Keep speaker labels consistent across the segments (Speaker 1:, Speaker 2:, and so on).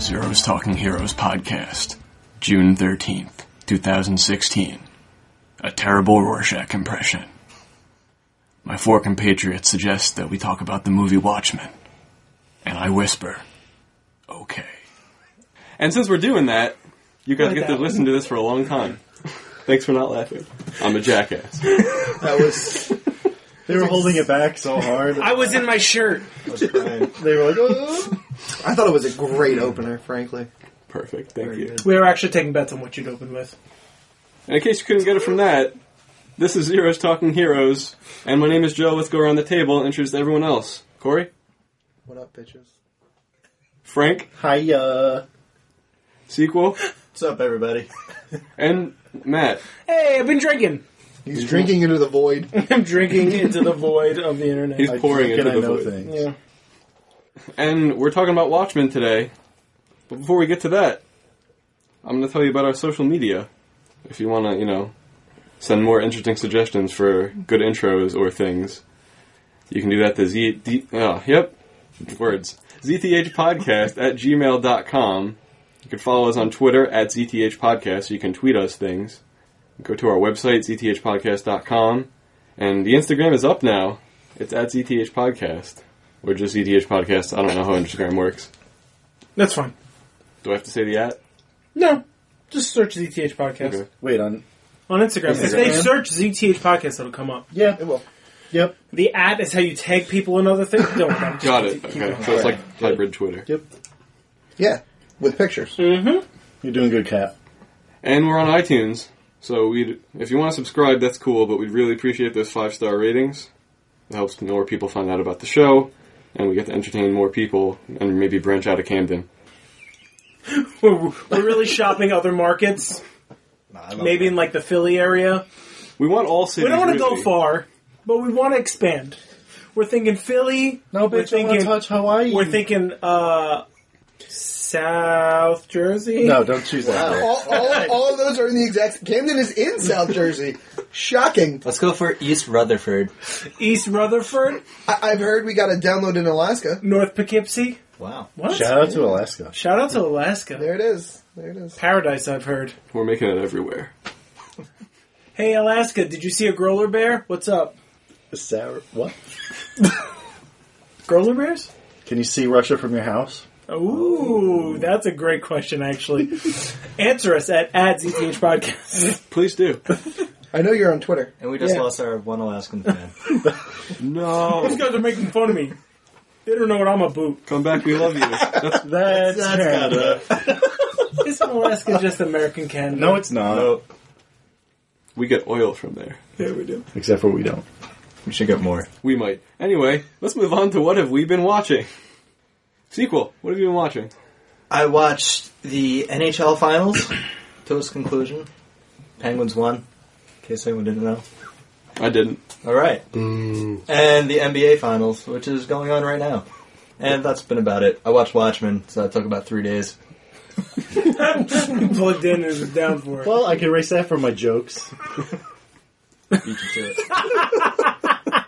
Speaker 1: Heroes Talking Heroes podcast, June 13th, 2016. A terrible Rorschach impression. My four compatriots suggest that we talk about the movie Watchmen, and I whisper, okay.
Speaker 2: And since we're doing that, you guys
Speaker 3: Like
Speaker 2: get
Speaker 3: that.
Speaker 2: to listen to this for a long time. Thanks for not laughing. I'm a jackass.
Speaker 4: That was. They were holding it back so hard.
Speaker 3: I was in my shirt.
Speaker 4: I was crying. They were like, "Oh." I thought it was a great opener, frankly.
Speaker 2: Perfect. Thank
Speaker 4: Very
Speaker 2: you.
Speaker 4: good.
Speaker 3: We were actually taking bets on what you'd open with.
Speaker 2: And in case you couldn't get it from that, this is Zeros Talking Heroes, and my name is Joe. Let's go around the table and introduce everyone else. Corey,
Speaker 4: What up, bitches?
Speaker 2: Frank,
Speaker 4: Hiya.
Speaker 2: Sequel,
Speaker 4: What's up, everybody?
Speaker 2: and Matt.
Speaker 3: Hey, I've been drinking.
Speaker 4: He's drinking into the void.
Speaker 3: I'm drinking into the void of the internet.
Speaker 2: He's pouring
Speaker 4: drink
Speaker 2: into
Speaker 4: and
Speaker 2: the
Speaker 4: I know
Speaker 2: void.
Speaker 4: things.
Speaker 3: yeah.
Speaker 2: And we're talking about Watchmen today. But before we get to that, I'm going to tell you about our social media. If you want to, you know, send more interesting suggestions for good intros or things, you can do that to Z. D, oh, yep, words. ZTHpodcast at gmail.com. You can follow us on Twitter at ZTHpodcast so you can tweet us things. Go to our website, zthpodcast.com. And the Instagram is up now. It's at zthpodcast. Or just E EDH podcast. I don't know how Instagram works.
Speaker 3: That's fine.
Speaker 2: Do I have to say the at?
Speaker 3: No. Just search ZTH Podcast.
Speaker 2: Okay.
Speaker 5: Wait on.
Speaker 3: On Instagram. If
Speaker 2: Instagram.
Speaker 3: they search ZTH Podcast, it'll come up.
Speaker 5: Yeah,
Speaker 4: It will. Yep.
Speaker 3: The at is how you tag people in other things. Don't worry. I'm just-
Speaker 2: Got it.
Speaker 3: keep
Speaker 2: Okay. So it's like hybrid Twitter.
Speaker 4: Yep. Yeah. With pictures.
Speaker 5: you're doing good, Cap.
Speaker 2: And we're on iTunes. So we'd if you want to subscribe, that's cool, but we'd really appreciate those five star ratings. It helps more people find out about the show, and we get to entertain more people and maybe branch out of Camden.
Speaker 3: We're, we're really shopping other markets. Maybe in like the Philly area.
Speaker 2: We want all cities.
Speaker 3: We don't want to
Speaker 2: really.
Speaker 3: go far, but we want to expand. We're thinking Philly.
Speaker 5: No,
Speaker 3: we're
Speaker 5: bitch, I want to touch Hawaii.
Speaker 3: We're thinking uh, South Jersey.
Speaker 5: no, don't choose that.
Speaker 4: Wow. all, all, all of those are in the exact. Camden is in South Jersey. Shocking.
Speaker 6: Let's go for East Rutherford.
Speaker 3: East Rutherford,
Speaker 4: I, I've heard we got a download in Alaska.
Speaker 3: North Poughkeepsie.
Speaker 6: Wow.
Speaker 3: What?
Speaker 5: Shout out to Alaska.
Speaker 3: Shout out to Alaska.
Speaker 4: There it is. There it is.
Speaker 3: Paradise, I've heard.
Speaker 2: We're making it everywhere.
Speaker 3: Hey, Alaska, did you see a growler bear? What's up?
Speaker 5: Sour. What?
Speaker 3: Growler bears?
Speaker 5: Can you see Russia from your house?
Speaker 3: Ooh, that's a great question, actually. Answer us at, at ZTH Podcast.
Speaker 2: Please do.
Speaker 4: I know you're on Twitter.
Speaker 6: And we just
Speaker 3: Yeah.
Speaker 6: lost our one Alaskan fan.
Speaker 3: These
Speaker 2: no.
Speaker 3: guys are making fun of me. They don't know what I'm about.
Speaker 2: Come back, we love you. That's
Speaker 5: That's, Canada.
Speaker 3: Isn't Alaska just American Canada?
Speaker 5: No, it's not.
Speaker 6: so
Speaker 2: we get oil from there.
Speaker 3: there we do.
Speaker 5: Except for we don't.
Speaker 6: we should get more.
Speaker 2: We might. Anyway, let's move on to what have we been watching? Sequel. What have you been watching?
Speaker 6: I watched the NHL finals to its conclusion. Penguins won. In case anyone didn't know.
Speaker 2: I didn't.
Speaker 6: All right. And the NBA finals, which is going on right now. And that's been about it. I watched Watchmen, so that took about three days.
Speaker 3: Plugged in and was down for it.
Speaker 5: Well, I can erase that from my jokes.
Speaker 6: Beat you to it.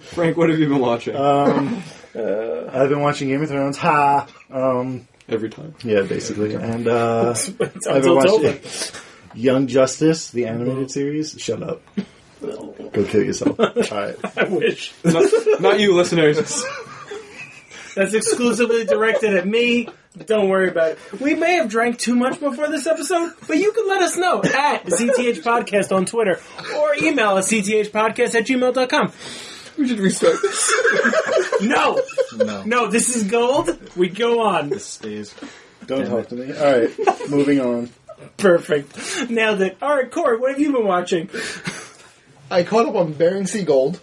Speaker 2: Frank, what have you been watching?
Speaker 3: Uh,
Speaker 5: I've been watching Game of Thrones. Ha. Um.
Speaker 2: Every time.
Speaker 5: Yeah, basically. And uh, I've been
Speaker 3: Until it's over.
Speaker 5: watching Young Justice, the animated series. Shut up. Go kill yourself. All right.
Speaker 3: I wish.
Speaker 2: Not, not you, listeners.
Speaker 3: That's exclusively directed at me. Don't worry about it. We may have drank too much before this episode, but you can let us know at ZTH Podcast on Twitter or email us ZTHpodcast at gmail.com.
Speaker 2: We should restart this.
Speaker 3: No!
Speaker 6: No.
Speaker 3: No, this is gold. We go on.
Speaker 6: This stays.
Speaker 5: Don't talk to me. All right. Moving on.
Speaker 3: Perfect. Nailed it. All right, Corey, what have you been watching?
Speaker 4: I caught up on Bering Sea Gold.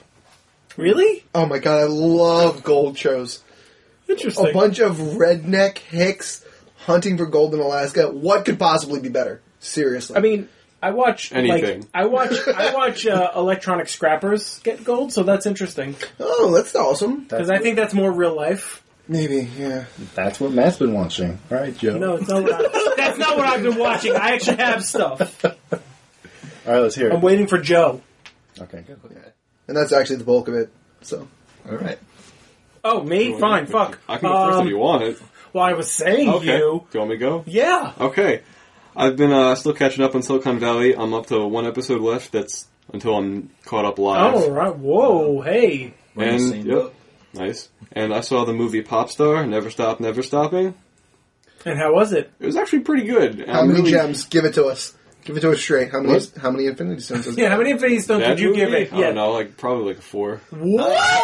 Speaker 3: Really?
Speaker 4: Oh my god, I love gold shows.
Speaker 3: Interesting.
Speaker 4: A bunch of redneck hicks hunting for gold in Alaska. What could possibly be better? Seriously.
Speaker 3: I mean, I watch
Speaker 2: Anything.
Speaker 3: Like, I watch I watch uh, electronic scrappers get gold, so that's interesting
Speaker 4: oh, that's awesome.
Speaker 3: because I think that's more real life.
Speaker 4: Maybe, yeah.
Speaker 5: That's what Matt's been watching. All right, Joe.
Speaker 3: No, it's not what I, that's not what I've been watching. I actually have stuff.
Speaker 5: All right, let's hear it.
Speaker 3: I'm waiting for Joe.
Speaker 5: okay.
Speaker 4: And that's actually the bulk of it. So
Speaker 6: All right.
Speaker 3: Oh, me? Fine, fuck.
Speaker 2: I can go first
Speaker 3: Um,
Speaker 2: if you want.
Speaker 3: Well, I was saying
Speaker 2: Okay.
Speaker 3: you.
Speaker 2: Do you want me to go?
Speaker 3: Yeah.
Speaker 2: Okay. I've been uh, still catching up on Silicon Valley. I'm up to one episode left. That's until I'm caught up live.
Speaker 3: Oh, All right. Whoa. Hey.
Speaker 6: We're in the
Speaker 2: And-
Speaker 6: same
Speaker 2: yep.
Speaker 6: boat.
Speaker 2: Nice. And I saw the movie Popstar, Never Stop, Never Stopping.
Speaker 3: And how was it?
Speaker 2: It was actually pretty good. And
Speaker 4: How
Speaker 2: I'm
Speaker 4: many
Speaker 2: really-
Speaker 4: gems? Give it to us. Give it to us straight. How many?
Speaker 2: What?
Speaker 4: How many infinity stones? Is it?
Speaker 3: Yeah. How many infinity stones
Speaker 2: That
Speaker 3: did you give
Speaker 2: movie?
Speaker 3: it?
Speaker 2: I don't know, like probably like a four.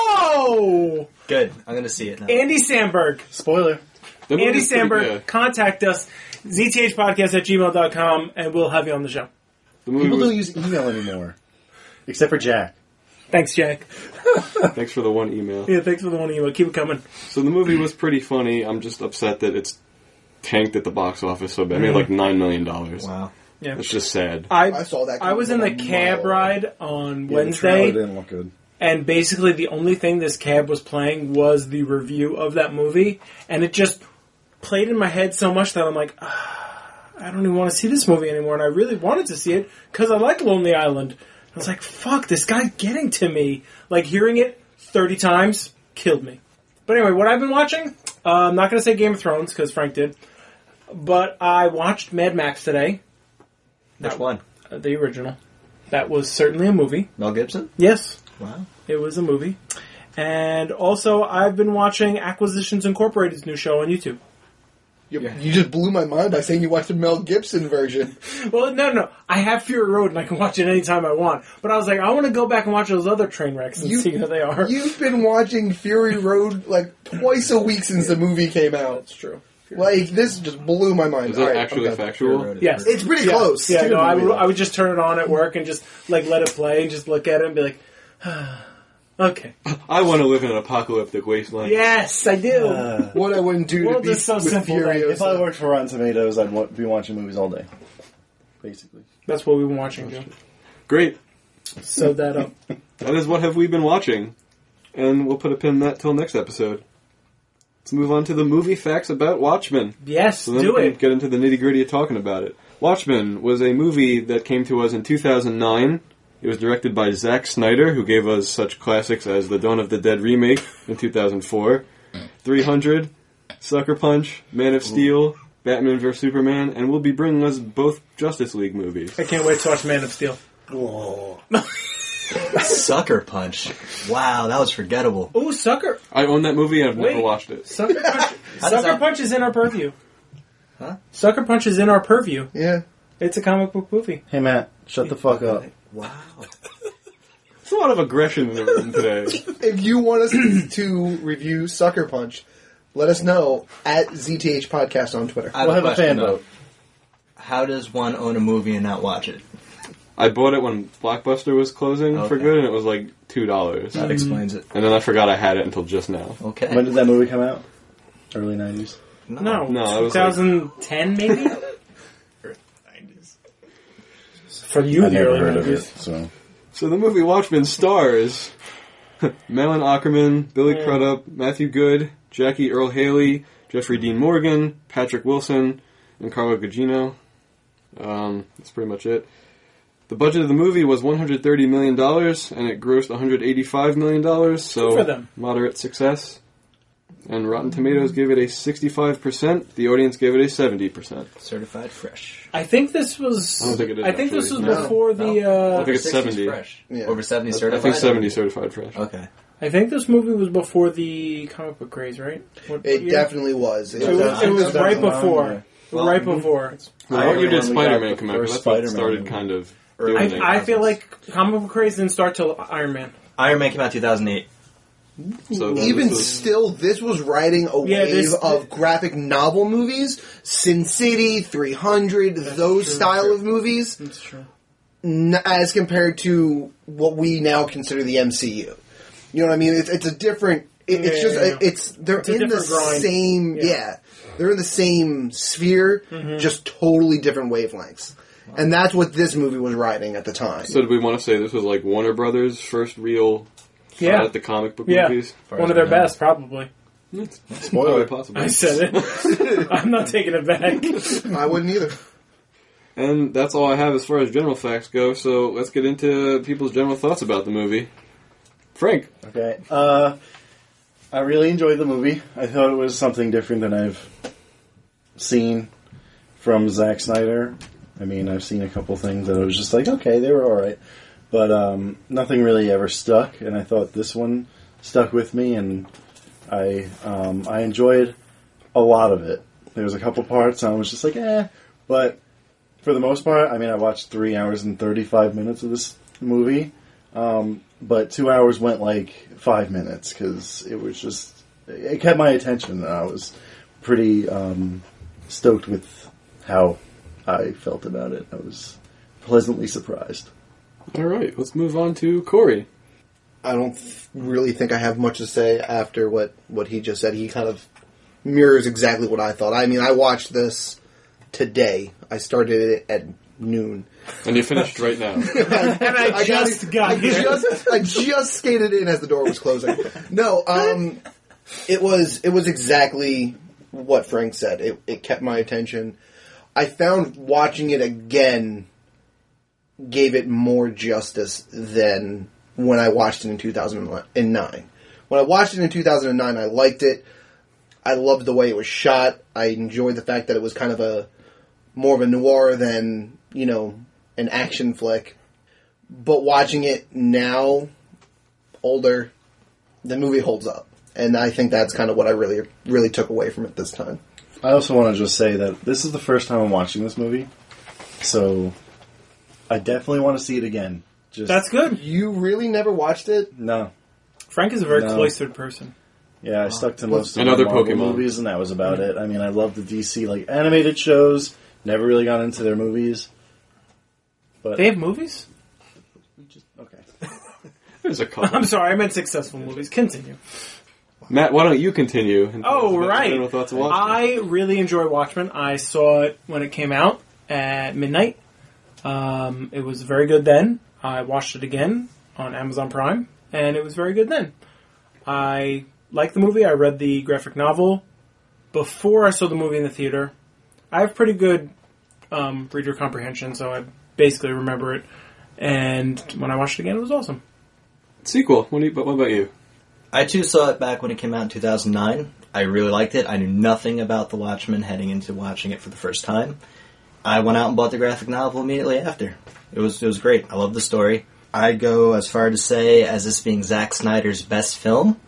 Speaker 3: Whoa.
Speaker 6: Good. I'm gonna see it now.
Speaker 3: Andy Sandberg.
Speaker 5: Spoiler.
Speaker 2: That
Speaker 3: Andy
Speaker 2: movie's pretty
Speaker 3: Sandberg,
Speaker 2: good.
Speaker 3: contact us, zthpodcast at gmail.com, and we'll have you on the show.
Speaker 2: The movie
Speaker 5: People
Speaker 2: was,
Speaker 5: don't use email anymore, except for Jack.
Speaker 3: Thanks, Jack.
Speaker 2: thanks for the one email.
Speaker 3: Yeah, thanks for the one email. Keep it coming.
Speaker 2: So the movie was pretty funny. I'm just upset that it's tanked at the box office so bad. I made like nine million dollars.
Speaker 6: Wow.
Speaker 3: Yeah.
Speaker 2: That's just sad.
Speaker 3: I,
Speaker 4: I saw that
Speaker 3: I was in the
Speaker 4: coming from a
Speaker 3: cab
Speaker 4: mile away.
Speaker 3: ride on
Speaker 5: Yeah, the trailer
Speaker 3: Wednesday,
Speaker 5: didn't look good.
Speaker 3: and basically the only thing this cab was playing was the review of that movie, and it just played in my head so much that I'm like, ah, I don't even want to see this movie anymore, and I really wanted to see it because I like Lonely Island. I was like, fuck, this guy's getting to me. Like, hearing it 30 times killed me. But anyway, what I've been watching, uh, I'm not going to say Game of Thrones because Frank did, but I watched Mad Max today,
Speaker 6: Which one?
Speaker 3: uh, the original. That was certainly a movie.
Speaker 6: Mel Gibson?
Speaker 3: Yes,
Speaker 6: Wow.
Speaker 3: it was a movie. And also, I've been watching Acquisitions Incorporated's new show on YouTube.
Speaker 4: You, you just blew my mind by saying you watched the Mel Gibson version.
Speaker 3: Well, no, no, I have Fury Road and I can watch it anytime I want. But I was like, I want to go back and watch those other train wrecks and
Speaker 4: You-
Speaker 3: see how they are.
Speaker 4: You've been watching Fury Road like twice a week since the movie came out.
Speaker 3: That's true.
Speaker 4: Like this just blew my mind.
Speaker 2: Is that
Speaker 4: All right, I'm
Speaker 2: actually
Speaker 4: done.
Speaker 2: factual?
Speaker 3: Yes.
Speaker 4: It's pretty
Speaker 3: Yeah,
Speaker 4: close.
Speaker 3: Yeah,
Speaker 4: to the
Speaker 3: no, I
Speaker 4: movie,
Speaker 3: would,
Speaker 4: though.
Speaker 3: I would just turn it on at work and just like let it play and just look at it and be like, okay.
Speaker 2: I want to live in an apocalyptic wasteland.
Speaker 3: Yes, I do.
Speaker 5: Uh,
Speaker 4: What I wouldn't do to
Speaker 3: World
Speaker 4: be
Speaker 3: is so
Speaker 4: with
Speaker 3: simple,
Speaker 5: if I
Speaker 4: Furiosa.
Speaker 5: worked for Rotten Tomatoes, I'd wa- be watching movies all day, basically.
Speaker 3: That's what we've been watching, Joe.
Speaker 2: Great.
Speaker 3: So that um, up.
Speaker 2: That is what have we been watching, and we'll put a pin in that till next episode. Let's move on to the movie facts about Watchmen.
Speaker 3: Yes,
Speaker 2: So then
Speaker 3: do
Speaker 2: we can
Speaker 3: it.
Speaker 2: get into the nitty gritty of talking about it. Watchmen was a movie that came to us in 2009. It was directed by Zack Snyder, who gave us such classics as the Dawn of the Dead remake in 2004, 300, Sucker Punch, Man of Steel, Batman vs Superman, and will be bringing us both Justice League movies.
Speaker 3: I can't wait to watch Man of Steel.
Speaker 6: Sucker Punch. Wow, that was forgettable.
Speaker 3: Ooh, Sucker.
Speaker 2: I own that movie and I've
Speaker 3: Wait.
Speaker 2: never watched it.
Speaker 3: Sucker Punch,
Speaker 6: does
Speaker 3: Sucker
Speaker 6: that-
Speaker 3: Punch is in our purview.
Speaker 6: Huh?
Speaker 3: Sucker Punch is in our purview.
Speaker 4: yeah.
Speaker 3: It's a comic book movie.
Speaker 5: Hey Matt, shut the fuck up.
Speaker 6: Wow.
Speaker 2: There's a lot of aggression in the room today.
Speaker 4: If you want us to review Sucker Punch, let us know at ZTH Podcast on Twitter.
Speaker 6: I
Speaker 5: We'll have a
Speaker 6: question,
Speaker 5: fan
Speaker 6: though.
Speaker 5: vote.
Speaker 6: How does one own a movie and not watch it?
Speaker 2: I bought it when Blockbuster was closing for
Speaker 6: Okay.
Speaker 2: good, and it was like two dollars.
Speaker 3: Hmm.
Speaker 6: That explains it.
Speaker 2: And then I forgot I had it until just now.
Speaker 6: Okay.
Speaker 5: When did that movie come out? Early nineties.
Speaker 3: No,
Speaker 2: No, it was
Speaker 3: 2010 maybe. For you,
Speaker 5: I
Speaker 3: the
Speaker 5: never
Speaker 3: early
Speaker 5: heard of it.
Speaker 3: 90s.
Speaker 5: So
Speaker 2: So the movie Watchmen stars Melon Ackerman, Billy Crudup, Matthew Good, Jackie Earl Haley, Jeffrey Dean Morgan, Patrick Wilson, and Carlo Gugino. Um, that's pretty much it. The budget of the movie was 130 million dollars, and it grossed 185 million dollars. So
Speaker 3: Good for them.
Speaker 2: moderate success. And Rotten Tomatoes gave it a 65%. The audience gave it a 70%.
Speaker 6: Certified fresh.
Speaker 3: I think this was.
Speaker 2: I
Speaker 3: I
Speaker 2: don't
Speaker 3: think,
Speaker 2: think it is,
Speaker 3: this was
Speaker 2: actually.
Speaker 4: No.
Speaker 3: before the.
Speaker 6: No.
Speaker 3: Uh,
Speaker 2: I think it's
Speaker 6: Over 60 's
Speaker 2: 70.
Speaker 6: Fresh.
Speaker 4: Yeah.
Speaker 6: Over 70
Speaker 2: I
Speaker 6: certified.
Speaker 2: think 70 certified fresh.
Speaker 6: Okay.
Speaker 3: I think this movie was before the comic book craze, right? What
Speaker 4: it
Speaker 3: year?
Speaker 4: definitely was.
Speaker 3: It was, it was right before.
Speaker 6: Well,
Speaker 3: right before.
Speaker 2: Well, what year did
Speaker 5: Iron Man, we got
Speaker 2: Spider Man
Speaker 5: the
Speaker 2: come out? 'Cause
Speaker 5: first
Speaker 2: That's what
Speaker 5: Spider-Man
Speaker 2: started
Speaker 5: movie.
Speaker 2: kind of.
Speaker 6: Early
Speaker 2: doing it.
Speaker 3: I, I feel like comic book craze didn't start till Iron Man.
Speaker 6: Iron Man came out 2008.
Speaker 2: So this
Speaker 4: Even
Speaker 2: was-
Speaker 4: still, this was riding a
Speaker 3: Yeah,
Speaker 4: wave
Speaker 3: this-
Speaker 4: of graphic novel movies, Sin City, 300, those
Speaker 3: true.
Speaker 4: style of movies,
Speaker 3: That's true.
Speaker 4: n- as compared to what we now consider the MCU. You know what I mean? It's, it's a different. It, it's
Speaker 3: Yeah,
Speaker 4: just
Speaker 3: yeah, yeah.
Speaker 4: it's they're
Speaker 3: a
Speaker 4: in the
Speaker 3: different grind.
Speaker 4: same
Speaker 3: Yeah. Mm-hmm.
Speaker 4: yeah. they're in the same sphere, just totally different wavelengths, and that's what this movie was riding at the time.
Speaker 2: So did we want to say this was like Warner Brothers' first real shot
Speaker 3: Yeah.
Speaker 2: at the comic book
Speaker 3: Yeah.
Speaker 2: movies?
Speaker 3: One of their best, probably.
Speaker 2: Spoiler possible.
Speaker 3: I said it. I'm not taking it back.
Speaker 4: I wouldn't either.
Speaker 2: And that's all I have as far as general facts go. So let's get into people's general thoughts about the movie. Frank,
Speaker 5: okay. Uh, I really enjoyed the movie. I thought it was something different than I've seen from Zack Snyder. I mean, I've seen a couple things that I was just like, okay, they were all right, but um, nothing really ever stuck. And I thought this one stuck with me, and I um, I enjoyed a lot of it. There was a couple parts I was just like, eh, but for the most part, I mean, I watched three hours and thirty five minutes of this movie but two hours went like five minutes because it was just it kept my attention and I was pretty um, stoked with how I felt about it. I was pleasantly surprised.
Speaker 2: All right, let's move on to Corey.
Speaker 4: I don't th- really think I have much to say after what, what he just said. He kind of mirrors exactly what I thought. I mean, I watched this today. I started it at noon.
Speaker 2: And you finished right now.
Speaker 3: And I, just got,
Speaker 4: I
Speaker 3: here.
Speaker 4: just, I just skated in as the door was closing. No, um, it was it was exactly what Frank said. It, it kept my attention. I found watching it again gave it more justice than when I watched it in 2009. When I watched it in 2009, I liked it. I loved the way it was shot. I enjoyed the fact that it was kind of a more of a noir than you know an action flick. But watching it now, older, the movie holds up, and I think that's kind of what I really really took away from it this time.
Speaker 5: I also want to just say that this is the first time I'm watching this movie, so I definitely want to see it again. Just
Speaker 3: That's good.
Speaker 4: You really never watched it?
Speaker 5: no,
Speaker 3: Frank is a very
Speaker 5: No.
Speaker 3: cloistered person.
Speaker 5: Yeah, I stuck to most of
Speaker 2: And other
Speaker 5: the Marvel
Speaker 2: Pokemon.
Speaker 5: movies, and that was about it. I mean, I love the DC like animated shows. Never really got into their movies. But
Speaker 3: They have movies?
Speaker 5: okay,
Speaker 2: There's a couple.
Speaker 3: I'm sorry, I meant successful movies. Continue.
Speaker 2: Matt, why don't you continue? and tell us
Speaker 3: Oh,
Speaker 2: about your
Speaker 3: right. Uh,
Speaker 2: General thoughts of Watchmen.
Speaker 3: I really enjoy Watchmen. I saw it when it came out at midnight. Um, it was very good then. I watched it again on Amazon Prime, and it was very good then. I liked the movie. I read the graphic novel before I saw the movie in the theater. I have pretty good um, reader comprehension, so I basically remember it. And when I watched it again, it was awesome.
Speaker 2: Sequel. What, do you, but what about you?
Speaker 6: I too saw it back when it came out in 2009. I really liked it. I knew nothing about The Watchmen heading into watching it for the first time. I went out and bought the graphic novel immediately after. It was it was great. I love the story. I go as far to say as this being Zack Snyder's best film.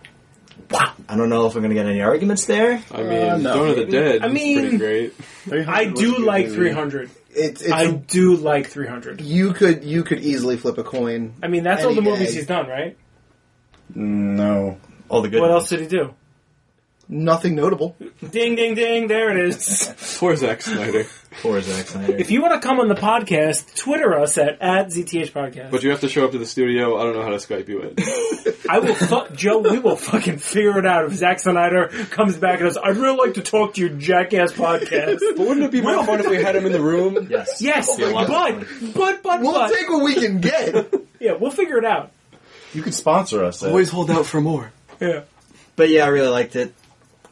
Speaker 6: Wow. I don't know if I'm going to get any arguments there.
Speaker 2: I mean,
Speaker 5: no.
Speaker 2: Dawn of the Dead.
Speaker 3: Uh, I
Speaker 2: is pretty
Speaker 3: mean-
Speaker 2: great.
Speaker 3: I do like 300.
Speaker 4: It's, it's
Speaker 3: I do like 300.
Speaker 4: you could you could easily flip a coin.
Speaker 3: I mean, that's all the
Speaker 4: Any
Speaker 3: movies
Speaker 4: day.
Speaker 3: he's done, right?
Speaker 5: No,
Speaker 6: All the good.
Speaker 3: What else did he do?
Speaker 4: Nothing notable.
Speaker 3: Ding, ding, ding. There it is.
Speaker 2: Poor Zack Snyder.
Speaker 6: for Zack Snyder?
Speaker 3: if you want to come on the podcast, Twitter us at, at ZTH Podcast.
Speaker 2: But you have to show up to the studio. I don't know how to Skype you in.
Speaker 3: I will fuck Joe. We will fucking figure it out if Zack Snyder comes back and us. I'd really like to talk to your jackass podcast.
Speaker 2: But wouldn't it be more fun if we had him in the room?
Speaker 6: yes.
Speaker 3: Yes,
Speaker 6: my
Speaker 3: but,
Speaker 6: God.
Speaker 3: but, but,
Speaker 4: We'll
Speaker 3: but.
Speaker 4: take what we can get.
Speaker 3: yeah, we'll figure it out.
Speaker 5: you could sponsor us. eh? At,
Speaker 2: Always hold out for more.
Speaker 3: Yeah.
Speaker 6: But yeah, I really liked it.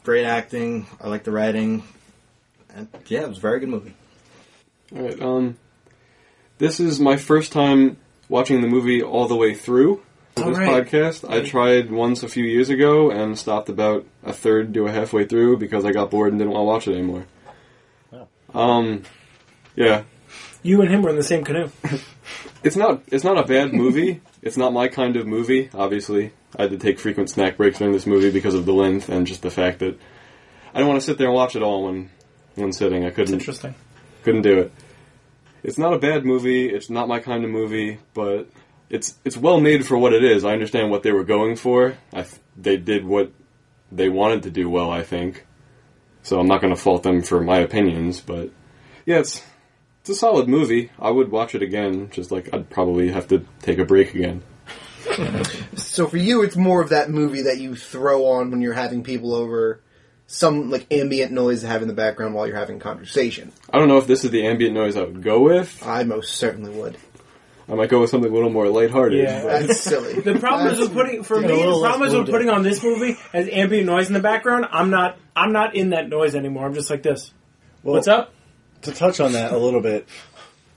Speaker 6: Great acting. I liked the writing. And yeah, it was a very good movie.
Speaker 2: All right. Um, this is my first time watching the movie all the way through for
Speaker 3: All
Speaker 2: this
Speaker 3: right.
Speaker 2: podcast. I tried once a few years ago and stopped about a third to a halfway through because I got bored and didn't want to watch it anymore. Um, yeah,
Speaker 3: You and him were in the same canoe.
Speaker 2: it's not it's not a bad movie. it's not my kind of movie. Obviously, I had to take frequent snack breaks during this movie because of the length and just the fact that I didn't want to sit there and watch it all in one sitting. I couldn't.
Speaker 3: Interesting.
Speaker 2: couldn't do it. It's not a bad movie. It's not my kind of movie, but it's it's well made for what it is. I understand what they were going for. I th- they did what they wanted to do well. I think. So I'm not going to fault them for my opinions, but yeah, it's it's a solid movie. I would watch it again. Just like I'd probably have to take a break again.
Speaker 4: so for you, it's more of that movie that you throw on when you're having people over. Some like ambient noise to have in the background while you're having conversation.
Speaker 2: I don't know if this is the ambient noise I would go with.
Speaker 4: I most certainly would.
Speaker 2: I might go with something a little more lighthearted.
Speaker 3: Yeah.
Speaker 2: but-
Speaker 4: That's silly.
Speaker 3: The problem is with putting for me.
Speaker 5: a
Speaker 3: The
Speaker 5: little
Speaker 3: problem
Speaker 5: less
Speaker 3: is with
Speaker 5: loaded.
Speaker 3: putting on this movie as ambient noise in the background. I'm not. I'm not in that noise anymore. I'm just like this.
Speaker 5: Well,
Speaker 3: What's up?
Speaker 5: To touch on that a little bit,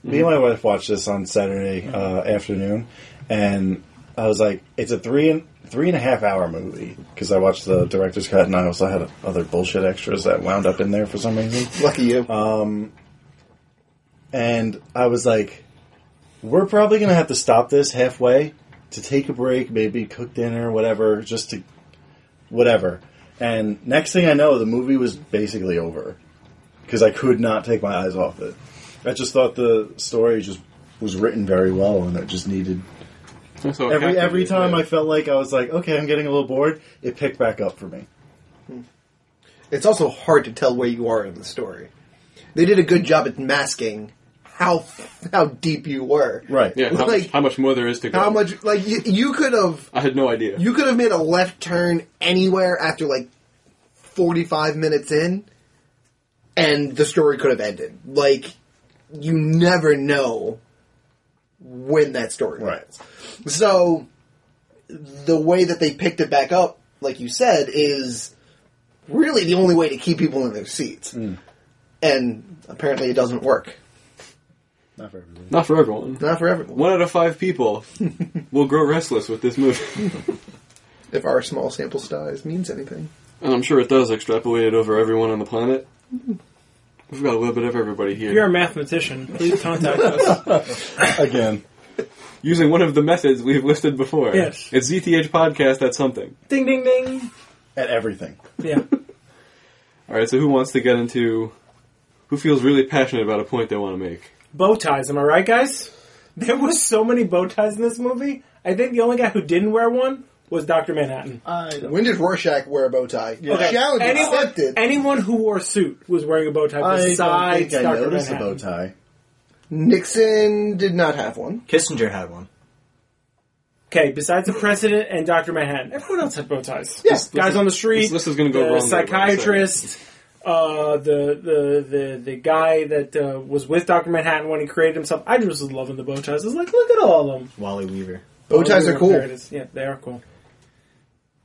Speaker 5: me and my
Speaker 3: Mm-hmm.
Speaker 5: wife watched this on Saturday uh, afternoon, and I was like, "It's a three and three and a half hour movie because I watched the director's cut and I also had other bullshit extras that wound up in there for some reason.
Speaker 4: Lucky you.
Speaker 5: and I was like, "We're probably gonna have to stop this halfway to take a break, maybe cook dinner, whatever, just to whatever." And next thing I know, the movie was basically over because I could not take my eyes off it. I just thought the story just was written very well, and it just needed
Speaker 2: So it
Speaker 5: every
Speaker 2: captivated
Speaker 5: every time
Speaker 2: me.
Speaker 5: I felt like I was like, "Okay, I'm getting a little bored," it picked back up for me.
Speaker 4: it's also hard to tell where you are in the story. They did a good job at masking how how deep you were.
Speaker 5: Right.
Speaker 2: yeah, how,
Speaker 4: like-
Speaker 2: much, how much more there is to go?
Speaker 4: How much like you, you could have
Speaker 2: I had no idea.
Speaker 4: you could have made a left turn anywhere after like 45 minutes in and the story could have ended. Like you never know when that story
Speaker 5: Right.
Speaker 4: ends. So the way that they picked it back up, like you said, is really the only way to keep people in their seats. And apparently it doesn't work.
Speaker 5: Not for everybody.
Speaker 2: Not for everyone.
Speaker 4: Not for everyone.
Speaker 2: One out of five people will grow restless with this movie,
Speaker 4: If our small sample size means anything.
Speaker 2: and I'm sure it does extrapolated over everyone on the planet. We've got a little bit of everybody here.
Speaker 3: You're a mathematician. Please contact us.
Speaker 5: Again,
Speaker 2: using one of the methods we've listed before.
Speaker 3: Yes.
Speaker 2: It's ZTH Podcast at something.
Speaker 3: ding, ding, ding.
Speaker 5: at everything.
Speaker 3: Yeah.
Speaker 2: All right, so who wants to get into. Who feels really passionate about a point they want to make?
Speaker 3: bow ties. Am I right, guys? There was so many bow ties in this movie. I think the only guy who didn't wear one was Doctor Manhattan.
Speaker 4: When did Rorschach wear a bow tie? Challenge
Speaker 3: anyone,
Speaker 4: accepted.
Speaker 3: anyone who wore a suit was wearing a bow tie
Speaker 5: I don't think
Speaker 3: besides
Speaker 5: I
Speaker 3: Doctor
Speaker 5: noticed a
Speaker 3: Manhattan.
Speaker 5: bow tie.
Speaker 4: Nixon did not have one.
Speaker 6: Kissinger had one.
Speaker 3: Okay, besides the president and Doctor Manhattan, everyone else had bow ties.
Speaker 4: Yes.
Speaker 3: guys on the street.
Speaker 2: This list is gonna go
Speaker 3: the
Speaker 2: wrong there, but I'm sorry.
Speaker 3: Psychiatrist. Uh, the, the the the guy that uh, was with Doctor Manhattan when he created himself. I just was loving the bow ties. I was like, look at all of them. Oh,
Speaker 6: Wally Weaver.
Speaker 4: Bow ties are
Speaker 3: There it
Speaker 4: cool.
Speaker 3: is. Yeah, they are cool.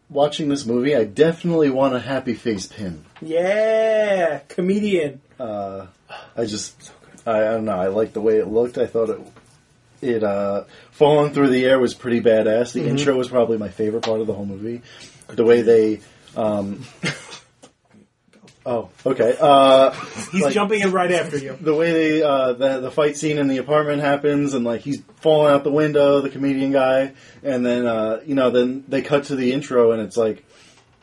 Speaker 5: Watching this movie, I definitely want a happy face pin.
Speaker 3: Yeah, comedian.
Speaker 5: uh, I just I, I don't know. I liked the way it looked. I thought it it uh, falling through the air was pretty badass. The intro was probably my favorite part of the whole movie. The way they. Um, oh, okay. Uh,
Speaker 3: He's
Speaker 5: Like-
Speaker 3: jumping in right after you.
Speaker 5: the way they uh, the the fight scene in the apartment happens, and like he's falling out the window, the comedian guy, and then uh, you know then they cut to the intro, and it's like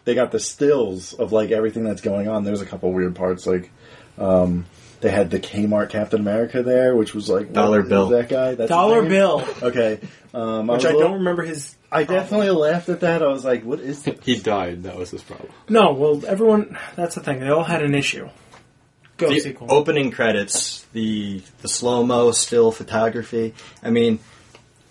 Speaker 5: they got the stills of like everything that's going on. There's a couple weird parts, like um, they had the Kmart Captain America there, which was like what
Speaker 6: Dollar
Speaker 5: is
Speaker 6: Bill.
Speaker 5: that guy, that's his
Speaker 3: Dollar
Speaker 5: name?
Speaker 3: Bill,
Speaker 5: Okay, um,
Speaker 3: which
Speaker 5: I,
Speaker 3: I
Speaker 5: was a little-
Speaker 3: don't remember his.
Speaker 5: I definitely laughed at that. I was like, "What is this?"
Speaker 2: He died. That was his problem.
Speaker 3: No, well, everyone. That's the thing. They all had an issue. Go
Speaker 6: The
Speaker 3: sequel.
Speaker 6: opening credits, the the slow mo, still photography. I mean,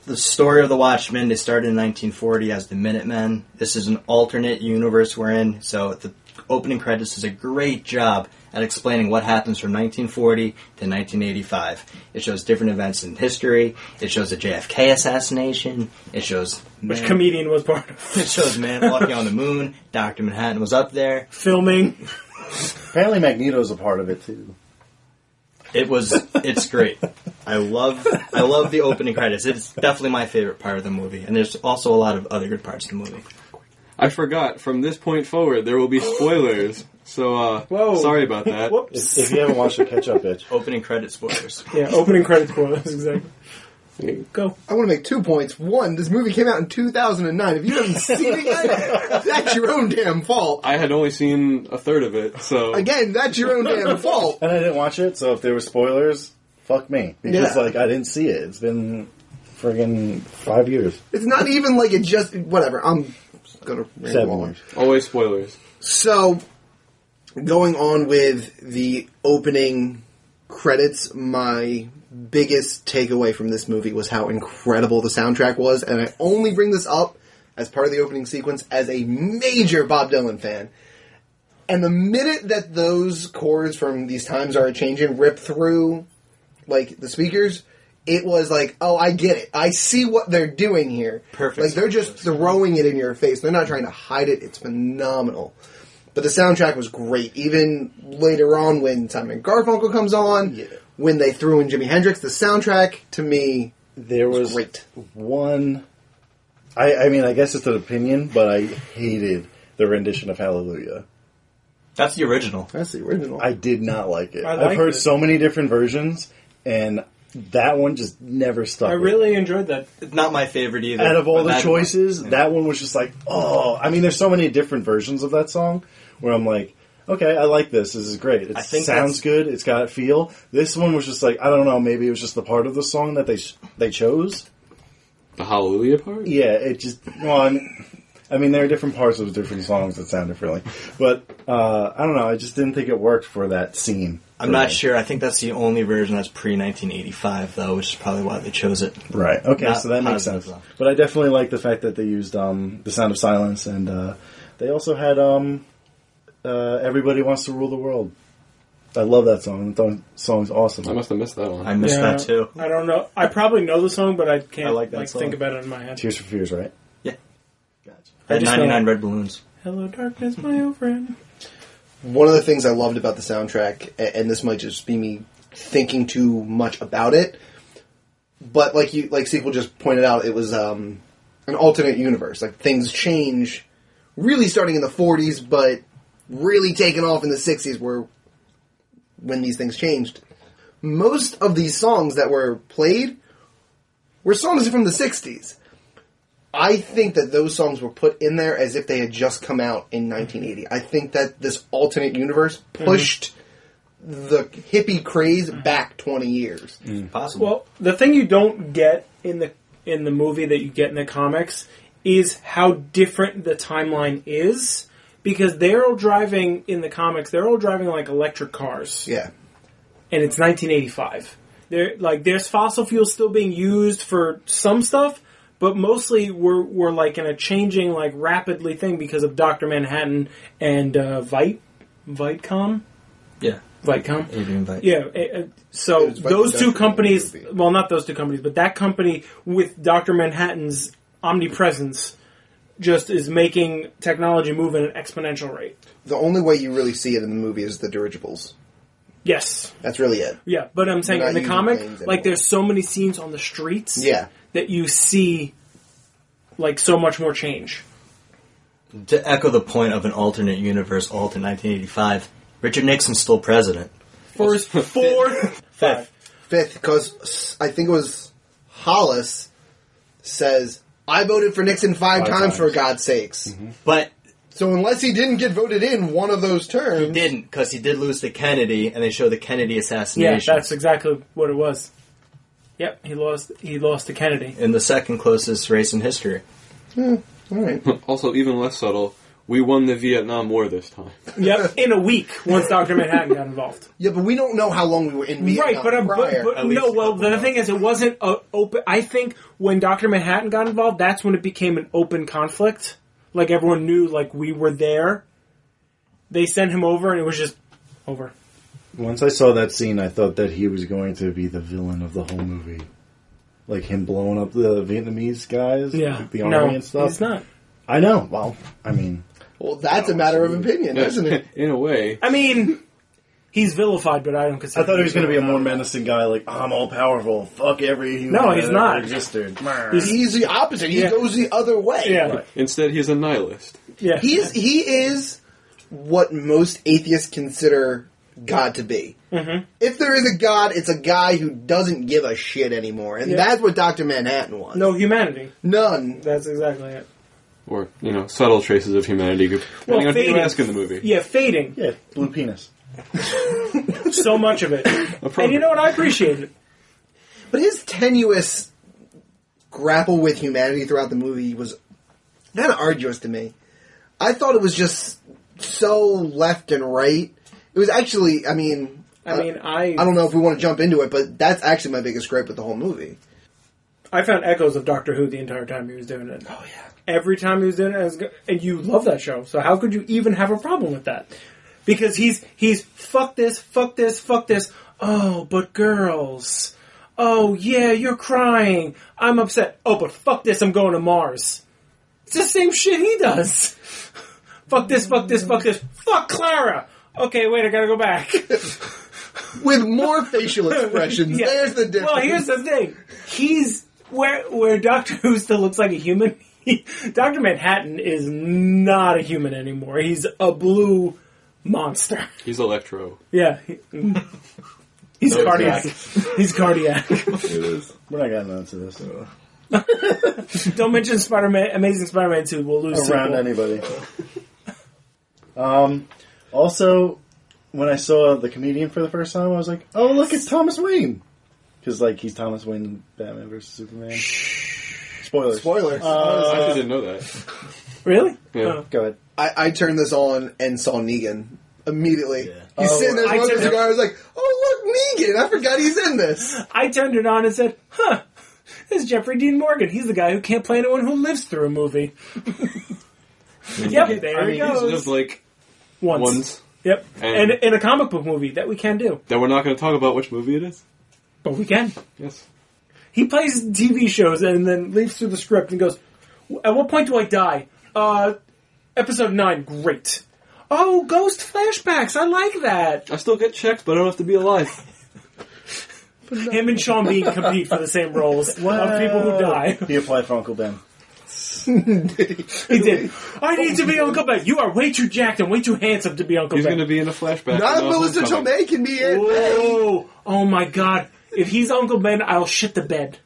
Speaker 6: the story of the Watchmen. They started in 1940 as the Minutemen. This is an alternate universe we're in. So the opening credits does a great job at explaining what happens from 1940 to 1985. It shows different events in history. It shows the JFK assassination. It shows
Speaker 3: which
Speaker 6: man-
Speaker 3: comedian was part of
Speaker 6: It shows man walking on the moon. Doctor Manhattan was up there.
Speaker 3: filming?
Speaker 5: Apparently, Magneto's a part of it too.
Speaker 6: It was. It's great. I love. I love the opening credits. It's definitely my favorite part of the movie, and there's also a lot of other good parts of the movie.
Speaker 2: I forgot. From this point forward, there will be spoilers. So, uh,
Speaker 3: Whoa.
Speaker 2: sorry about that.
Speaker 3: Whoops.
Speaker 5: If, if you haven't watched it, catch up, bitch.
Speaker 6: Opening credit spoilers.
Speaker 3: yeah, opening credit spoilers. Exactly. Go.
Speaker 4: I want to make two points. One, this movie came out in 2009. If you haven't seen it yet, that's your own damn fault.
Speaker 2: I had only seen a third of it, so
Speaker 4: Again, that's your own damn fault.
Speaker 5: And I didn't watch it, so if there were spoilers, fuck me. Because,
Speaker 4: Yeah.
Speaker 5: like, I didn't see it. It's been friggin' five years.
Speaker 4: It's not even like it just whatever. I'm gonna ramble
Speaker 5: Seven
Speaker 4: on.
Speaker 5: years.
Speaker 2: always spoilers.
Speaker 4: So, going on with the opening credits, my biggest takeaway from this movie was how incredible the soundtrack was, and I only bring this up as part of the opening sequence as a major Bob Dylan fan. And the minute that those chords from These Times Are a Changin' rip through, like, the speakers, it was like, oh, I get it. I see what they're doing here.
Speaker 6: Perfect.
Speaker 4: Like, they're just throwing it in your face. They're not trying to hide it. It's phenomenal. But the soundtrack was great. Even later on, when Simon Garfunkel comes on,
Speaker 5: Yeah.
Speaker 4: when they threw in Jimi Hendrix, the soundtrack to me,
Speaker 5: There was
Speaker 4: great.
Speaker 5: one I, I mean, I guess it's an opinion, but I hated the rendition of Hallelujah.
Speaker 6: That's the original.
Speaker 4: That's the original.
Speaker 5: I did not like it.
Speaker 3: I
Speaker 5: I've
Speaker 3: liked
Speaker 5: heard
Speaker 3: it.
Speaker 5: so many different versions, and that one just never stuck.
Speaker 3: I
Speaker 5: with
Speaker 3: really enjoyed that.
Speaker 6: It's not my favorite either.
Speaker 5: out of all
Speaker 6: but
Speaker 5: the
Speaker 6: that-
Speaker 5: choices, that one was just like, oh, I mean, there's so many different versions of that song where I'm like, okay, I like this. This is great. It
Speaker 6: I think that's-
Speaker 5: sounds good. It's got feel. This one was just like, I don't know. Maybe it was just the part of the song that they they chose.
Speaker 2: The Hallelujah part?
Speaker 5: Yeah, it just well, I mean, I mean, there are different parts of the different songs that sound differently, but uh, I don't know. I just didn't think it worked for that scene.
Speaker 6: I'm not sure. I think that's the only version that's pre 1985 though, which is probably why they chose it.
Speaker 5: Right. Okay,
Speaker 6: Not
Speaker 5: so that makes
Speaker 6: positive,
Speaker 5: sense.
Speaker 6: though.
Speaker 5: But I definitely like the fact that they used um, the Sound of Silence, and uh, they also had um, uh, "Everybody Wants to Rule the World." I love that song. That song's awesome.
Speaker 2: I must have missed that one.
Speaker 6: I missed
Speaker 3: Yeah.
Speaker 6: that too.
Speaker 3: I don't know. I probably know the song, but I can't
Speaker 6: I like
Speaker 3: like,
Speaker 6: that song.
Speaker 3: think about it in my head.
Speaker 5: Tears for Fears, right?
Speaker 6: Yeah.
Speaker 5: Gotcha.
Speaker 6: I had
Speaker 3: just
Speaker 6: 99
Speaker 3: don't-
Speaker 6: red balloons.
Speaker 3: Hello, darkness, my old friend.
Speaker 4: One of the things I loved about the soundtrack, a- and this might just be me thinking too much about it, but like you, like sequel just pointed out, it was um, an alternate universe. Like things change, really starting in the '40s, but really taking off in the '60s, where when these things changed. Most of these songs that were played were songs from the '60s. I think that those songs were put in there as if they had just come out in 1980. I think that this alternate universe
Speaker 3: Mm-hmm.
Speaker 4: pushed the hippie craze back 20 years.
Speaker 5: Mm.
Speaker 6: Possible.
Speaker 3: Well, the thing you don't get in the in the movie that you get in the comics is how different the timeline is because they're all driving in the comics. They're all driving like electric cars,
Speaker 4: Yeah.
Speaker 3: and it's 1985. There, like, there's fossil fuels still being used for some stuff, but mostly we're we're like in a changing like rapidly thing because of Doctor Manhattan and uh, Vite Vitecom
Speaker 6: yeah.
Speaker 3: Vitecom.
Speaker 6: Adrian Veidt.
Speaker 3: Yeah. uh, uh, So
Speaker 4: It's like
Speaker 3: those two
Speaker 4: industrial
Speaker 3: companies,
Speaker 4: movie.
Speaker 3: well, not those two companies, but that company with Doctor Manhattan's omnipresence just is making technology move at an exponential rate.
Speaker 4: The only way you really see it in the movie is the dirigibles.
Speaker 3: Yes.
Speaker 4: That's really it.
Speaker 3: Yeah. But I'm saying
Speaker 4: They're
Speaker 3: in
Speaker 4: not
Speaker 3: the
Speaker 4: using
Speaker 3: comic,
Speaker 4: planes anymore.
Speaker 3: like there's so many scenes on the streets.
Speaker 4: Yeah.
Speaker 3: That you see, like so much more change.
Speaker 6: To echo the point of an alternate universe, alt in 1985, Richard Nixon's still president.
Speaker 3: First, fourth, fifth.
Speaker 4: Fifth, because I think it was Hollis says, I voted for Nixon five,
Speaker 5: Five
Speaker 4: times,
Speaker 5: times. Mm-hmm.
Speaker 4: for God's sakes.
Speaker 6: But
Speaker 4: So unless he didn't get voted in one of those terms.
Speaker 6: didn't because he did lose to Kennedy, and they show the Kennedy
Speaker 3: Yeah,
Speaker 6: assassination.
Speaker 3: that's exactly what it was. Yep, he lost. He lost to Kennedy.
Speaker 6: in the second closest race in history.
Speaker 4: All right.
Speaker 2: Also, even less subtle, we won the Vietnam War this time.
Speaker 3: Yep, in a week once Doctor Manhattan got involved.
Speaker 4: Yeah, but we don't know how long we were in Vietnam
Speaker 3: Right, but, I'm, but,
Speaker 4: prior.
Speaker 3: but
Speaker 6: At least
Speaker 3: no.
Speaker 6: a
Speaker 3: Well,
Speaker 6: couple
Speaker 3: the thing is, it wasn't a open. I think when Doctor Manhattan got involved, that's when it became an open conflict. Like everyone knew, like we were there. They sent him over, and it was just over.
Speaker 5: Once I saw that scene, I thought that he was going to be the villain of the whole movie, like him blowing up the Vietnamese guys,
Speaker 3: Yeah,
Speaker 5: the army
Speaker 3: no,
Speaker 5: and stuff.
Speaker 3: It's not.
Speaker 5: I know. Well, I mean,
Speaker 4: Well, that's a matter of opinion, isn't it?
Speaker 2: In a way,
Speaker 3: I mean, he's vilified, but I don't consider.
Speaker 5: I thought he was going to be a more
Speaker 3: vilified.
Speaker 5: menacing guy, like I'm all powerful, fuck every human.
Speaker 3: No,
Speaker 5: that
Speaker 3: he's
Speaker 5: ever
Speaker 3: not.
Speaker 5: Existed.
Speaker 4: He's the opposite. He
Speaker 3: Yeah.
Speaker 4: goes the other way.
Speaker 3: Yeah,
Speaker 2: instead he's a nihilist.
Speaker 3: yeah.
Speaker 4: He is he is what most atheists consider God to be.
Speaker 3: Mm-hmm.
Speaker 4: If there is a God, it's a guy who doesn't give a shit anymore, and
Speaker 3: Yeah.
Speaker 4: that's what Doctor Manhattan was.
Speaker 3: no humanity.
Speaker 4: none.
Speaker 3: That's exactly it.
Speaker 2: Or, you know, subtle traces of humanity, depending on who you
Speaker 3: fading.
Speaker 2: ask in the movie.
Speaker 3: Yeah, fading.
Speaker 5: Yeah, blue penis.
Speaker 3: So much of it, and you know what? I appreciate it.
Speaker 4: But his tenuous grapple with humanity throughout the movie was kind of arduous to me. I thought it was just so left and right. It was actually, I mean,
Speaker 3: I mean, I
Speaker 4: I don't know if we want to jump into it, but that's actually my biggest gripe with the whole movie.
Speaker 3: I found echoes of Doctor Who the entire time he was doing it. Oh yeah. Every time he was doing it, I was go- and you love that show, so how could you even have a problem with that? Because he's he's fuck this, fuck this, fuck this. Oh, but girls. Oh yeah, you're crying. I'm upset. Oh, but fuck this, I'm going to Mars. It's the same shit he does. fuck this, fuck this, fuck this. Fuck Clara. Okay, wait, I gotta go back.
Speaker 4: with more facial expressions.
Speaker 3: Yeah.
Speaker 4: There's the difference.
Speaker 3: Well, here's the thing. He's where where Doctor Who still looks like a human. Dr. Manhattan is not a human anymore. He's a blue monster.
Speaker 2: He's Electro.
Speaker 3: Yeah. he- He's
Speaker 2: No,
Speaker 3: cardiac. He's cardiac.
Speaker 7: It is.
Speaker 5: We're not getting into this
Speaker 3: Don't mention Spider-Man, Amazing Spider-Man 2. We'll lose
Speaker 5: around
Speaker 3: sequel.
Speaker 5: anybody. um, also, when I saw the comedian for the first time, I was like, "Oh, look, it's Thomas Wayne," because like he's Thomas Wayne in Batman versus Superman. Spoilers.
Speaker 4: Spoilers.
Speaker 2: I
Speaker 5: Uh,
Speaker 2: actually didn't know that.
Speaker 3: Really?
Speaker 2: Yeah.
Speaker 3: Oh.
Speaker 5: go ahead.
Speaker 4: I, I turned this on and saw Negan immediately.
Speaker 6: Yeah.
Speaker 4: He's sitting there
Speaker 3: Oh, I
Speaker 4: smoking a
Speaker 3: turned-
Speaker 4: cigar. I was like, "Oh look, Negan! I forgot he's in this."
Speaker 3: I turned it on and said, huh, this is Jeffrey Dean Morgan. He's the guy who can't play anyone who lives through a movie. yep, there
Speaker 5: I
Speaker 3: he
Speaker 2: He's
Speaker 5: mean, he's
Speaker 3: goes.
Speaker 2: lived like
Speaker 3: Once.
Speaker 2: once.
Speaker 3: Yep. And
Speaker 2: And-
Speaker 3: in a comic book movie that we can do.
Speaker 2: That we're not going to talk about which movie it is.
Speaker 3: But we can.
Speaker 2: Yes.
Speaker 3: He plays TV shows and then leaves through the script and goes, At what point do I die? Uh, episode 9, great. Oh, ghost flashbacks, I like that.
Speaker 2: I still get checks, but I don't have to be alive.
Speaker 3: Him and Sean Bean compete for the same roles of people who die.
Speaker 5: He applied for Uncle Ben.
Speaker 3: He did. I need to be Uncle Ben. You are way too jacked and way too handsome to be Uncle
Speaker 2: He's
Speaker 3: Ben.
Speaker 2: going to be in a flashback.
Speaker 4: Not
Speaker 2: in the
Speaker 4: if Melissa
Speaker 2: homecoming.
Speaker 4: Tomei can be in.
Speaker 3: Whoa! Oh my god. If he's Uncle Ben, I'll shit the bed.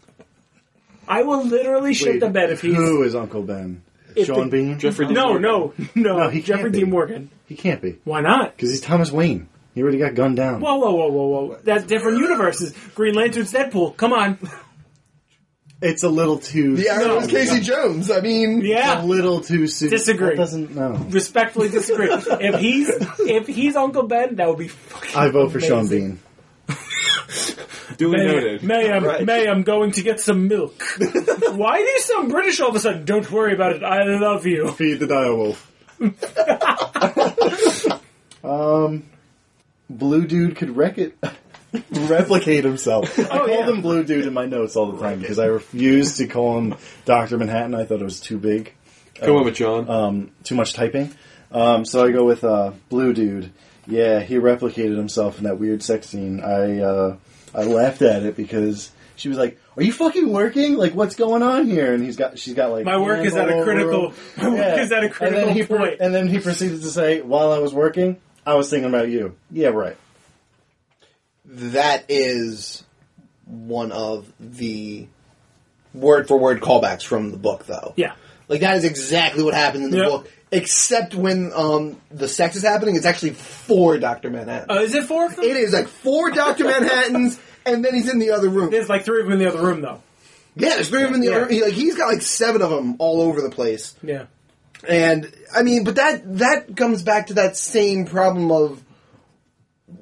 Speaker 3: I will literally shit the bed if he's.
Speaker 5: Who is Uncle Ben?
Speaker 3: If the-
Speaker 5: Sean Bean.
Speaker 2: Jeffrey Dean
Speaker 3: No,
Speaker 2: Morgan.
Speaker 3: no, no.
Speaker 5: No, he can't
Speaker 3: Jeffrey
Speaker 5: be.
Speaker 3: Dean Morgan.
Speaker 5: He can't be
Speaker 3: Why not?
Speaker 5: because he's Thomas Wayne. He already got gunned down.
Speaker 3: Whoa, whoa, whoa, whoa, whoa. That's different universes. Green Lantern's Deadpool. Come on.
Speaker 5: It's a little too.
Speaker 4: The actor was Casey Jones. I mean,
Speaker 5: It's a
Speaker 3: Yeah.
Speaker 5: little too soon.
Speaker 3: Disagree.
Speaker 5: That doesn't no.
Speaker 3: Respectfully disagree. if he's if he's Uncle Ben, that would be fucking.
Speaker 5: I vote for Sean
Speaker 3: amazing.
Speaker 5: Bean.
Speaker 2: Duly
Speaker 3: May,
Speaker 2: noted.
Speaker 3: May, I'm, May, I'm going to get some milk. Why do you sound British all of a sudden? Don't worry about it. I love you.
Speaker 5: Feed the dire wolf. um, blue dude could wreck it. Replicate himself. I call
Speaker 3: yeah.
Speaker 5: him Blue Dude in my notes all the time because I refuse to call him Doctor Manhattan. I thought it was too big,
Speaker 2: Come on with John.
Speaker 6: Uh,
Speaker 5: um, too much typing. Um, so I go with uh, Blue Dude. Yeah, he replicated himself in that weird sex scene. I uh, I laughed at it because she was like, "Are you fucking working? Like, what's going on here?" And he's got she's got like
Speaker 3: My work
Speaker 5: hands
Speaker 3: is at a
Speaker 5: all over
Speaker 3: critical-
Speaker 5: him.
Speaker 3: my work is at a critical
Speaker 5: and then he pro-
Speaker 3: point.
Speaker 5: and then he proceeded to say, "While I was working, I was thinking about you." Yeah, right.
Speaker 4: that is one of the word for word callbacks from the book, though.
Speaker 3: Yeah.
Speaker 4: Like that is exactly what happens in the
Speaker 3: Yep.
Speaker 4: book, except when um, the sex is happening. It's actually for Doctor Manhattan.
Speaker 3: Uh, is it four? of them?
Speaker 4: it is like four Doctor Manhattans, and then he's in the other room.
Speaker 3: There's like three of them in the other room, though.
Speaker 4: Yeah, there's three of them in the
Speaker 3: Yeah.
Speaker 4: other room. He, like he's got like seven of them all over the place.
Speaker 3: Yeah.
Speaker 4: And I mean, but that that comes back to that same problem of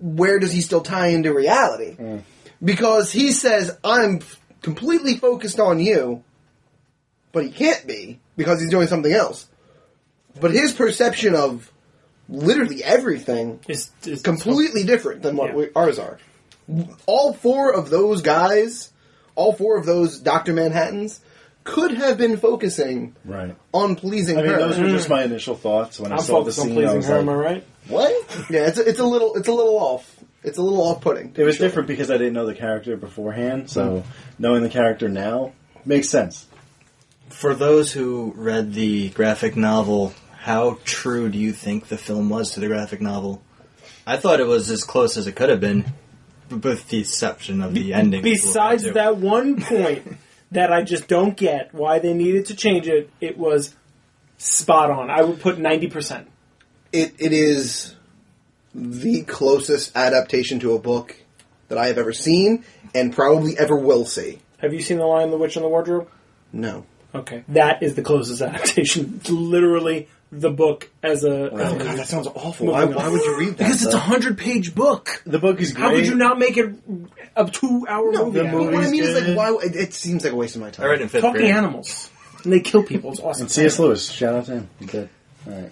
Speaker 4: where does he still tie into reality?
Speaker 5: Hmm.
Speaker 4: Because he says I'm f- completely focused on you, but he can't be because he's doing something else. But his perception of literally everything
Speaker 3: It's, it's
Speaker 4: completely different than what
Speaker 3: Yeah.
Speaker 4: we, ours are. All four of those guys, all four of those Doctor Manhattans, could have been focusing
Speaker 5: Right.
Speaker 4: on pleasing
Speaker 5: I mean,
Speaker 4: her.
Speaker 5: those were just my initial thoughts when i
Speaker 3: I'm
Speaker 5: saw the
Speaker 3: focused on
Speaker 5: scene. I
Speaker 3: pleasing
Speaker 5: was
Speaker 3: her, am I
Speaker 5: like,
Speaker 3: right?
Speaker 4: What? Yeah, it's a, it's a little it's a little off. It's a little off-putting.
Speaker 5: It was different because I didn't know the character beforehand, so
Speaker 4: Mm-hmm.
Speaker 5: knowing the character now makes sense.
Speaker 6: For those who read the graphic novel, how true do you think the film was to the graphic novel? I thought it was as close as it could have been, with the exception of the ending.
Speaker 3: Besides that one point that I just don't get why they needed to change it, it was spot on. I would put 90%.
Speaker 4: It it is the closest adaptation to a book that I have ever seen and probably ever will see.
Speaker 3: Have you seen The Lion, the Witch, and the Wardrobe?
Speaker 4: No.
Speaker 3: Okay. That is the closest adaptation. It's literally the book as a.
Speaker 4: Oh god, that sounds awful. Why,
Speaker 3: Moving on.
Speaker 4: why would you read that?
Speaker 3: because it's a
Speaker 4: though?
Speaker 3: hundred page book.
Speaker 5: The book is great.
Speaker 3: How could you not make it a two hour
Speaker 4: no,
Speaker 3: movie?
Speaker 4: but what I
Speaker 5: movie's
Speaker 4: mean is
Speaker 5: good.
Speaker 4: like why it, it seems like a waste of my time.
Speaker 6: I read it in fifth
Speaker 3: Talking
Speaker 6: grade.
Speaker 3: animals. And they kill people. It's awesome.
Speaker 5: C.S. Lewis, shout out to him. He's dead. Alright.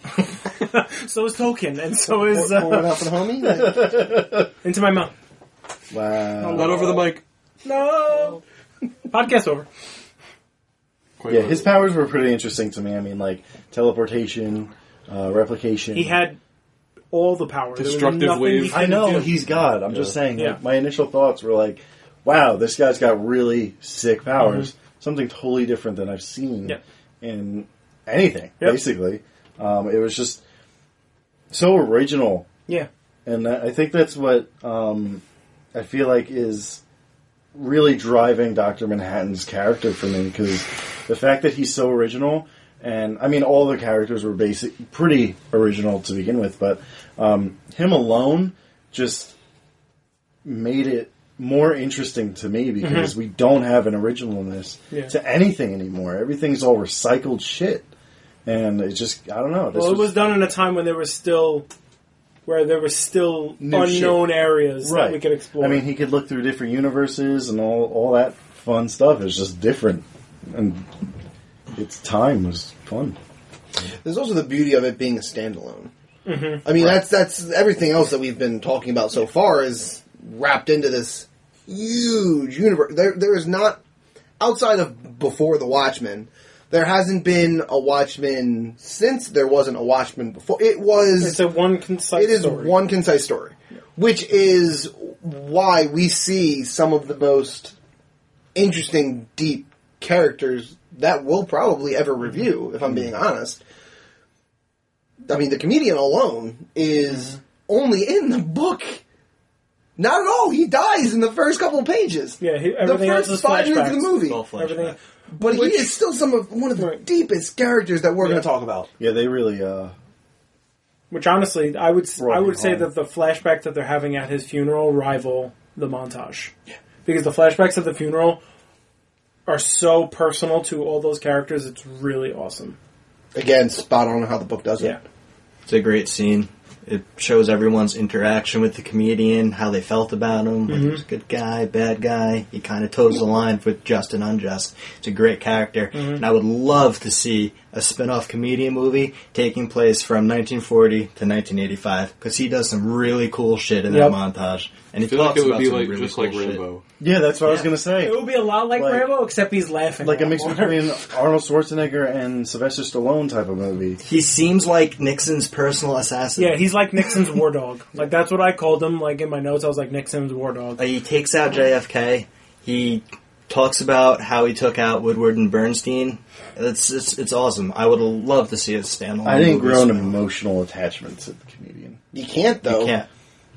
Speaker 3: So is Tolkien, and so is
Speaker 4: Pour- pour it
Speaker 3: uh,
Speaker 4: out for the homie? Like,
Speaker 3: into my mouth. Oh,
Speaker 5: Wow.
Speaker 2: Not over the mic.
Speaker 3: No. Podcast over.
Speaker 2: Quite
Speaker 5: Yeah,
Speaker 2: right.
Speaker 5: his powers were pretty interesting to me. I mean, like, teleportation, uh, replication.
Speaker 3: He had all the power. There was
Speaker 2: Destructive
Speaker 3: nothing
Speaker 2: wave.
Speaker 3: he could
Speaker 5: I know,
Speaker 3: do.
Speaker 5: he's God. I'm just saying, like,
Speaker 3: Yeah.
Speaker 5: my initial thoughts were like,
Speaker 3: Mm-hmm.
Speaker 5: wow, this guy's got really sick powers. Something totally different than I've seen
Speaker 3: Yep.
Speaker 5: in anything
Speaker 3: Yep.
Speaker 5: basically. Um, it was just so original,
Speaker 3: Yeah.
Speaker 5: and that, I think that's what um, I feel like is really driving Doctor Manhattan's character for me because the fact that he's so original. And I mean, all the characters were basic, pretty original to begin with, but um, him alone just made it more interesting to me because we don't have an originalness
Speaker 3: Mm-hmm. Yeah.
Speaker 5: to anything anymore. Everything's all recycled shit, and it just I don't know. This
Speaker 3: Well, it was done in a time when there was still, where there were still
Speaker 5: New shit.
Speaker 3: unknown areas that we could explore.
Speaker 5: I mean, he could look through different universes and all all that fun stuff. It's just different, and its time was fun.
Speaker 4: There's also the beauty of it being a standalone.
Speaker 3: Mm-hmm.
Speaker 4: I mean, that's that's everything else that we've been talking about so far is wrapped into this huge universe. There, there is not outside of before the Watchmen. There hasn't been a Watchmen since there wasn't a Watchmen before. It was
Speaker 3: it's a one concise.
Speaker 4: it is
Speaker 3: story.
Speaker 4: one concise story, which is why we see some of the most interesting, deep characters that we'll probably ever review. If I'm being honest, I mean the comedian alone is only in the book. Not at all. He dies in the first couple of pages.
Speaker 3: Yeah, he-
Speaker 4: the
Speaker 3: everything else
Speaker 4: first
Speaker 3: is
Speaker 4: five minutes of the
Speaker 3: flashbacks.
Speaker 4: movie.
Speaker 6: All flashback.
Speaker 3: Everything.
Speaker 4: But
Speaker 3: Which-
Speaker 4: he is still some of one of the
Speaker 3: Right.
Speaker 4: deepest characters that we're going to talk about.
Speaker 5: Yeah, they really. Uh,
Speaker 3: Which honestly, I would s-
Speaker 5: Robbie
Speaker 3: I would say
Speaker 5: Hall.
Speaker 3: that the flashback that they're having at his funeral rival the montage. Because the flashbacks at the funeral are so personal to all those characters, it's really awesome.
Speaker 4: Again, spot on how the book does it.
Speaker 3: Yeah.
Speaker 6: It's a great scene. It shows everyone's interaction with the comedian, how they felt about him,
Speaker 3: Mm-hmm.
Speaker 6: whether he was a good guy, bad guy. He kind of toes the line with just and unjust. It's a great character,
Speaker 3: Mm-hmm.
Speaker 6: and I would love to see a spin-off comedian movie taking place from 1940 to 1985 because he does some really cool shit in
Speaker 3: Yep.
Speaker 6: that montage, and he
Speaker 2: I feel
Speaker 6: talks
Speaker 2: like it would
Speaker 6: about
Speaker 2: be
Speaker 6: some
Speaker 2: like
Speaker 6: really
Speaker 2: just
Speaker 6: cool
Speaker 2: like
Speaker 6: shit.
Speaker 2: Rainbow.
Speaker 5: yeah, that's what I was gonna say.
Speaker 3: It would be a lot like,
Speaker 5: Like-
Speaker 3: Rambo, except he's laughing.
Speaker 5: like a
Speaker 3: lot
Speaker 5: mix
Speaker 3: more.
Speaker 5: between Arnold Schwarzenegger and Sylvester Stallone type of movie.
Speaker 6: He seems like Nixon's personal assassin.
Speaker 3: Yeah, he's like Nixon's war dog. Like that's what I called him. Like in my notes, I was like Nixon's war dog.
Speaker 6: Uh, he takes out JFK. He talks about how he took out Woodward and Bernstein. It's it's, it's awesome. I would love to see it standalone.
Speaker 5: I didn't
Speaker 6: movie
Speaker 5: grow an
Speaker 6: spin-off.
Speaker 5: emotional attachment to the comedian.
Speaker 4: You can't though.
Speaker 6: Can't.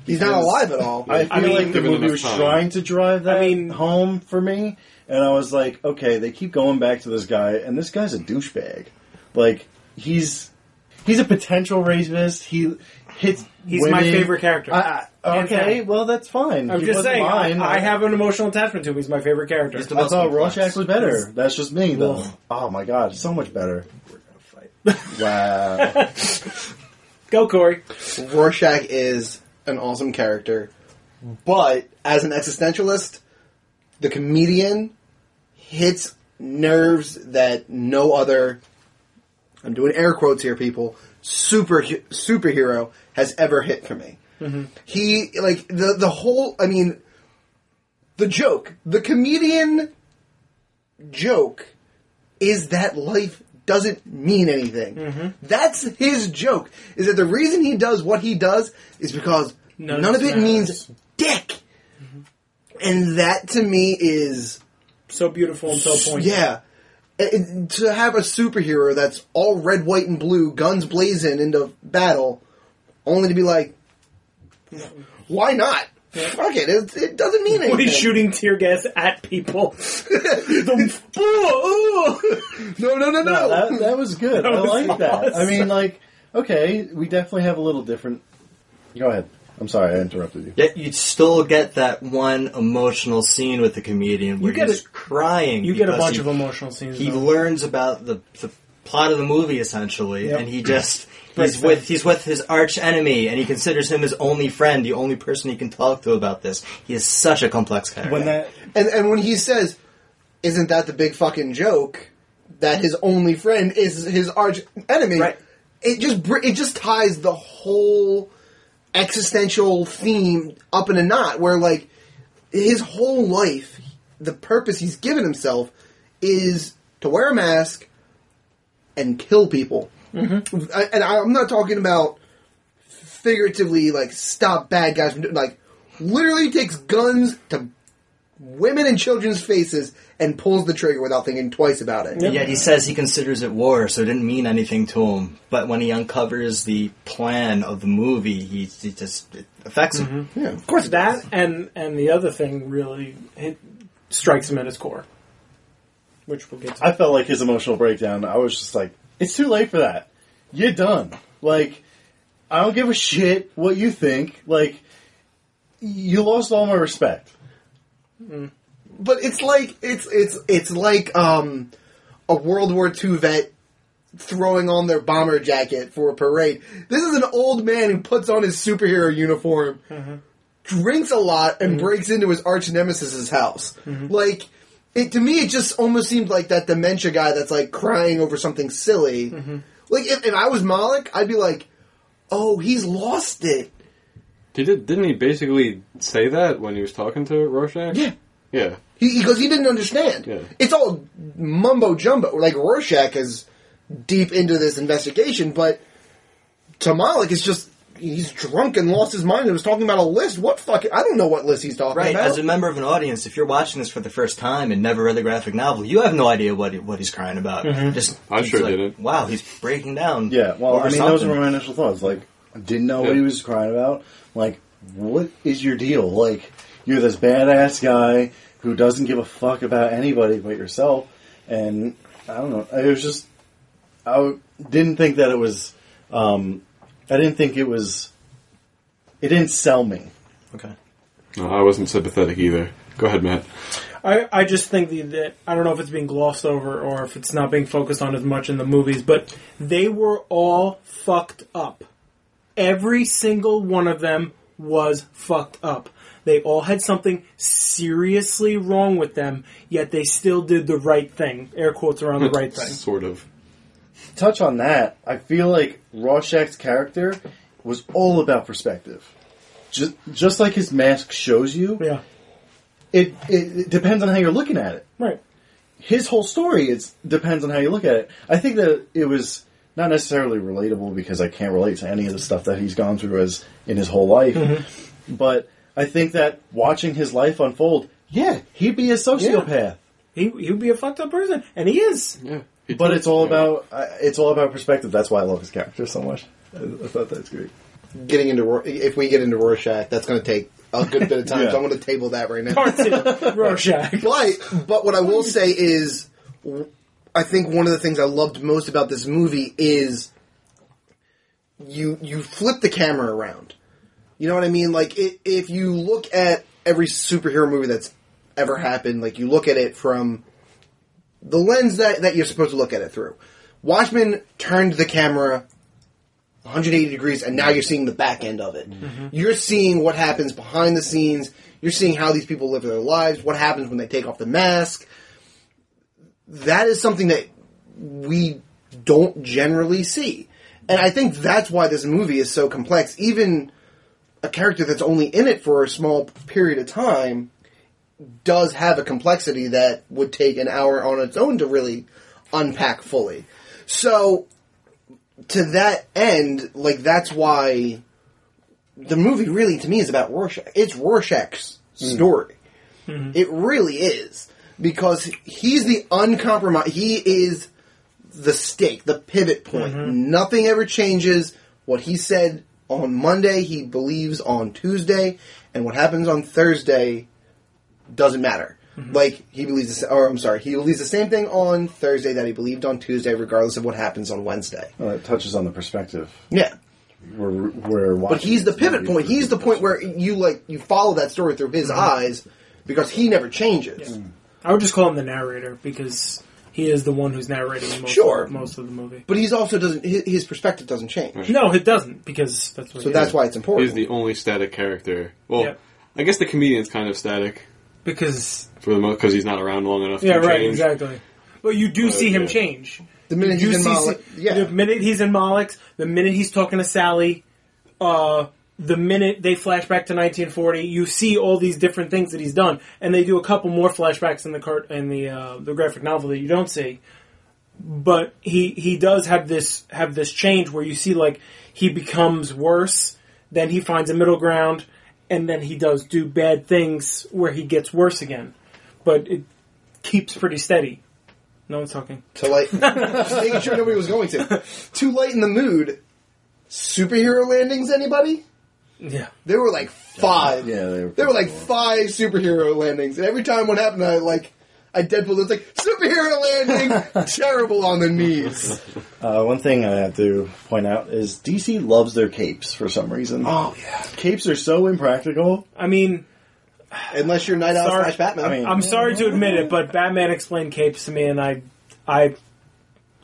Speaker 4: He's not alive at all.
Speaker 5: I feel
Speaker 3: mean,
Speaker 5: like the
Speaker 2: given
Speaker 5: movie
Speaker 2: enough
Speaker 5: was
Speaker 2: time.
Speaker 5: trying to drive that
Speaker 3: I mean-
Speaker 5: home for me, and I was like, okay, they keep going back to this guy, and this guy's a douchebag. Like he's he's a potential rapist. He hits.
Speaker 3: He's my
Speaker 5: women.
Speaker 3: favorite character.
Speaker 5: I, I,
Speaker 3: Hands
Speaker 5: okay,
Speaker 3: down.
Speaker 5: well that's fine.
Speaker 3: I'm
Speaker 5: He
Speaker 3: just
Speaker 5: wasn't
Speaker 3: saying, I-
Speaker 5: mine.
Speaker 3: I, have an emotional attachment to him. He's my favorite character.
Speaker 6: He's the
Speaker 5: I
Speaker 6: most
Speaker 5: thought
Speaker 6: complex.
Speaker 5: Rorschach was better. That's just me, though.
Speaker 6: Ugh.
Speaker 5: Oh my god, so much better.
Speaker 6: We're gonna fight.
Speaker 5: Wow.
Speaker 3: Go, Corey.
Speaker 4: Rorschach is an awesome character, but as an existentialist, the comedian hits nerves that no other. I'm doing air quotes here, people. Super superhero has ever hit for me. He like the the whole. I mean, the joke, the comedian joke is that life doesn't mean anything. That's his joke. Is that the reason he does what he does is because
Speaker 3: None
Speaker 4: none,
Speaker 3: of
Speaker 4: of
Speaker 3: it
Speaker 4: it means dick. And that to me is
Speaker 3: So beautiful and so pointed.
Speaker 4: yeah. It- it- to have a superhero that's all red, white, and blue, guns blazing into battle, only to be like, why not? Fuck it. It, it doesn't mean anything.
Speaker 3: When he's shooting tear gas at people. The- ooh, ooh.
Speaker 4: No, no, no, no.
Speaker 5: No, that, that was good. I
Speaker 3: was
Speaker 5: like that. I
Speaker 3: awesome.
Speaker 5: mean, like, okay, we definitely have a little different. Go ahead. I'm sorry, I interrupted you.
Speaker 6: Yet you still get that one emotional scene with the comedian where
Speaker 3: You get
Speaker 6: he's
Speaker 3: a-
Speaker 6: crying.
Speaker 3: You get a
Speaker 6: because
Speaker 3: bunch
Speaker 6: he-
Speaker 3: of emotional scenes.
Speaker 6: He
Speaker 3: though.
Speaker 6: learns about the, the plot of the movie essentially,
Speaker 3: Yep.
Speaker 6: and he just
Speaker 3: Breaks
Speaker 6: he's with
Speaker 3: down.
Speaker 6: he's with his arch enemy, and he considers him his only friend, the only person he can talk to about this. He is such a complex character.
Speaker 5: When that
Speaker 4: And and when he says, "Isn't that the big fucking joke?" That his only friend is his arch enemy.
Speaker 6: Right.
Speaker 4: It just br- it just ties the whole existential theme up in a knot. Where like his whole life, the purpose he's given himself is to wear a mask and kill people. I- and I, I'm not talking about figuratively, like stop bad guys from doing. Like literally takes guns to women and children's faces and pulls the trigger without thinking twice about it.
Speaker 6: And yet he says he considers it war, so it didn't mean anything to him. But when he uncovers the plan of the movie, he, he just it affects him.
Speaker 5: Mm-hmm.
Speaker 4: Yeah, of
Speaker 3: Of course, that and and the other thing really hit, strikes him at his core, which we'll get to.
Speaker 5: I felt like his emotional breakdown. I was just like, it's too late for that. You're done. Like, I don't give a shit what you think. Like, you lost all my respect.
Speaker 4: but it's like it's it's it's like um, a World War II vet throwing on their bomber jacket for a parade. This is an old man who puts on his superhero uniform, drinks a lot, and breaks into his arch nemesis's house. Like it to me, it just almost seemed like that dementia guy that's like crying over something silly. Like if, if I was Malik, I'd be like, "Oh, he's lost it."
Speaker 2: He did, didn't he basically say that when he was talking to Rorschach?
Speaker 4: Yeah.
Speaker 2: Yeah.
Speaker 4: He, he goes, he didn't understand.
Speaker 2: Yeah.
Speaker 4: It's all mumbo jumbo. Like Rorschach is deep into this investigation, but Tamalik is just he's drunk and lost his mind and was talking about a list. What fucking I don't know what list he's talking
Speaker 6: Right.
Speaker 4: about.
Speaker 6: As a member of an audience, if you're watching this for the first time and never read the graphic novel, you have no idea what he, what he's crying about. Just
Speaker 2: I
Speaker 6: it's
Speaker 2: sure
Speaker 6: like,
Speaker 2: didn't.
Speaker 6: Wow, he's breaking down.
Speaker 5: Mm-hmm. Yeah, well,
Speaker 6: over
Speaker 5: I mean,
Speaker 6: something.
Speaker 5: those were my initial thoughts. Like, I didn't know what he
Speaker 2: Yeah.
Speaker 5: was crying about. Like, what is your deal? Like, you're this badass guy who doesn't give a fuck about anybody but yourself. And I don't know. It was just, I w- didn't think that it was, um, I didn't think it was, it didn't sell me.
Speaker 6: Okay.
Speaker 2: No, I wasn't sympathetic either. Go ahead, Matt.
Speaker 3: I, I just think the, that I don't know if it's being glossed over or if it's not being focused on as much in the movies, but they were all fucked up. Every single one of them was fucked up. They all had something seriously wrong with them, yet they still did the right thing. Air quotes around the right thing.
Speaker 2: Sort of.
Speaker 5: touch on that, I feel like Rorschach's character was all about perspective. Just, just like his mask shows you,
Speaker 3: Yeah,
Speaker 5: it, it, it depends on how you're looking at it.
Speaker 3: right.
Speaker 5: His whole story is depends on how you look at it. I think that it was not necessarily relatable because I can't relate to any of the stuff that he's gone through as in his whole life.
Speaker 4: Mm-hmm.
Speaker 5: But I think that watching his life unfold, yeah, he'd be a sociopath.
Speaker 3: He he would be a fucked up person, and he is.
Speaker 2: Yeah. He
Speaker 5: But
Speaker 2: did.
Speaker 5: it's all
Speaker 2: Yeah.
Speaker 5: about uh, it's all about perspective. That's why I love his character so much. I, I thought that's great.
Speaker 4: Getting into Ror- if we get into Rorschach, that's going to take a good bit of time.
Speaker 5: Yeah.
Speaker 4: So I'm going to table that right now.
Speaker 3: Part two, Rorschach.
Speaker 4: But but what I will say is, w- I think one of the things I loved most about this movie is you you flip the camera around. You know what I mean? Like i if you look at every superhero movie that's ever happened, like you look at it from the lens that that you're supposed to look at it through. Watchmen turned the camera 180 degrees, and now you're seeing the back end of it. You're seeing what happens behind the scenes. You're seeing how these people live their lives. What happens when they take off the mask. That is something that we don't generally see, and I think that's why this movie is so complex. Even a character that's only in it for a small period of time does have a complexity that would take an hour on its own to really unpack fully. So to that end, like that's why the movie really to me is about Rorschach. It's Rorschach's story. It really is because he's the uncompromised. He is the stake, the pivot point. Nothing ever changes. What he said on Monday, he believes on Tuesday, and what happens on Thursday doesn't matter. Like he believes, the, sa- or I'm sorry, he believes the same thing on Thursday that he believed on Tuesday, regardless of what happens on Wednesday.
Speaker 5: Well, it touches on the perspective
Speaker 4: Yeah.
Speaker 5: we're, we're watching.
Speaker 4: But he's the
Speaker 5: this
Speaker 4: pivot
Speaker 5: movie
Speaker 4: point.
Speaker 5: through
Speaker 4: He's the point where you like you follow that story through his
Speaker 3: Mm-hmm.
Speaker 4: eyes because he never changes.
Speaker 5: Mm.
Speaker 3: I would just call him the narrator because he is the one who's narrating most
Speaker 4: Sure.
Speaker 3: of, most of the movie.
Speaker 4: But he's also doesn't his, his perspective doesn't change.
Speaker 3: No, it doesn't because that's what.
Speaker 4: So
Speaker 3: he
Speaker 4: that's
Speaker 3: is.
Speaker 4: why it's important.
Speaker 2: He's the only static character. Well,
Speaker 3: Yep.
Speaker 2: I guess the comedian's kind of static
Speaker 3: because
Speaker 2: for the most because he's not around long enough.
Speaker 3: yeah,
Speaker 2: to
Speaker 3: right,
Speaker 2: change.
Speaker 3: exactly. But you
Speaker 4: Uh,
Speaker 3: do see him
Speaker 2: yeah.
Speaker 3: change.
Speaker 4: the minute
Speaker 3: You
Speaker 4: he's in
Speaker 3: see,
Speaker 4: Malik, yeah.
Speaker 3: the minute he's in Malik's, the minute he's talking to Sally, uh, the minute they flash back to 1940, you see all these different things that he's done, and they do a couple more flashbacks in the cart in the uh, the graphic novel that you don't see. But he he does have this have this change where you see like he becomes worse, then he finds a middle ground, and then he does do bad things where he gets worse again, but it keeps pretty steady. No one's talking.
Speaker 4: to light just making sure nobody was going to to lighten the mood superhero landings anybody
Speaker 3: Yeah.
Speaker 4: there were like five
Speaker 5: Yeah, they were
Speaker 4: there were like five superhero landings and every time one happened i like i deadpool it's like superhero landing terrible on the knees
Speaker 5: Uh, one thing I have to point out is DC loves their capes for some reason.
Speaker 4: oh yeah
Speaker 5: Capes are so impractical.
Speaker 3: I mean,
Speaker 4: unless you're night owl
Speaker 3: Sorry.
Speaker 4: slash batman
Speaker 5: I mean,
Speaker 3: I'm sorry to admit it, but Batman explained capes to me, and I, I,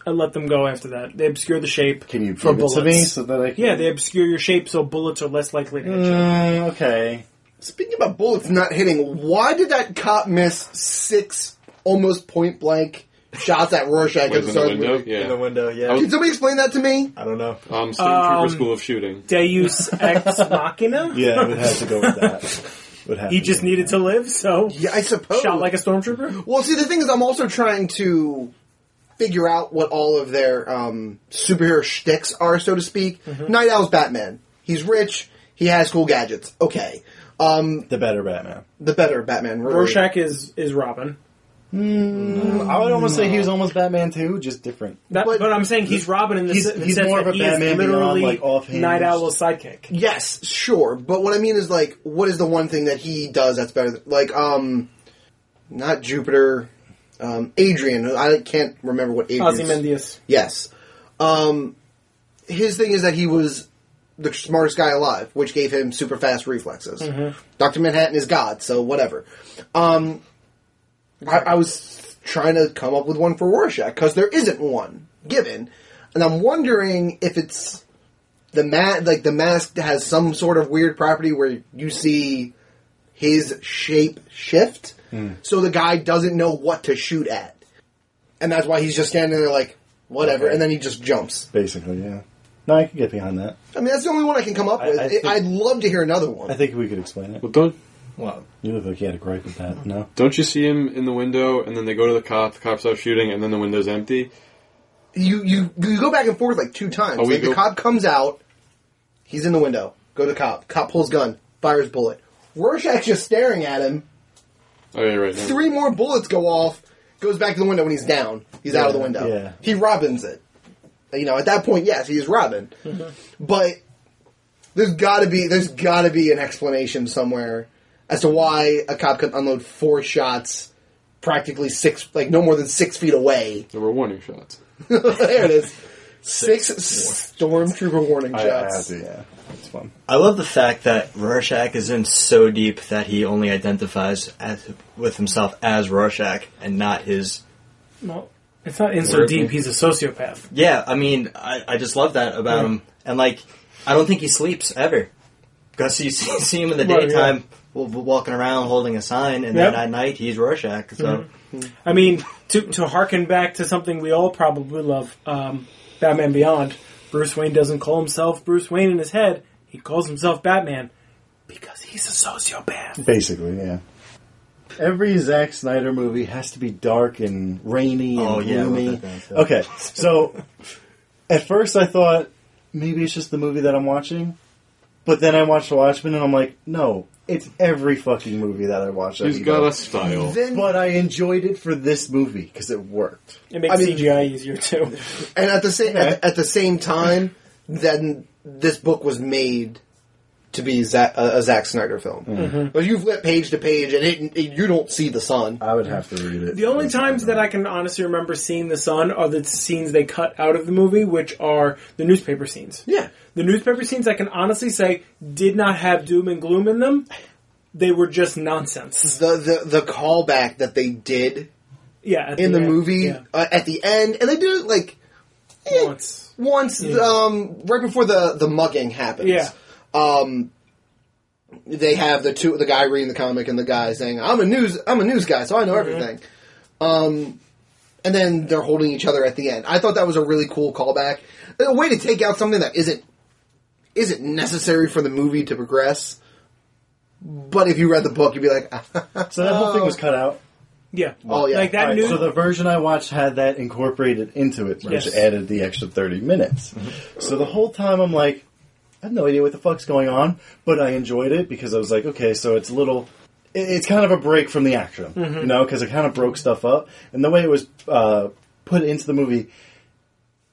Speaker 3: I let them go after that. They obscure the shape.
Speaker 5: can you
Speaker 3: for
Speaker 5: give it to me
Speaker 3: bullets.
Speaker 5: so that I can?
Speaker 3: Yeah, they obscure your shape so bullets are less likely to hit you.
Speaker 5: Mm, okay.
Speaker 4: speaking about bullets not hitting why did that cop miss six almost point blank shots at rorschach at
Speaker 2: Was
Speaker 4: the
Speaker 2: in the
Speaker 4: start of the
Speaker 2: window.
Speaker 4: movie?
Speaker 6: in the
Speaker 2: Yeah.
Speaker 6: window. Yeah,
Speaker 4: can somebody explain that to me
Speaker 6: I don't know.
Speaker 2: Um, Stormtrooper
Speaker 3: Um,
Speaker 2: School of Shooting.
Speaker 3: Deus ex machina.
Speaker 5: Yeah, it would have to go with that. Would have
Speaker 3: He
Speaker 5: to
Speaker 3: just
Speaker 5: go.
Speaker 3: needed to live, so
Speaker 4: yeah i suppose
Speaker 3: shot like a
Speaker 5: Oh.
Speaker 3: stormtrooper.
Speaker 4: Well, see, the thing is, I'm also trying to figure out what all of their um, superhero shticks are, so to speak.
Speaker 3: Mm-hmm.
Speaker 4: Night Owl's Batman. He's rich. He has cool gadgets. Okay. Um,
Speaker 5: the better Batman.
Speaker 4: the better Batman. really.
Speaker 3: Rorschach is is Robin.
Speaker 5: I would almost say he was almost Batman too, just different.
Speaker 3: That, but,
Speaker 4: But-
Speaker 3: I'm saying he's Robin in the
Speaker 5: He's-
Speaker 3: se- the
Speaker 5: he's
Speaker 3: sense
Speaker 5: more
Speaker 3: that
Speaker 5: of a
Speaker 3: he is
Speaker 5: Batman beyond,
Speaker 3: literally
Speaker 5: like, offhand.
Speaker 3: Night Owl's sidekick.
Speaker 4: Yes, sure. But what I mean is, like, what is the one thing that he does that's better? Than, like, um, not Jupiter. Um, Adrian. I can't remember what Adrian's...
Speaker 3: Ozymandias.
Speaker 4: Yes. Um, his thing is that he was the smartest guy alive, which gave him super fast reflexes. Dr. Manhattan is God, so whatever. Um, I, I was trying to come up with one for Rorschach, because there isn't one given. And I'm wondering if it's the ma- like the mask has some sort of weird property where you see his shape shift, so the guy doesn't know what to shoot at. And that's why he's just standing there like, whatever,
Speaker 5: Okay.
Speaker 4: and then he just jumps.
Speaker 5: Basically, yeah. No, I can get behind that.
Speaker 4: I mean, that's the only one I can come up
Speaker 5: I-
Speaker 4: with.
Speaker 5: I
Speaker 4: I,
Speaker 5: think-
Speaker 4: would love to hear another one.
Speaker 5: I think we could explain it.
Speaker 2: Well, don't
Speaker 6: Well,
Speaker 5: You look like you had a gripe with that. No,
Speaker 2: don't you see him in the window, and then they go to the cop. The cop starts shooting, and then the window's empty.
Speaker 4: you, you you go back and forth like two times.
Speaker 2: Oh, we
Speaker 4: Like,
Speaker 2: go-
Speaker 4: the cop comes out, he's in the window. Go to cop. Cop pulls gun, fires bullet. Rorschach's just staring at him.
Speaker 2: Oh yeah, right. Now.
Speaker 4: Three more bullets go off. Goes back to the window when he's down. He's out of the
Speaker 5: Yeah,
Speaker 4: window.
Speaker 5: yeah.
Speaker 4: He robins it. You know, at that point, yes, he is Robin. But there's got to be there's got to be an explanation somewhere as to why a cop can unload four shots, practically six, like no more than six feet away.
Speaker 2: There were warning shots.
Speaker 4: there it is. Six, stormtrooper warning
Speaker 5: I, I have
Speaker 4: shots.
Speaker 5: to. Yeah, it's fun.
Speaker 6: I love the fact that Rorschach is in so deep that he only identifies as, with himself as Rorschach and not his.
Speaker 3: No, it's not in so
Speaker 2: Where's
Speaker 3: deep.
Speaker 2: he?
Speaker 3: He's a sociopath.
Speaker 6: Yeah, I mean, I, I just love that about him. And like, I don't think he sleeps ever. Because you see, see him in the
Speaker 3: Right, yeah.
Speaker 6: daytime w w- walking around holding a sign,
Speaker 3: Yep.
Speaker 6: and then at night he's Rorschach. So
Speaker 5: Mm-hmm.
Speaker 3: I mean, to to harken back to something we all probably love, um, Batman Beyond. Bruce Wayne doesn't call himself Bruce Wayne in his head. He calls himself Batman because he's a sociopath.
Speaker 5: Basically, yeah. Every Zack Snyder movie has to be dark and rainy and
Speaker 6: Oh, yeah, I wrote
Speaker 5: gloomy.
Speaker 6: that down, too.
Speaker 5: okay, so at first I thought maybe it's just the movie that I'm watching, but then I watched Watchmen and I'm like, no, it's every fucking movie that I watch. that
Speaker 2: He's
Speaker 5: he
Speaker 2: got a
Speaker 5: does.
Speaker 2: style.
Speaker 4: Then,
Speaker 5: But I enjoyed it for this movie because it worked.
Speaker 3: It makes
Speaker 4: I mean-
Speaker 3: CGI easier too.
Speaker 4: and at the same
Speaker 5: Okay.
Speaker 4: at, at the same time, then this book was made to be Zack, a, a Zack Snyder film. But you've flipped page to page, and it, it- you don't see the sun.
Speaker 5: I would have to read it.
Speaker 3: The only times that I can honestly remember seeing the sun are the scenes they cut out of the movie, which are the newspaper scenes.
Speaker 4: Yeah,
Speaker 3: The newspaper scenes, I can honestly say, did not have doom and gloom in them. They were just nonsense.
Speaker 4: the the the callback that they did
Speaker 3: Yeah, at
Speaker 4: in the
Speaker 3: end,
Speaker 4: movie
Speaker 3: yeah.
Speaker 4: uh, at the end, and they did it like eh,
Speaker 3: Once.
Speaker 4: once um, right before the the mugging happens.
Speaker 3: Yeah.
Speaker 4: Um, they have the two the guy reading the comic and the guy saying, "I'm a news I'm a news guy, so
Speaker 3: Mm-hmm.
Speaker 4: I know everything." Um, and then they're holding each other at the end. I thought that was a really cool callback, a way to take out something that isn't isn't necessary for the movie to progress. But if you read the book, you'd be like,
Speaker 5: So that whole thing was cut out.
Speaker 3: Yeah.
Speaker 4: Oh, yeah.
Speaker 3: Like that
Speaker 5: Right,
Speaker 3: news.
Speaker 5: so the version I watched had that incorporated into it, which
Speaker 3: Yes.
Speaker 5: added the extra 30 minutes. So the whole time I'm like, I have no idea what the fuck's going on, but I enjoyed it because I was like, okay, so it's a little, it- it's kind of a break from the action,
Speaker 3: Mm-hmm.
Speaker 5: you know, because it kind of broke stuff up, and the way it was uh, put into the movie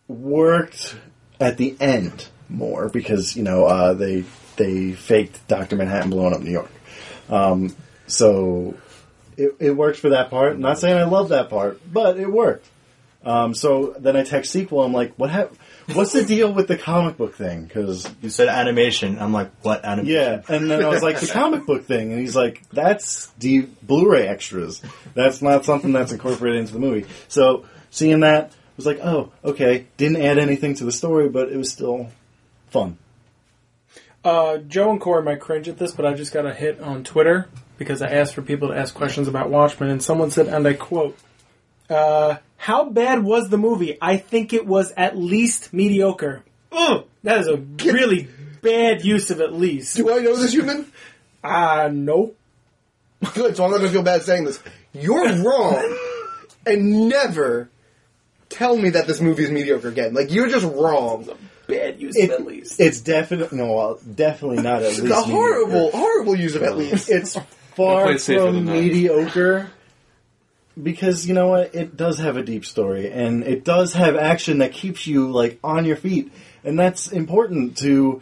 Speaker 5: worked at the end more because you know uh, they they faked Doctor Manhattan blowing up New York, um, so it, it worked for that part. not saying I love that part, but it worked. Um, so then I text sequel. I'm like, what? hap what's the deal with the comic book thing? Because
Speaker 6: You said animation. I'm like, what animation?
Speaker 5: yeah, and then I was like, the comic book thing, and he's like, that's the Blu-ray extras. That's not something that's incorporated into the movie. So seeing that was like, oh, okay, didn't add anything to the story, but it was still fun.
Speaker 3: Uh, Joe and Corey might cringe at this, but I just got a hit on Twitter because I asked for people to ask questions about Watchmen, and someone said, and I quote, uh, "How bad was the movie? I think it was at least mediocre." Ugh, that is a really bad use of at least.
Speaker 4: Do I know this human?
Speaker 3: Ah, nope.
Speaker 4: Good, so I'm not going to feel bad saying this. You're wrong, and never tell me that this movie is mediocre again. Like, you're just wrong.
Speaker 3: Bad use of at least.
Speaker 5: It's definitely no, well, definitely not at least
Speaker 4: It's a horrible,
Speaker 5: mediocre.
Speaker 4: horrible use of at least.
Speaker 5: It's
Speaker 2: play
Speaker 5: far
Speaker 2: it safer than
Speaker 5: from
Speaker 2: that.
Speaker 5: mediocre. Because you know what, it does have a deep story, and it does have action that keeps you like on your feet, and that's important to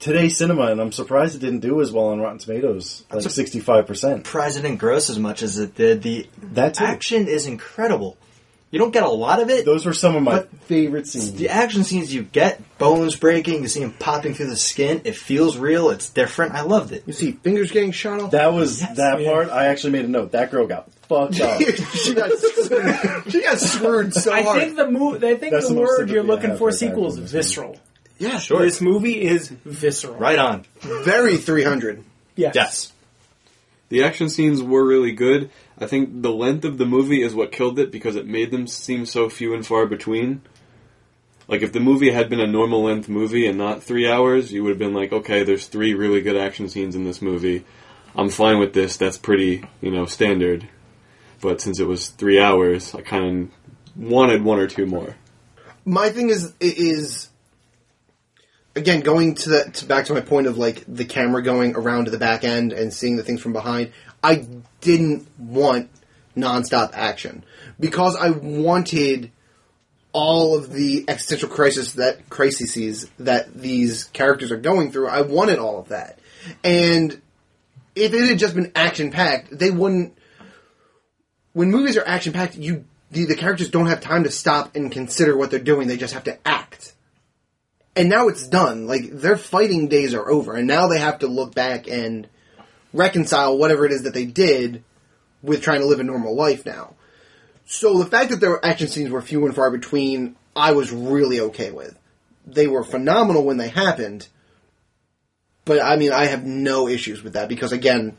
Speaker 5: today's cinema. And I'm surprised it didn't do as well on Rotten Tomatoes, like 65 percent.
Speaker 6: Surprised it didn't gross as much as it did. The
Speaker 5: That's it.
Speaker 6: action is incredible. You don't get a lot of it.
Speaker 5: Those were some of my
Speaker 6: But-
Speaker 5: favorite scenes.
Speaker 6: the action scenes you get, bones breaking, you see him popping through the skin. It feels real. It's different. I loved it.
Speaker 4: You see fingers getting shot off.
Speaker 5: That was
Speaker 6: Yes,
Speaker 5: that
Speaker 3: yeah.
Speaker 5: part. I actually made a note. That girl got fucked up.
Speaker 4: she got screwed. she got screwed so
Speaker 3: I
Speaker 4: hard.
Speaker 3: think the move. I think
Speaker 5: That's
Speaker 3: the
Speaker 5: the most
Speaker 3: word you're
Speaker 5: sympathy I
Speaker 3: looking
Speaker 5: have
Speaker 3: for
Speaker 5: for that
Speaker 3: sequel is
Speaker 5: movie.
Speaker 3: visceral.
Speaker 4: yeah,
Speaker 6: Sure.
Speaker 3: This movie is visceral.
Speaker 6: Right on.
Speaker 4: very 300.
Speaker 3: Yes.
Speaker 6: Yes.
Speaker 2: The action scenes were really good. I think the length of the movie is what killed it because it made them seem so few and far between. Like if the movie had been a normal length movie and not three hours, you would have been like, okay, there's three really good action scenes in this movie. I'm fine with this. That's pretty, you know, standard. But since it was three hours, I kind of wanted one or two more.
Speaker 4: my thing is is again going to the to back to my point of like the camera going around to the back end and seeing the things from behind. I didn't want nonstop action because I wanted all of the existential crisis that crises that these characters are going through. I wanted all of that, and if it had just been action packed, they wouldn't when movies are action packed, you the, the characters don't have time to stop and consider what they're doing. They just have to act. And now it's done. Like their fighting days are over, and now they have to look back and reconcile whatever it is that they did with trying to live a normal life now. So the fact that their action scenes were few and far between, I was really okay with. They were phenomenal when they happened. But I mean, I have no issues with that because again,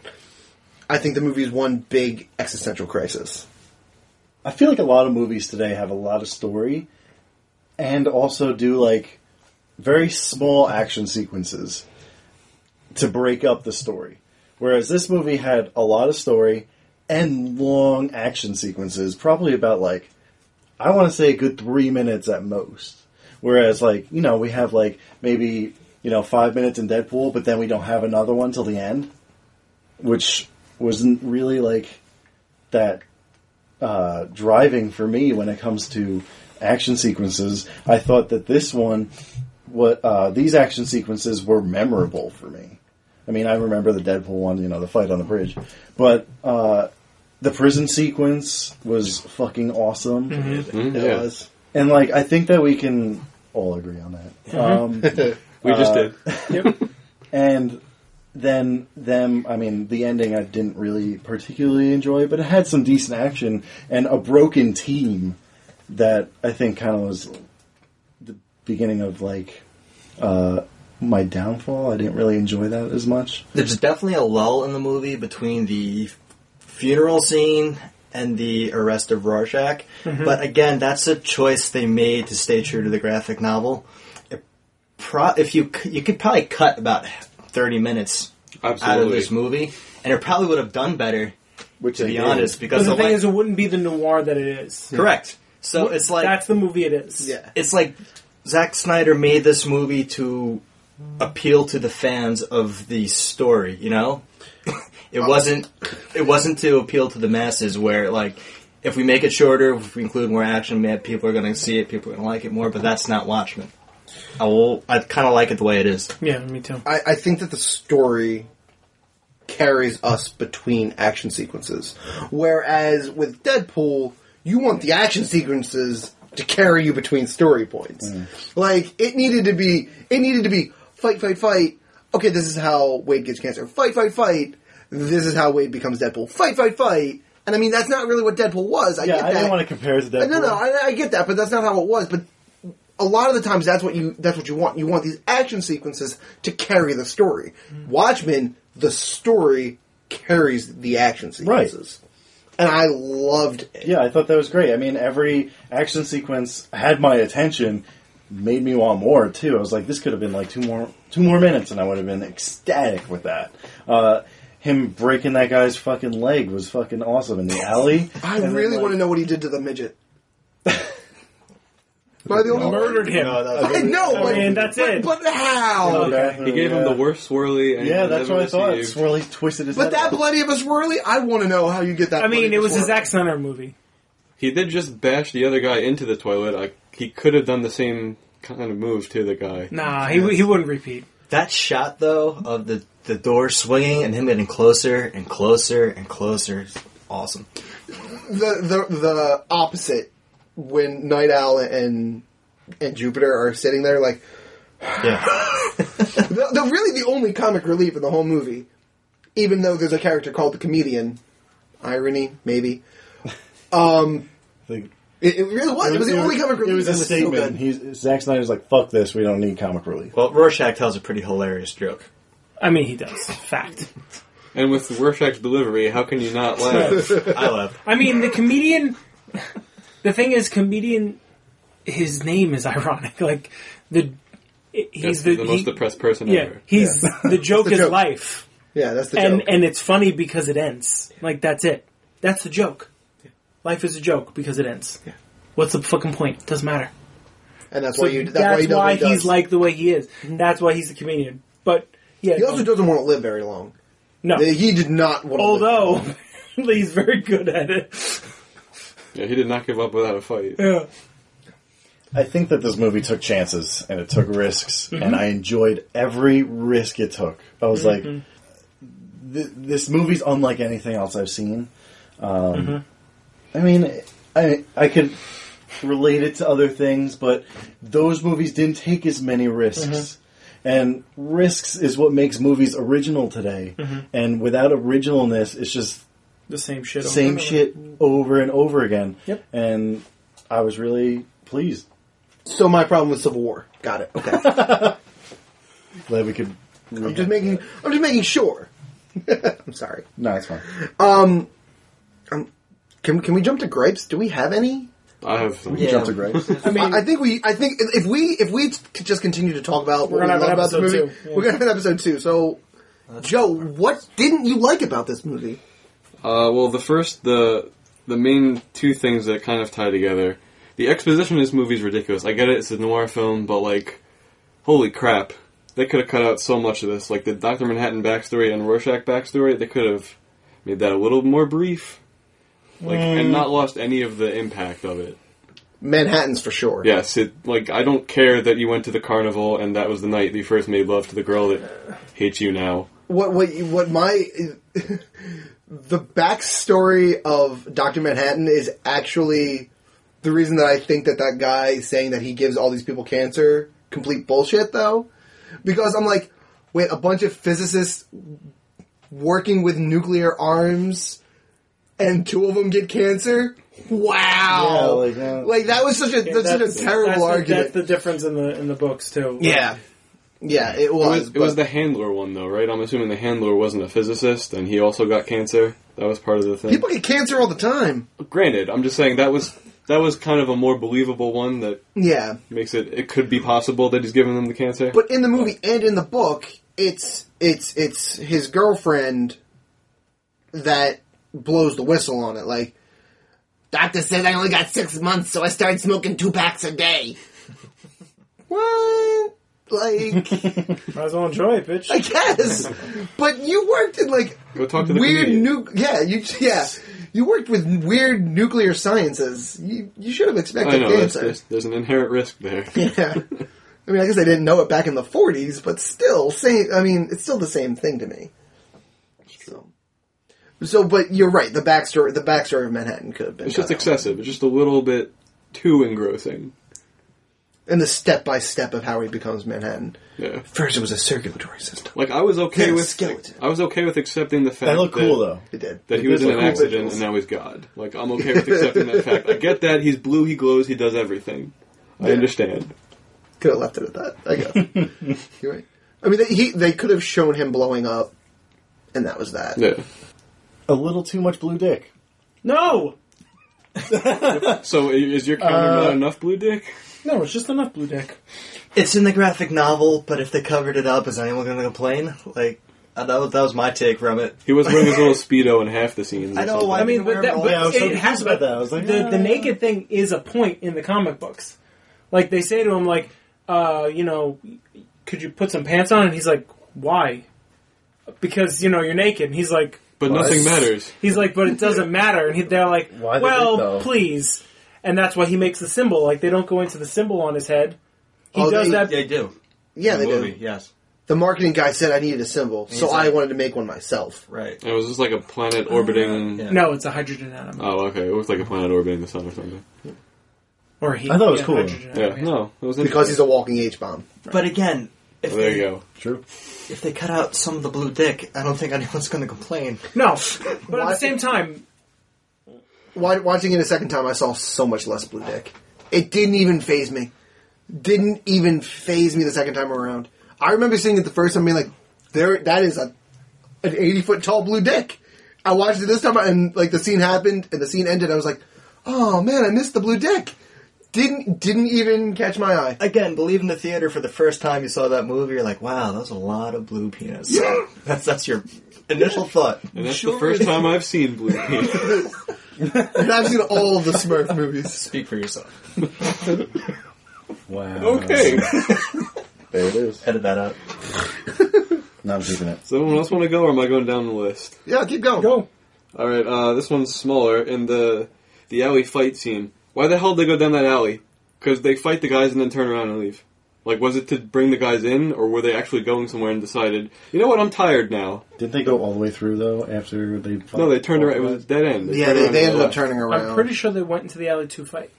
Speaker 4: I think the movie is one big existential crisis.
Speaker 5: I feel like a lot of movies today have a lot of story and also do like very small action sequences to break up the story. Whereas this movie had a lot of story and long action sequences, probably about like I want to say a good 3 minutes at most. Whereas like, you know, we have like maybe, you know, 5 minutes in Deadpool, but then we don't have another one till the end, which wasn't really like that uh, driving for me when it comes to action sequences. I thought that this one, what uh, these action sequences were memorable for me. I mean, I remember the Deadpool one, you know, the fight on the bridge, but uh, the prison sequence was fucking awesome.
Speaker 4: It
Speaker 2: yeah.
Speaker 4: was.
Speaker 5: And like, I think that we can all agree on that. Um,
Speaker 2: We just did.
Speaker 5: and then them i mean the ending i didn't really particularly enjoy but it had some decent action and a broken team that i think kind of was the beginning of like uh, my downfall i didn't really enjoy that as much
Speaker 6: There's definitely a lull in the movie between the f- funeral scene and the arrest of Rorschach.
Speaker 3: Mm-hmm.
Speaker 6: But again, that's a choice they made to stay true to the graphic novel. It pro- if you c- you could probably cut about 30 minutes out of
Speaker 2: Absolutely.
Speaker 6: this movie, and it probably would have done better.
Speaker 5: which
Speaker 6: To be honest,
Speaker 3: But
Speaker 6: because
Speaker 3: the
Speaker 6: the
Speaker 3: thing
Speaker 6: li-
Speaker 3: is, it wouldn't be the noir that it is.
Speaker 6: correct. So it's like
Speaker 3: that's the movie it is.
Speaker 4: Yeah.
Speaker 6: it's like Zack Snyder made this movie to appeal to the fans of the story. You know, it wasn't it wasn't to appeal to the masses where like. If we make it shorter, if we include more action, man, people are going to see it. People are going to like it more, but that's not Watchmen. I will. I kind of like it the way it is.
Speaker 3: Yeah, me too.
Speaker 4: I, I think that the story carries us between action sequences. Whereas with Deadpool, you want the action sequences to carry you between story points.
Speaker 5: Mm.
Speaker 4: Like it needed to be it needed to be fight, fight, fight. Okay, this is how Wade gets cancer. Fight, fight, fight. This is how Wade becomes Deadpool. Fight, fight, fight. And I mean that's not really what Deadpool was. I
Speaker 5: Yeah,
Speaker 4: get
Speaker 5: I
Speaker 4: that.
Speaker 5: didn't want to compare it to that.
Speaker 4: No, no, I, I get that, but that's not how it was. But a lot of the times, that's what you that's what you want. You want these action sequences to carry the story.
Speaker 3: Mm.
Speaker 4: Watchmen, the story carries the action sequences, and I loved it.
Speaker 5: yeah, I thought that was great. I mean, every action sequence had my attention, made me want more too. I was like, this could have been like two more two more minutes, and I would have been ecstatic with that. Uh, him breaking that guy's fucking leg was fucking awesome in the alley.
Speaker 4: I really want to know what he did to the midget. Am I the only one?
Speaker 3: Murdered him.
Speaker 4: I know,
Speaker 3: I
Speaker 4: but,
Speaker 3: mean, that's
Speaker 4: but,
Speaker 3: it.
Speaker 4: But how?
Speaker 2: He gave him the worst swirly. And
Speaker 5: uh, Yeah,
Speaker 2: he's
Speaker 5: that's
Speaker 2: ever
Speaker 5: what I thought.
Speaker 2: received.
Speaker 5: Swirly twisted his.
Speaker 4: But
Speaker 5: head
Speaker 4: that plenty of us swirly. I want to know how you get that.
Speaker 3: I mean,
Speaker 4: Bloody
Speaker 3: it was a
Speaker 4: Swirly.
Speaker 3: Zack Snyder movie.
Speaker 2: He did just bash the other guy into the toilet. Like he could have done the same kind of move to the guy.
Speaker 3: Nah, he he wouldn't repeat.
Speaker 6: That shot though of the the door swinging and him getting closer and closer and closer, is awesome.
Speaker 4: the the the opposite when Night Owl and and Jupiter are sitting there like
Speaker 6: Yeah,
Speaker 4: the, the really the only comic relief in the whole movie, even though there's a character called the comedian, irony maybe.
Speaker 5: thing.
Speaker 4: It, it really was. It was the only comic relief.
Speaker 5: It was a
Speaker 4: and so
Speaker 5: statement.
Speaker 4: good.
Speaker 5: He's Zack Snyder's like, "Fuck this. We don't need comic relief."
Speaker 6: well, Rorschach tells a pretty hilarious joke.
Speaker 3: I mean, he does. Fact.
Speaker 2: And with Rorschach's delivery, how can you not laugh?
Speaker 6: I love.
Speaker 3: I mean, the comedian. The thing is, comedian. His name is ironic. Like the. He's
Speaker 2: He's
Speaker 3: the,
Speaker 2: the, most
Speaker 3: he-
Speaker 2: depressed person
Speaker 3: Yeah,
Speaker 2: ever.
Speaker 3: he's the joke
Speaker 4: the
Speaker 3: is
Speaker 4: joke.
Speaker 3: life,
Speaker 4: Yeah, that's the
Speaker 3: and
Speaker 4: joke.
Speaker 3: and it's funny because it ends. Like that's it. That's the joke. Life is a joke because it ends. What's the fucking point? Doesn't matter.
Speaker 4: And that's
Speaker 3: So
Speaker 4: why you. That's, why, he does what he
Speaker 3: he's
Speaker 4: does.
Speaker 3: like the way he is. That's why he's a comedian. But yeah,
Speaker 4: He also doesn't want to live very long.
Speaker 3: no.
Speaker 4: He did not want. to
Speaker 3: Although he's very good at it.
Speaker 2: Yeah, he did not give up without a fight.
Speaker 3: Yeah.
Speaker 5: I think that this movie took chances and it took risks, and I enjoyed every risk it took. I was like, th- "This movie's unlike anything else I've seen." Um, I mean, I I could relate it to other things, but those movies didn't take as many risks. And risks is what makes movies original today. And without originalness, it's just
Speaker 3: The same shit. over
Speaker 5: same
Speaker 3: and over.
Speaker 5: shit over and over again.
Speaker 3: Yep.
Speaker 5: And I was really pleased.
Speaker 4: live. So my problem with Civil War. Got it. Okay.
Speaker 5: Glad we could.
Speaker 4: I'm just making. I'm just making sure. I'm sorry.
Speaker 5: No, it's fine.
Speaker 4: Can can we jump to gripes? Do we have any?
Speaker 2: I have some.
Speaker 6: Yeah.
Speaker 5: Jumps are great.
Speaker 3: I mean,
Speaker 4: I think we. I think if we if we could just continue to talk about what
Speaker 3: We're
Speaker 4: we
Speaker 3: gonna
Speaker 4: love
Speaker 3: have an
Speaker 4: about the
Speaker 3: episode
Speaker 4: movie,
Speaker 3: two, yeah.
Speaker 4: we're gonna have an episode two. So, Joe, what didn't you like about this movie?
Speaker 2: Uh, well, the first, the the main two things that kind of tie together. The exposition in this movie is ridiculous. I get it; it's a noir film, but like, holy crap, they could have cut out so much of this. Like the Doctor Manhattan backstory and Rorschach backstory, they could have made that a little more brief, like, and not lost any of the impact of it.
Speaker 4: Manhattan's for sure.
Speaker 2: Yes, it like I don't care that you went to the carnival and that was the night that you first made love to the girl that hates you now.
Speaker 4: What what what my the backstory of Doctor Manhattan is actually the reason that I think that that guy saying that he gives all these people cancer complete bullshit though, because I'm like, wait, a bunch of physicists working with nuclear arms. And two of them get cancer.
Speaker 5: Yeah,
Speaker 4: Wow!
Speaker 5: like, uh,
Speaker 4: Like, that was such a
Speaker 3: yeah,
Speaker 4: that's, such a terrible
Speaker 3: that's the-
Speaker 4: argument.
Speaker 3: that's the difference in the in the books too.
Speaker 4: yeah, yeah, it
Speaker 2: It
Speaker 4: was.
Speaker 2: was, it was
Speaker 4: but
Speaker 2: the handler one though, right? I'm assuming the handler wasn't a physicist and he also got cancer. That was part of the thing.
Speaker 4: people get cancer all the time.
Speaker 2: Granted, I'm just saying that was that was kind of a more believable one that
Speaker 4: Yeah,
Speaker 2: makes it it could be possible that he's giving them the cancer.
Speaker 4: But in the movie and in the book, it's it's it's his girlfriend that blows the whistle on it. Like, doctor says I only got six months, so I started smoking two packs a day. what? Like,
Speaker 3: Might as well enjoy it, bitch.
Speaker 4: I guess. But you worked in like
Speaker 2: Go talk to the
Speaker 4: weird
Speaker 2: comedian.
Speaker 4: nu- yeah, you yeah. You worked with weird nuclear sciences. You you should have
Speaker 2: I
Speaker 4: expected
Speaker 2: know that's,
Speaker 4: cancer.
Speaker 2: there's, there's an inherent risk there.
Speaker 4: Yeah. I mean, I guess I didn't know it back in the 40s, but still, same. I mean, it's still the same thing to me. So, so, but you're right. The backstory, the backstory of Manhattan could have been
Speaker 2: It's just
Speaker 4: done out.
Speaker 2: excessive. It's just a little bit too engrossing.
Speaker 4: and the step by step of how he becomes Manhattan.
Speaker 2: Yeah.
Speaker 4: First, it was a circulatory system.
Speaker 2: Like I was okay
Speaker 4: Yeah,
Speaker 2: with
Speaker 4: skeleton.
Speaker 2: I was okay with accepting the fact
Speaker 5: They look cool though.
Speaker 4: It did.
Speaker 2: that he
Speaker 5: Those
Speaker 2: was in
Speaker 5: look
Speaker 2: an
Speaker 5: cool
Speaker 2: accident
Speaker 5: visuals.
Speaker 2: and now he's God. Like I'm okay with accepting that fact. I get that he's blue, he glows, he does everything. I
Speaker 4: Yeah.
Speaker 2: understand.
Speaker 4: Could have left it at that. I guess. you're right. I mean, they, he they could have shown him blowing up, and that was that.
Speaker 2: Yeah.
Speaker 5: A little too much blue dick.
Speaker 3: No!
Speaker 2: So i- is your counter not enough blue dick?
Speaker 3: No, it's just enough blue dick.
Speaker 6: It's in the graphic novel, but if they covered it up, is anyone going to complain? Like, I, that, was, that was my take from it.
Speaker 2: He was wearing his little speedo in half the scenes. or
Speaker 6: I know
Speaker 2: something.
Speaker 6: why-
Speaker 3: I mean, but that, but
Speaker 5: Yeah, I was so
Speaker 3: it
Speaker 5: confused
Speaker 3: has,
Speaker 5: about
Speaker 3: but
Speaker 5: that. I was like,
Speaker 3: the,
Speaker 5: uh.
Speaker 3: the naked thing is a point in the comic books. Like they say to him, like, uh, you know, could you put some pants on? And he's like, why? Because you know you're naked. And he's like,
Speaker 2: But nothing matters.
Speaker 3: he's like, but it doesn't matter. And he, they're like,
Speaker 5: Why the dick,
Speaker 3: well,
Speaker 5: though?
Speaker 3: please. And that's why he makes the symbol. Like they don't go into the symbol on his head. He
Speaker 4: Oh,
Speaker 3: does
Speaker 4: they-
Speaker 3: that.
Speaker 6: They do.
Speaker 4: Yeah,
Speaker 6: The
Speaker 4: they
Speaker 6: movie,
Speaker 4: did.
Speaker 6: yes.
Speaker 4: The marketing guy said I needed a symbol, so
Speaker 6: He's like-
Speaker 4: I wanted to make one myself.
Speaker 6: Right.
Speaker 2: It was just like a planet orbiting.
Speaker 6: Yeah.
Speaker 3: No, it's a hydrogen atom.
Speaker 2: Oh, okay. It looked like a planet orbiting the sun or something.
Speaker 3: or he.
Speaker 5: I thought it was
Speaker 3: yeah,
Speaker 5: cool.
Speaker 3: hydrogen
Speaker 2: Yeah.
Speaker 3: atom,
Speaker 2: No, it was
Speaker 4: Because he's a walking H bomb.
Speaker 6: But again, if
Speaker 2: Oh, There
Speaker 6: they,
Speaker 2: you go.
Speaker 5: True.
Speaker 6: if they cut out some of the blue dick, I don't think anyone's going to complain.
Speaker 3: No, but at
Speaker 4: Why-
Speaker 3: the same time,
Speaker 4: Wa- Watching it a second time, I saw so much less blue dick. It didn't even phase me. Didn't even phase me the second time around. I remember seeing it the first time, being like, "There, that is a an eighty foot tall blue dick." I watched it this time, and like the scene happened, and the scene ended. I was like, "Oh man, I missed the blue dick." Didn't didn't even catch my eye.
Speaker 6: Again, believe in the theater for the first time you saw that movie, you're like, wow, that was a lot of blue penis.
Speaker 4: Yeah.
Speaker 6: that's, that's your initial thought.
Speaker 2: And that's the first time I've seen blue dick.
Speaker 4: And I've seen all of the Smurf movies.
Speaker 6: Speak for yourself.
Speaker 5: Wow.
Speaker 2: okay.
Speaker 5: There it is.
Speaker 6: Edit that out.
Speaker 5: No, I'm keeping it.
Speaker 2: Does anyone else want to go, or am I going down the list?
Speaker 4: Yeah, keep going.
Speaker 3: go.
Speaker 2: All right, uh, this one's smaller in the the alley fight scene. Why the hell did they go down that alley? Because they fight the guys and then turn around and leave. Like, was it to bring the guys in, or were they actually going somewhere and decided, you know what, I'm tired now?
Speaker 5: Didn't they go all the way through though? After they
Speaker 2: No, they turned around. It was a dead end.
Speaker 4: Yeah,
Speaker 2: turned
Speaker 4: they,
Speaker 2: around
Speaker 4: they
Speaker 2: and
Speaker 4: ended up
Speaker 2: left.
Speaker 4: turning around.
Speaker 3: I'm pretty sure they went into the alley to fight.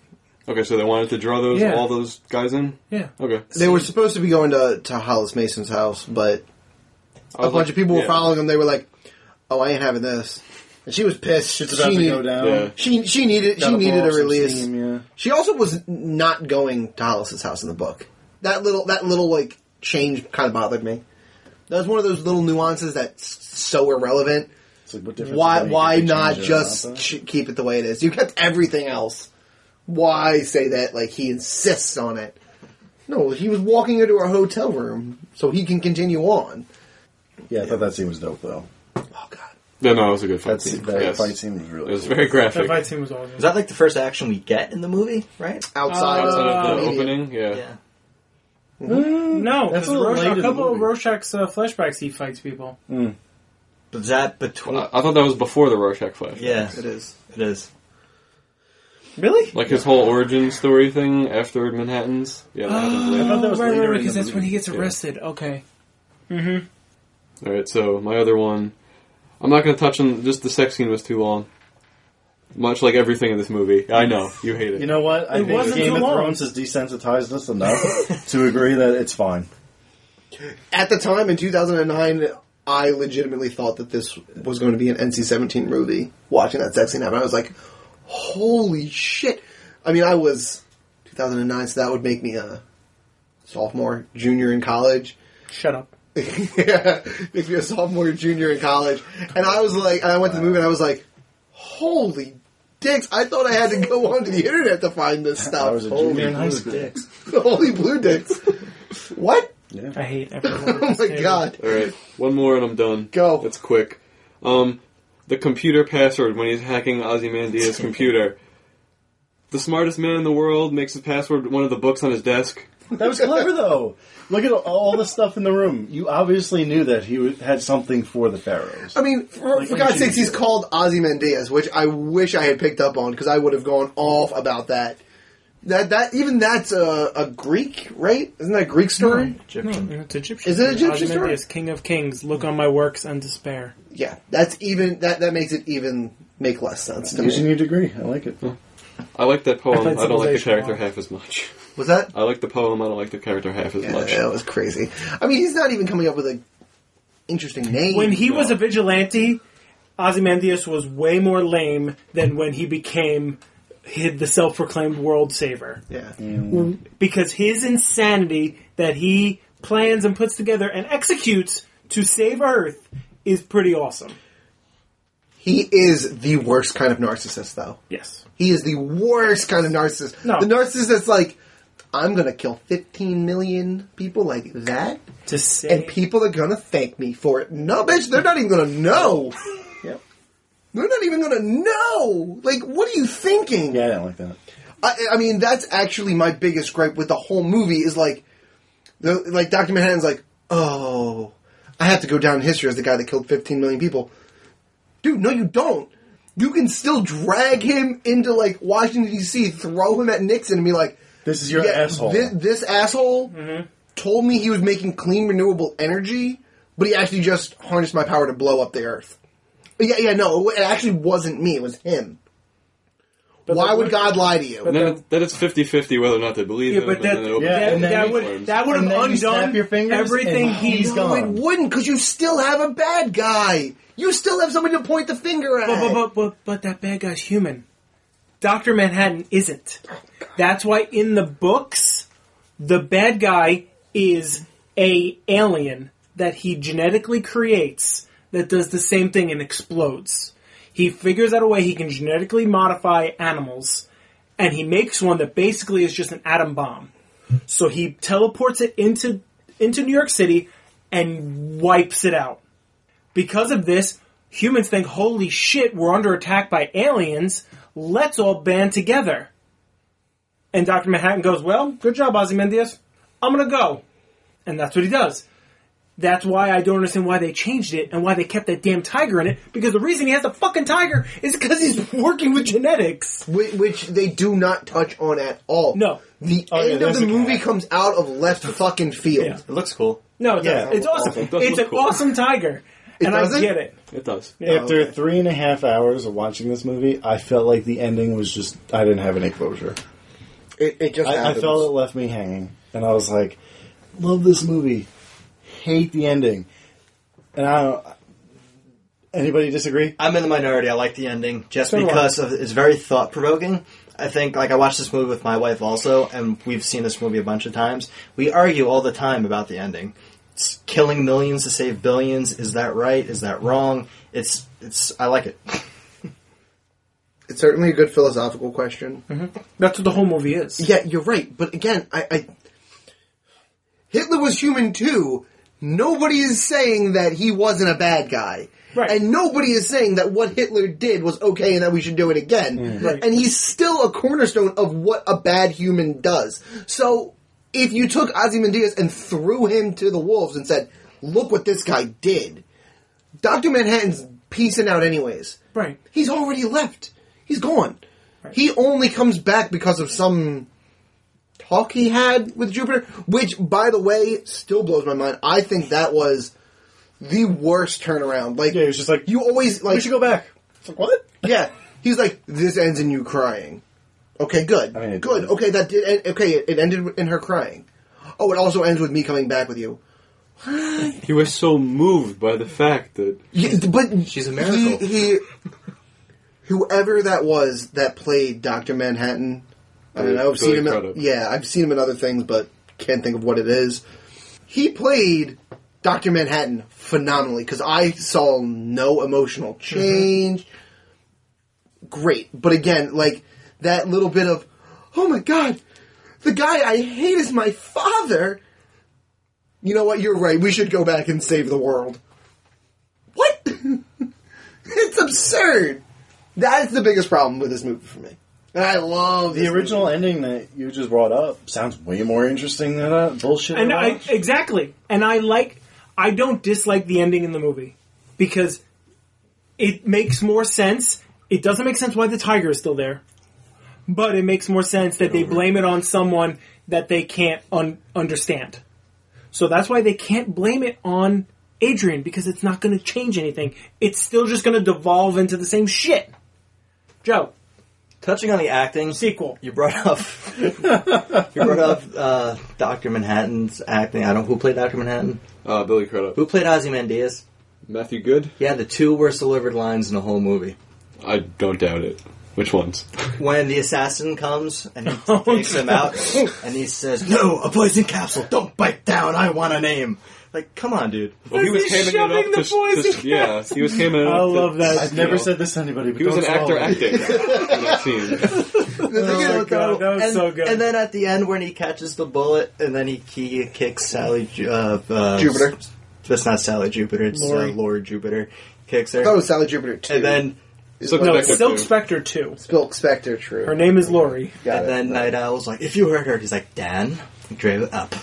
Speaker 2: Okay, so they wanted to draw those
Speaker 3: Yeah.
Speaker 2: all those guys in.
Speaker 3: Yeah.
Speaker 2: Okay,
Speaker 4: They were supposed to be going to, to Hollis Mason's house, but
Speaker 2: I
Speaker 4: a
Speaker 2: was
Speaker 4: bunch
Speaker 2: like,
Speaker 4: of people were
Speaker 2: yeah.
Speaker 4: following them. They were like, "Oh, I ain't having this," and she was pissed. she
Speaker 5: Shit's about to
Speaker 4: needed,
Speaker 5: go down.
Speaker 2: Yeah.
Speaker 4: She she needed she
Speaker 5: Gotta
Speaker 4: needed
Speaker 5: blow
Speaker 4: a
Speaker 5: off some
Speaker 4: release.
Speaker 5: steam, yeah.
Speaker 4: She also was not going to Hollis's house in the book. That little that little like change kind of bothered me. That was one of those little nuances that's so irrelevant.
Speaker 5: It's like, what difference
Speaker 4: Why
Speaker 5: does it make
Speaker 4: why
Speaker 5: if they
Speaker 4: not
Speaker 5: change it or
Speaker 4: just
Speaker 5: not, though?
Speaker 4: ch- keep it the way it is? You kept everything else. Why say that? Like he insists on it. No, he was walking into a hotel room so he can continue on.
Speaker 5: Yeah, I thought that scene was dope though.
Speaker 4: Oh God.
Speaker 2: Yeah, no, it was a good fight
Speaker 5: That's
Speaker 2: scene.
Speaker 5: that
Speaker 2: yes.
Speaker 5: fight scene was
Speaker 2: It
Speaker 5: really.
Speaker 2: was
Speaker 5: cool.
Speaker 2: very
Speaker 3: That
Speaker 2: graphic.
Speaker 3: fight scene was awesome.
Speaker 6: Is that like the first action we get in the movie, right?
Speaker 4: outside,
Speaker 2: Outside of the
Speaker 4: media.
Speaker 2: opening, yeah.
Speaker 6: Yeah.
Speaker 3: no,
Speaker 5: That's
Speaker 3: that's
Speaker 5: a little late in
Speaker 3: a
Speaker 5: the
Speaker 3: couple of
Speaker 5: movie.
Speaker 3: Rorschach's uh, flashbacks. He fights people.
Speaker 6: But that between.
Speaker 2: I, I thought that was before the Rorschach flash.
Speaker 6: yeah,
Speaker 4: It is.
Speaker 6: it is.
Speaker 3: Really?
Speaker 2: Like his whole origin story thing after Manhattan's. Yeah, that happens later.
Speaker 5: thought that was
Speaker 3: right,
Speaker 5: later
Speaker 3: right, right,
Speaker 5: in
Speaker 3: because
Speaker 5: the
Speaker 3: that's when he
Speaker 5: movie.
Speaker 3: gets arrested. Okay.
Speaker 2: All right, so my other one, I'm not going to touch on. Just the sex scene was too long. Much like everything in this movie, I know you hate it.
Speaker 5: You know what? I
Speaker 3: It
Speaker 5: think
Speaker 3: wasn't
Speaker 5: Game
Speaker 3: too
Speaker 5: of
Speaker 3: long.
Speaker 5: Thrones has desensitized us enough to agree that it's fine.
Speaker 4: At the time in 2009, I legitimately thought that this was going to be an NC-17 movie. Watching that sex scene happen, I was like, "Holy shit!" I mean, I was 2009, so that would make me a sophomore, junior in college.
Speaker 3: Shut up.
Speaker 4: yeah, makes me a sophomore, junior in college. And I was like, and I went to the movie, and I was like, "Holy dicks!" I thought I had to go onto the internet to find this stuff.
Speaker 5: I was a
Speaker 4: Holy
Speaker 5: junior in high
Speaker 4: blue
Speaker 5: school.
Speaker 4: dicks. Holy blue dicks. what?
Speaker 3: I hate everyone.
Speaker 4: Oh
Speaker 3: at this
Speaker 4: my
Speaker 3: table.
Speaker 4: god.
Speaker 2: All right, one more and I'm done.
Speaker 4: Go.
Speaker 2: It's quick. Um, the computer password when he's hacking Ozymandias' computer. The smartest man in the world makes his password one of the books on his desk.
Speaker 5: That was clever, though. Look at all the stuff in the room. You obviously knew that he w- had something for the pharaohs.
Speaker 4: I mean, for,
Speaker 5: Like,
Speaker 4: for God's
Speaker 5: ancient
Speaker 4: sakes, he's
Speaker 5: Egypt.
Speaker 4: called Ozymandias, which I wish I had picked up on because I would have gone off about that. That that even that's a, a Greek, right? Isn't that a Greek story?
Speaker 6: Egyptian.
Speaker 3: Hmm,
Speaker 5: Hmm.
Speaker 3: it's Egyptian.
Speaker 4: Is it Egyptian story?
Speaker 3: Ozymandias, king of kings, look on my works and despair.
Speaker 4: Yeah, that's even that that makes it even make less sense to
Speaker 5: Using
Speaker 4: me.
Speaker 5: your degree, I like it.
Speaker 2: I like that poem.
Speaker 3: played
Speaker 2: I don't like the
Speaker 3: Civilization
Speaker 2: character
Speaker 3: once.
Speaker 2: half as much.
Speaker 4: Was that?
Speaker 2: I like the poem. I don't like the character half as
Speaker 4: Yeah,
Speaker 2: much.
Speaker 4: that was crazy. I mean, he's not even coming up with an interesting name.
Speaker 3: When he was a vigilante, Ozymandias was way more lame than when he became hid the self-proclaimed world saver.
Speaker 4: yeah,
Speaker 3: because his insanity that he plans and puts together and executes to save Earth is pretty awesome.
Speaker 4: he is the worst kind of narcissist, though.
Speaker 3: Yes.
Speaker 4: He is the worst kind of narcissist.
Speaker 3: No.
Speaker 4: The narcissist that's like, I'm gonna kill 15 million people like that,
Speaker 3: To save
Speaker 4: and people are gonna thank me for it. No, bitch, they're not even gonna know.
Speaker 5: Yep.
Speaker 4: They're not even gonna know. Like, what are you thinking?
Speaker 5: Yeah, I didn't like that.
Speaker 4: I, I mean, that's actually my biggest gripe with the whole movie is like, the, like Doctor Manhattan's like, oh, I have to go down in history as the guy that killed 15 million people. Dude, no, you don't. You can still drag him into like Washington D.C., throw him at Nixon, and be like,
Speaker 5: This is your
Speaker 4: yeah,
Speaker 5: asshole.
Speaker 4: This, this asshole told me he was making clean renewable energy, but he actually just harnessed my power to blow up the Earth. Yeah, yeah, no, it actually wasn't me; it was him. Why
Speaker 3: that
Speaker 4: would
Speaker 3: would-
Speaker 4: God lie to you?
Speaker 2: And then, it- then it's 50-50 whether or not they believe
Speaker 3: Yeah,
Speaker 2: him.
Speaker 3: but
Speaker 2: and then
Speaker 3: that,
Speaker 2: it opens
Speaker 5: yeah,
Speaker 2: up
Speaker 3: that,
Speaker 5: and then
Speaker 3: that
Speaker 5: he
Speaker 3: would
Speaker 2: forms.
Speaker 3: that would
Speaker 5: And
Speaker 3: have
Speaker 5: then you
Speaker 3: undone
Speaker 5: snap your fingers
Speaker 3: everything
Speaker 5: and
Speaker 3: he
Speaker 5: he's
Speaker 4: No,
Speaker 5: gone.
Speaker 4: it wouldn't, because you still have a bad guy. You still have somebody to point the finger at.
Speaker 3: But, but, but, but, but that bad guy's human. Dr. Manhattan isn't. That's why in the books, the bad guy is a alien that he genetically creates that does the same thing and explodes. He figures out a way he can genetically modify animals, and he makes one that basically is just an atom bomb. So he teleports it into into New York City and wipes it out. Because of this, humans think, holy shit, we're under attack by aliens. Let's all band together. And Dr. Manhattan goes, well, good job, Ozymandias. I'm going to go. And that's what he does. That's why I don't understand why they changed it and why they kept that damn tiger in it. Because the reason he has a fucking tiger is because he's working with genetics.
Speaker 4: Whi- which they do not touch on at all.
Speaker 3: No.
Speaker 4: The
Speaker 5: Oh, yeah,
Speaker 4: end of
Speaker 5: there's
Speaker 4: the
Speaker 5: a
Speaker 4: movie
Speaker 5: cat.
Speaker 4: comes out of left fucking field.
Speaker 3: Yeah.
Speaker 6: It looks cool.
Speaker 3: No, it
Speaker 5: Yeah,
Speaker 3: doesn't. it's awesome.
Speaker 2: It does
Speaker 3: It's
Speaker 2: look
Speaker 3: an
Speaker 2: cool.
Speaker 3: awesome tiger. and I
Speaker 4: doesn't?
Speaker 3: get it.
Speaker 2: It does.
Speaker 5: After three and a half hours of watching this movie, I felt like the ending was just, I didn't have any closure.
Speaker 4: It, it just
Speaker 5: I, I
Speaker 4: happens.
Speaker 5: felt it left me hanging. And I was like, love this movie, hate the ending. And I don't, anybody disagree?
Speaker 6: I'm in the minority. I like the ending just
Speaker 5: So do I.
Speaker 6: because of, it's very thought provoking. I think, like, I watched this movie with my wife also, and we've seen this movie a bunch of times. We argue all the time about the ending. It's killing millions to save billions. Is that right? Is that wrong? It's, it's, I like it.
Speaker 4: It's certainly a good philosophical question.
Speaker 3: That's what the whole movie is.
Speaker 4: Yeah, you're right. But again, I, I Hitler was human too. Nobody is saying that he wasn't a bad guy.
Speaker 3: Right.
Speaker 4: And nobody is saying that what Hitler did was okay and that we should do it again.
Speaker 3: Right.
Speaker 4: And he's still a cornerstone of what a bad human does. So if you took Ozymandias and threw him to the wolves and said, look what this guy did, Dr. Manhattan's piecing out anyways.
Speaker 3: Right.
Speaker 4: He's already left. He's gone. He only comes back because of some talk he had with Jupiter, which, by the way, still blows my mind. I think that was the worst turnaround. Like,
Speaker 5: Yeah, it was just like,
Speaker 4: you always like,
Speaker 5: we should go back. It's like, what?
Speaker 4: yeah. He's like, this ends in you crying. Okay, good,
Speaker 5: I mean, it
Speaker 4: good.
Speaker 5: did.
Speaker 4: Okay, that did. End, okay, it, it ended in her crying. Oh, it also ends with me coming back with you.
Speaker 2: He was so moved by the fact that
Speaker 4: Yeah, but
Speaker 6: She's a miracle.
Speaker 4: He, he, whoever that was that played Doctor Manhattan, I don't know. I've
Speaker 2: Billy
Speaker 4: seen him.
Speaker 2: Crudup.
Speaker 4: yeah, I've seen him in other things, but can't think of what it is. He played Doctor Manhattan phenomenally because I saw no
Speaker 6: Mm-hmm.
Speaker 4: emotional change. Great, but again, like that little bit of, oh my god, the guy I hate is my father. You know what? You're right. We should go back and save the world. What? it's absurd. That is the biggest problem with this movie for me. And I love
Speaker 5: The original ending that you just brought up sounds way more interesting than that bullshit.
Speaker 3: And I,
Speaker 5: about-
Speaker 3: exactly. And I like. I don't dislike the ending in the movie because it makes more sense. It doesn't make sense why the tiger is still there, but it makes more sense that they blame it on someone that they can't un- understand. So that's why they can't blame it on Adrian because it's not going to change anything. It's still just going to devolve into the same shit. Joe,
Speaker 6: Touching on the acting,
Speaker 3: sequel.
Speaker 6: you brought up you brought up uh, Doctor Manhattan's acting. I don't who played Doctor Manhattan.
Speaker 2: Uh, Billy Crudup.
Speaker 6: Who played Ozymandias?
Speaker 2: Matthew Good?
Speaker 6: He had the two worst delivered lines in the whole movie.
Speaker 2: I don't doubt it. Which ones?
Speaker 6: When the assassin comes and he takes him out, and he says, Oh, "No, a poison capsule. Don't bite down. I want a name." Like, come on, dude.
Speaker 2: Well, he was
Speaker 3: He's
Speaker 2: handing it
Speaker 3: shoving
Speaker 2: up
Speaker 3: the
Speaker 2: to, to,
Speaker 3: poison
Speaker 2: yeah, he was handing it up.
Speaker 3: I
Speaker 2: to-
Speaker 3: love that.
Speaker 5: I've never
Speaker 2: you know,
Speaker 5: said this to anybody. But
Speaker 2: He was
Speaker 5: don't
Speaker 2: an actor
Speaker 5: swallow it.
Speaker 2: acting. in that scene.
Speaker 4: The thing is,
Speaker 3: Oh
Speaker 4: uh,
Speaker 3: God, that was
Speaker 6: and,
Speaker 3: so good.
Speaker 6: And then at the end, when he catches the bullet, and then he, he kicks Sally Ju- uh, uh,
Speaker 4: Jupiter.
Speaker 6: s- That's not Sally Jupiter. It's Lori,
Speaker 3: Lori.
Speaker 6: uh, Lori Jupiter. Kicks
Speaker 4: I thought it
Speaker 6: her,
Speaker 4: was Sally Jupiter too.
Speaker 6: and then
Speaker 4: Is
Speaker 2: So
Speaker 4: what-
Speaker 2: no,
Speaker 3: no,
Speaker 2: Spectre
Speaker 3: Silk
Speaker 2: two.
Speaker 3: Spectre two.
Speaker 4: Silk Spectre, true.
Speaker 3: Her name is Lori.
Speaker 4: Got
Speaker 6: and
Speaker 4: it.
Speaker 6: then Night Owl's like, "If you heard her," he's like, "Dan, drive it up."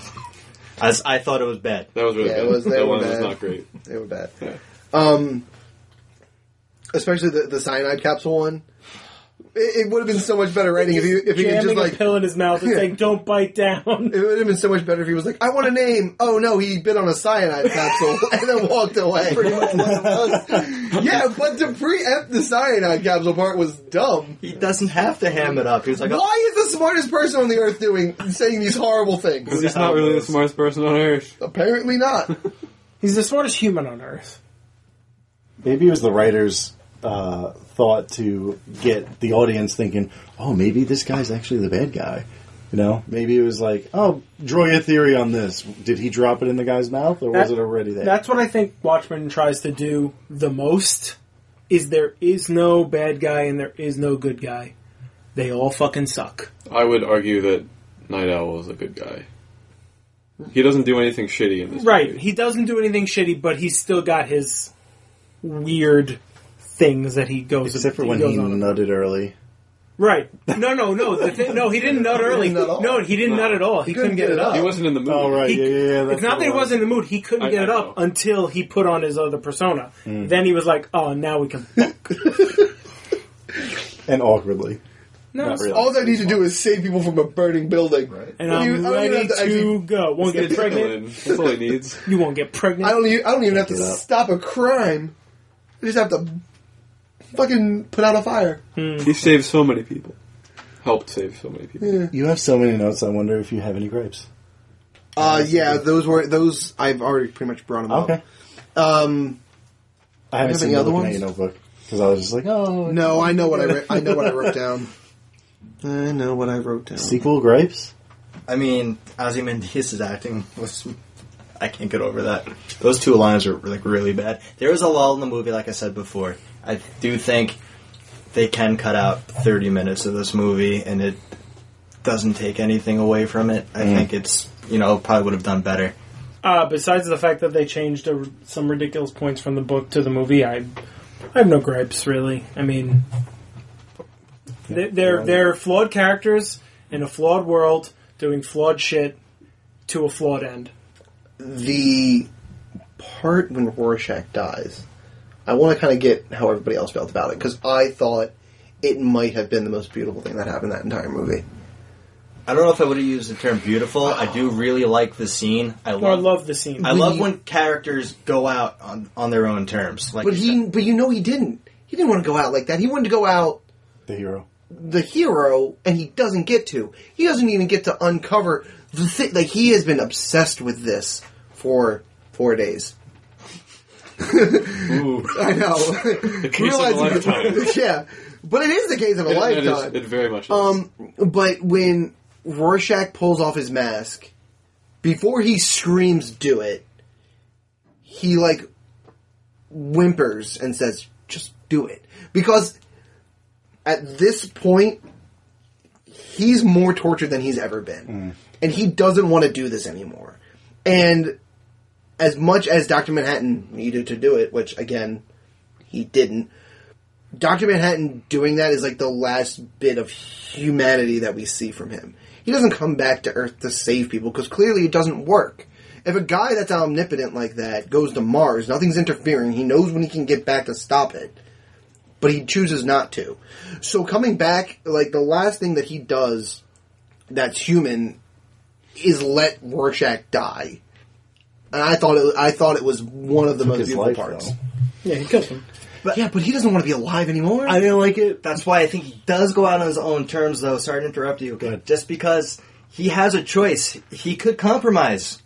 Speaker 6: As I thought it was bad.
Speaker 2: That was really
Speaker 4: Yeah, it
Speaker 2: bad.
Speaker 4: was- they
Speaker 2: that
Speaker 4: were
Speaker 2: one was
Speaker 4: bad.
Speaker 2: not great.
Speaker 4: They were bad. Um, especially the, the cyanide capsule one. It, it would have been so much better writing if he if he could
Speaker 3: Jamming
Speaker 4: just
Speaker 3: a
Speaker 4: like.
Speaker 3: pill in his mouth and
Speaker 4: Yeah.
Speaker 3: saying, "Don't bite down."
Speaker 4: It would have been so much better if he was like, "I want a name." Oh no, he bit on a cyanide capsule and then walked away. yeah, but to pre-empt the cyanide capsule part was dumb.
Speaker 6: He doesn't have to ham it up. He was like, oh,
Speaker 4: Why is the smartest person on the earth doing saying these horrible
Speaker 2: Because
Speaker 4: things?
Speaker 2: he's
Speaker 6: "Oh,
Speaker 2: not really the smartest person on earth.
Speaker 4: Apparently not.
Speaker 3: He's the smartest human on earth.
Speaker 5: Maybe it was the writer's uh, thought to get the audience thinking, oh, maybe this guy's actually the bad guy. You know, maybe it was like, oh, draw your theory on this. Did he drop it in the guy's mouth, or was
Speaker 3: That-
Speaker 5: it already there?
Speaker 3: That's what I think Watchmen tries to do the most. Is there is no bad guy and there is no good guy. They all fucking suck.
Speaker 2: I would argue that Night Owl is a good guy. He doesn't do anything shitty in this
Speaker 3: Right.
Speaker 2: movie.
Speaker 3: He doesn't do anything shitty, but he's still got his weird things that he goes.
Speaker 5: Except for
Speaker 3: he
Speaker 5: when he
Speaker 3: goes on about.
Speaker 5: nutted early.
Speaker 3: Right. No, no, no. The thi- no, he didn't nut early.
Speaker 4: nut at all.
Speaker 3: No, he didn't nut at all. He, couldn't get it up.
Speaker 2: He wasn't in the movie.
Speaker 5: Oh, right,
Speaker 3: He-
Speaker 5: yeah, yeah, yeah.
Speaker 3: It's not that he wasn't in the mood. He couldn't
Speaker 2: I-
Speaker 3: get
Speaker 2: I
Speaker 3: it up
Speaker 2: know.
Speaker 3: until he put on his other persona.
Speaker 5: Hmm.
Speaker 3: Then he was like, "Oh, now we can."
Speaker 5: And awkwardly.
Speaker 3: No,
Speaker 5: Not really.
Speaker 4: All I need to do is save people from a burning building.
Speaker 3: and
Speaker 4: I don't
Speaker 3: I'm
Speaker 4: even- I don't even
Speaker 3: ready
Speaker 4: have
Speaker 3: to,
Speaker 4: actually-
Speaker 3: go. Won't
Speaker 2: He's
Speaker 3: get
Speaker 2: got
Speaker 3: pregnant.
Speaker 2: adrenaline. That's all he needs.
Speaker 3: You won't get pregnant.
Speaker 4: I don't. Even, I don't even have to
Speaker 5: Can't get up.
Speaker 4: stop a crime. I just have to fucking put out a fire.
Speaker 2: He saved so many people. Helped save so many people.
Speaker 5: You have so many notes, I wonder if you have any gripes.
Speaker 4: Uh, yeah, those were those. I've already pretty much brought them
Speaker 5: Okay.
Speaker 4: up. Um,
Speaker 5: I haven't
Speaker 4: have
Speaker 5: seen
Speaker 4: Oh. any
Speaker 5: the
Speaker 4: other
Speaker 5: looking at
Speaker 4: ones?
Speaker 5: your notebook. Because I was just like, oh.
Speaker 4: no, I know what I wrote. I know what I wrote down. I know what I wrote down.
Speaker 5: Sequel gripes?
Speaker 6: I mean, Ozymandias' acting was. I can't get over that. Those two lines are like really bad. There was a lull in the movie, like I said before. I do think they can cut out 30 minutes of this movie, and it doesn't take anything away from it.
Speaker 4: Mm.
Speaker 6: I think it's you know probably would have done better.
Speaker 3: Uh, besides the fact that they changed a, some ridiculous points from the book to the movie, I, I have no gripes really. I mean, they- they're they're flawed characters in a flawed world doing flawed shit to a flawed end.
Speaker 4: The part when Rorschach dies, I want to kind of get how everybody else felt about it because I thought it might have been the most beautiful thing that happened that entire movie.
Speaker 6: I don't know if I would have used the term beautiful. I do really like the scene. I
Speaker 3: Or I
Speaker 6: love.
Speaker 3: love the scene.
Speaker 6: I love when characters go out on, on their own terms. Like
Speaker 4: But he, but you know, he didn't. He didn't want to go out like that. He wanted to go out
Speaker 5: The hero.
Speaker 4: the hero, and he doesn't get to. He doesn't even get to uncover the thing. Like he has been obsessed with this for four days.
Speaker 2: Ooh.
Speaker 4: I know.
Speaker 2: case of a lifetime.
Speaker 4: yeah, but it is the case of a
Speaker 2: It- it is-
Speaker 4: lifetime.
Speaker 2: it very much is.
Speaker 4: Um, but when Rorschach pulls off his mask, before he screams, "Do it," he like whimpers and says, "Just do it," because at this point, he's more tortured than he's ever been, and he doesn't want to do this anymore. And as much as Doctor Manhattan needed to do it, which again he didn't, Dr. Manhattan doing that is like the last bit of humanity that we see from him. He doesn't come back to Earth to save people because clearly it doesn't work. If a guy that's omnipotent like that goes to Mars, nothing's interfering. He knows when he can get back to stop it, but he chooses not to. So coming back, like the last thing that he does that's human is let Rorschach die. And I thought it, I thought it was one of the most
Speaker 5: his
Speaker 4: beautiful
Speaker 5: life,
Speaker 4: parts.
Speaker 5: though.
Speaker 3: Yeah, he kills him.
Speaker 4: But yeah, but he doesn't want to be alive anymore.
Speaker 5: I didn't like it.
Speaker 6: That's why I think he does go out on his own terms, though. Sorry to interrupt you.
Speaker 5: ahead.
Speaker 6: Just because he has a choice, he could compromise.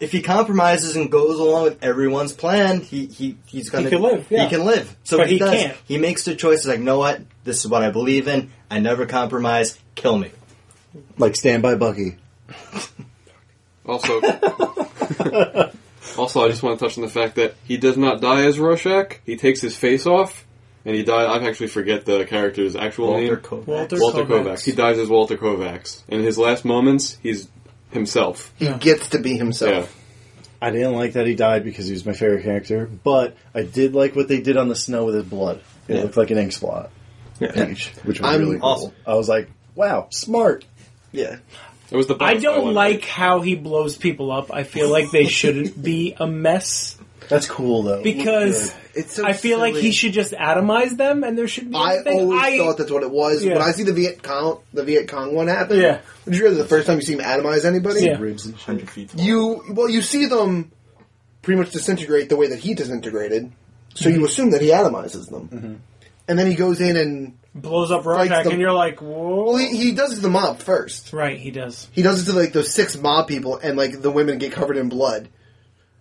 Speaker 6: If he compromises and goes along with everyone's plan, he, he he's gonna
Speaker 3: can live, yeah.
Speaker 6: He can live. So
Speaker 3: But
Speaker 6: he,
Speaker 3: he
Speaker 6: does.
Speaker 3: can't.
Speaker 6: He makes the choice. Like, know what? This is what I believe in. I never compromise. Kill me.
Speaker 5: Like Stand by Bucky.
Speaker 2: Also, also, I just want to touch on the fact that he does not die as Rorschach. He takes his face off, and he dies. I actually forget the character's actual
Speaker 6: Walter
Speaker 2: name.
Speaker 6: Kovacs.
Speaker 3: Walter-
Speaker 2: Walter
Speaker 3: Kovacs.
Speaker 2: Kovacs. He dies as Walter Kovacs. In his last moments, he's himself.
Speaker 4: he gets to be himself.
Speaker 2: Yeah.
Speaker 5: I didn't like that he died because he was my favorite character, but I did like what they did on the snow with his blood. It
Speaker 2: Yeah.
Speaker 5: looked like an ink spot. Page, which was
Speaker 4: I'm-
Speaker 5: really cool.
Speaker 6: Awesome.
Speaker 5: I was like, wow, smart.
Speaker 4: Yeah.
Speaker 2: It was the.
Speaker 3: I
Speaker 2: butterfly
Speaker 3: don't
Speaker 2: one.
Speaker 3: like how he blows people up. I feel like they shouldn't be a mess
Speaker 5: That's cool though.
Speaker 3: because
Speaker 4: It's so
Speaker 3: I feel like
Speaker 4: silly.
Speaker 3: he should just atomize them, and there should be.
Speaker 4: I
Speaker 3: nothing.
Speaker 4: always
Speaker 3: I-
Speaker 4: thought that's what it was.
Speaker 3: Yeah.
Speaker 4: When I see the Viet Cong, the Viet Cong one happen,
Speaker 3: Yeah.
Speaker 4: which is really the first time you see him atomize anybody.
Speaker 3: Yeah.
Speaker 5: ribs and shit.
Speaker 6: Hundred feet.
Speaker 4: You well, you see them pretty much disintegrate the way that he disintegrated, so
Speaker 3: Mm-hmm.
Speaker 4: you assume that he atomizes them, and then he goes in and
Speaker 3: blows up
Speaker 4: Fights
Speaker 3: Rorschach,
Speaker 4: them.
Speaker 3: and you're like, whoa.
Speaker 4: well, he, he does it to the mob first.
Speaker 3: right, he does.
Speaker 4: He does it to like those six mob people, and like the women get covered in blood.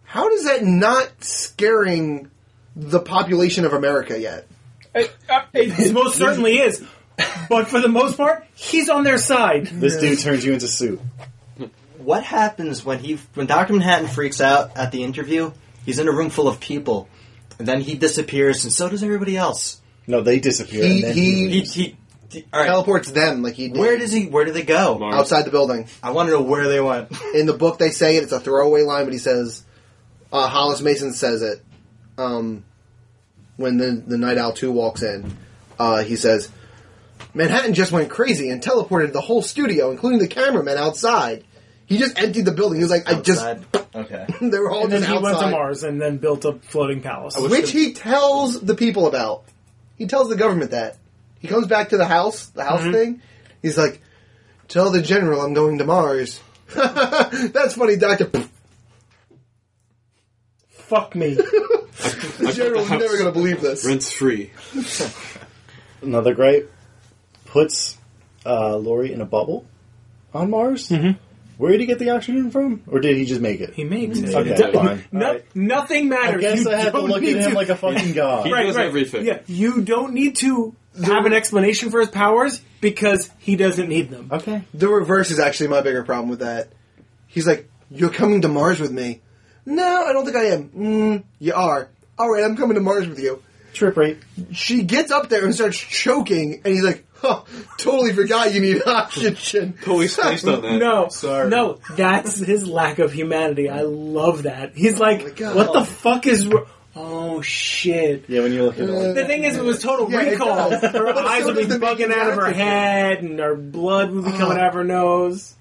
Speaker 4: How does that not scaring the population of America yet?
Speaker 3: It, uh, it- it most certainly is. But for the most part, he's on their side.
Speaker 5: This dude turns you into soup.
Speaker 6: What happens when he when Doctor Manhattan freaks out at the interview? He's in a room full of people, and then he disappears, and so does everybody else.
Speaker 5: No, they disappear.
Speaker 4: He-
Speaker 5: and then
Speaker 4: he-
Speaker 6: He, he, he- all right.
Speaker 4: Teleports them like he did
Speaker 6: Where does he? Where do they go?
Speaker 2: Mars.
Speaker 4: outside the building.
Speaker 6: I want to know where they went.
Speaker 4: in the book they say it. It's a throwaway line, but he says, uh, Hollis Mason says it um, when the the Night Owl Two walks in. Uh, he says, Manhattan just went crazy and teleported the whole studio, including the cameraman outside. He just emptied the building. He was like,
Speaker 6: Outside. okay.
Speaker 4: I just they were all
Speaker 3: And then
Speaker 4: just
Speaker 3: he went to
Speaker 4: outside,
Speaker 3: Mars and then built a floating palace.
Speaker 4: which he tells the people about. He tells the government that. He comes back to the house, the house
Speaker 3: Mm-hmm.
Speaker 4: thing. He's like, "Tell the general I'm going to Mars." That's funny, Doctor.
Speaker 3: Fuck me.
Speaker 4: The general's
Speaker 2: house.
Speaker 4: never going to believe this.
Speaker 2: Rent's free.
Speaker 5: another gripe puts uh, Lori in a bubble on Mars. Mm-hmm. Where did he get the oxygen from, or did he just make it?
Speaker 3: He makes it.
Speaker 5: Okay,
Speaker 2: Yeah.
Speaker 5: fine.
Speaker 3: No,
Speaker 5: All right.
Speaker 3: Nothing
Speaker 5: I
Speaker 3: matters.
Speaker 5: guess
Speaker 3: You
Speaker 5: I had to
Speaker 3: don't
Speaker 5: look at
Speaker 3: need
Speaker 5: him
Speaker 3: to-
Speaker 5: like a fucking god.
Speaker 2: He does everything.
Speaker 3: Yeah, you don't need to have an explanation for his powers because he doesn't need them.
Speaker 5: Okay,
Speaker 4: The reverse is actually my bigger problem with that. He's like, "You're coming to Mars with me." No, I don't think I am. Mm, you are. All right, I'm coming to Mars with you.
Speaker 5: trip rate.
Speaker 4: She gets up there and starts choking, and he's like, huh, "Totally forgot you need oxygen."
Speaker 2: Totally spaced on that.
Speaker 3: No,
Speaker 5: Sorry.
Speaker 3: no, that's his lack of humanity. I love that. He's like,
Speaker 4: Oh God.
Speaker 3: what the fuck is? wr- Oh shit!
Speaker 5: Yeah, when you look at it,
Speaker 3: The thing is, it was total
Speaker 4: Yeah, it
Speaker 3: recall.
Speaker 4: does.
Speaker 3: Her
Speaker 4: But
Speaker 3: eyes
Speaker 4: so
Speaker 3: would be
Speaker 4: does the
Speaker 3: bugging out of her
Speaker 4: magnetic. Uh.
Speaker 3: head, and her blood would be coming out of her nose.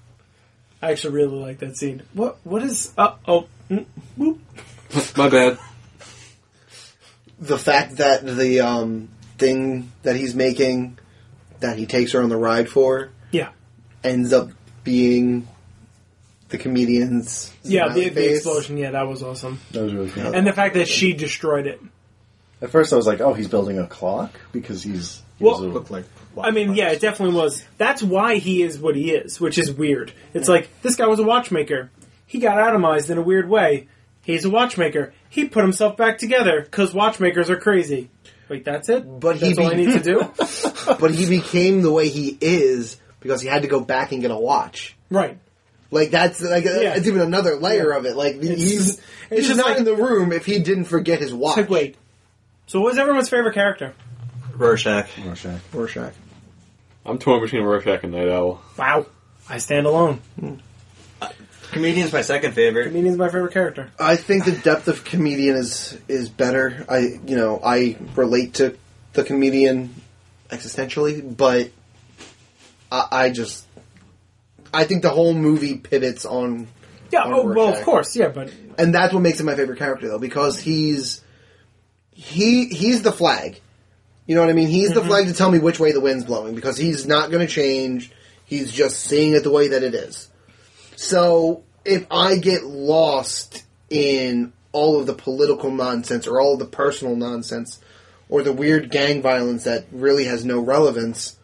Speaker 3: I actually really like that scene. What? What is? Uh oh. Mm, boop.
Speaker 2: My bad.
Speaker 4: The fact that the um, thing that he's making, that he takes her on the ride for,
Speaker 3: Yeah.
Speaker 4: ends up being the comedian's
Speaker 3: Yeah, the,
Speaker 4: smiley
Speaker 3: the
Speaker 4: face.
Speaker 3: explosion. Yeah, that was awesome.
Speaker 5: that was really cool.
Speaker 3: And the fact that she destroyed it.
Speaker 5: At first, I was like, "Oh, he's building a clock because he's." he
Speaker 3: Well,
Speaker 5: was a-
Speaker 6: Look like.
Speaker 3: I mean, yeah, it definitely was. That's why he is what he is, which is weird. It's like this guy was a watchmaker. He got atomized in a weird way. He's a watchmaker. He put himself back together because watchmakers are crazy. Wait, that's it.
Speaker 4: But he
Speaker 3: that's all I
Speaker 4: be-
Speaker 3: need to do.
Speaker 4: but he became the way he is because he had to go back and get a watch.
Speaker 3: right.
Speaker 4: Like that's like uh,
Speaker 3: Yeah.
Speaker 4: it's even another layer of it. Like he's
Speaker 3: just-
Speaker 4: he's
Speaker 3: just
Speaker 4: not
Speaker 3: like-
Speaker 4: in the room if he didn't forget his watch.
Speaker 3: Like, wait. So, what was everyone's favorite character?
Speaker 6: Rorschach.
Speaker 5: Rorschach.
Speaker 4: Rorschach.
Speaker 2: I'm torn between Rorschach and Night Owl.
Speaker 3: Wow. I stand alone.
Speaker 6: Comedian's my second favorite.
Speaker 3: Comedian's my favorite character.
Speaker 4: I think the depth of comedian is is better. I you know I relate to the comedian existentially, but I, I just I think the whole movie pivots on
Speaker 3: Yeah.
Speaker 4: on
Speaker 3: Oh well,
Speaker 4: Rorschach.
Speaker 3: of course. Yeah, but
Speaker 4: and that's what makes him my favorite character though because he's he he's the flag you know what i mean he's the flag to tell me which way the wind's blowing because he's not going to change he's just seeing it the way that it is so if i get lost in all of the political nonsense or all of the personal nonsense or the weird gang violence that really has no relevance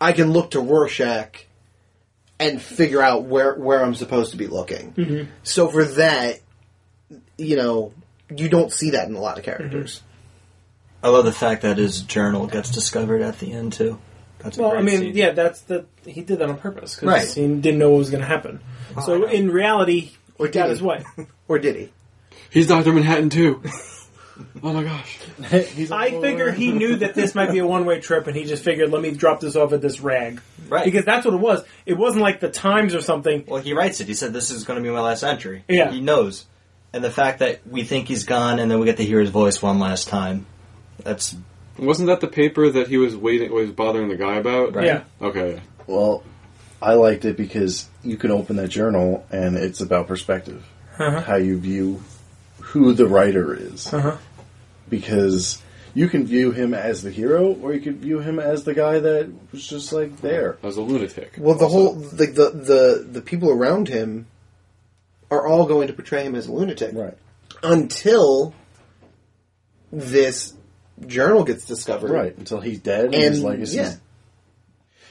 Speaker 4: i can look to rorschach and figure out where where I'm supposed to be looking. So for that, you know, you don't see that in a lot of characters.
Speaker 6: I love the fact that his journal gets discovered at the end too. That's a
Speaker 3: well, I
Speaker 6: great
Speaker 3: mean,
Speaker 6: scene.
Speaker 3: yeah, that's the he did that on purpose because
Speaker 4: Right. Oh,
Speaker 3: he didn't know what was going to happen. so in reality,
Speaker 4: Or
Speaker 3: he got
Speaker 4: did
Speaker 3: his
Speaker 4: he?
Speaker 3: way.
Speaker 4: Or did he?
Speaker 2: He's Doctor Manhattan too. oh my gosh.
Speaker 5: He's all
Speaker 3: I
Speaker 5: over.
Speaker 3: figure he knew that this might be a one way trip, and he just figured, let me drop this off at this rag.
Speaker 6: Right.
Speaker 3: Because that's what it was. It wasn't like the Times or something.
Speaker 6: Well, he writes it. He said, "This is going to be my last entry."
Speaker 3: Yeah.
Speaker 6: he knows, and the fact that we think he's gone, and then we get to hear his voice one last time—that's
Speaker 2: Wasn't that the paper that he was waiting, was bothering the guy about?
Speaker 6: Right.
Speaker 3: Yeah.
Speaker 2: Okay.
Speaker 5: Well, I liked it because you can open that journal and it's about perspective, how you view who the writer is, because you can view him as the hero or you could view him as the guy that was just like there.
Speaker 2: I was a lunatic.
Speaker 4: Well, the whole like the, the the people around him are all going to portray him as a lunatic,
Speaker 5: Right.
Speaker 4: Until this journal gets discovered,
Speaker 5: Right. Until he's dead and,
Speaker 4: And
Speaker 5: his legacy.
Speaker 4: yeah,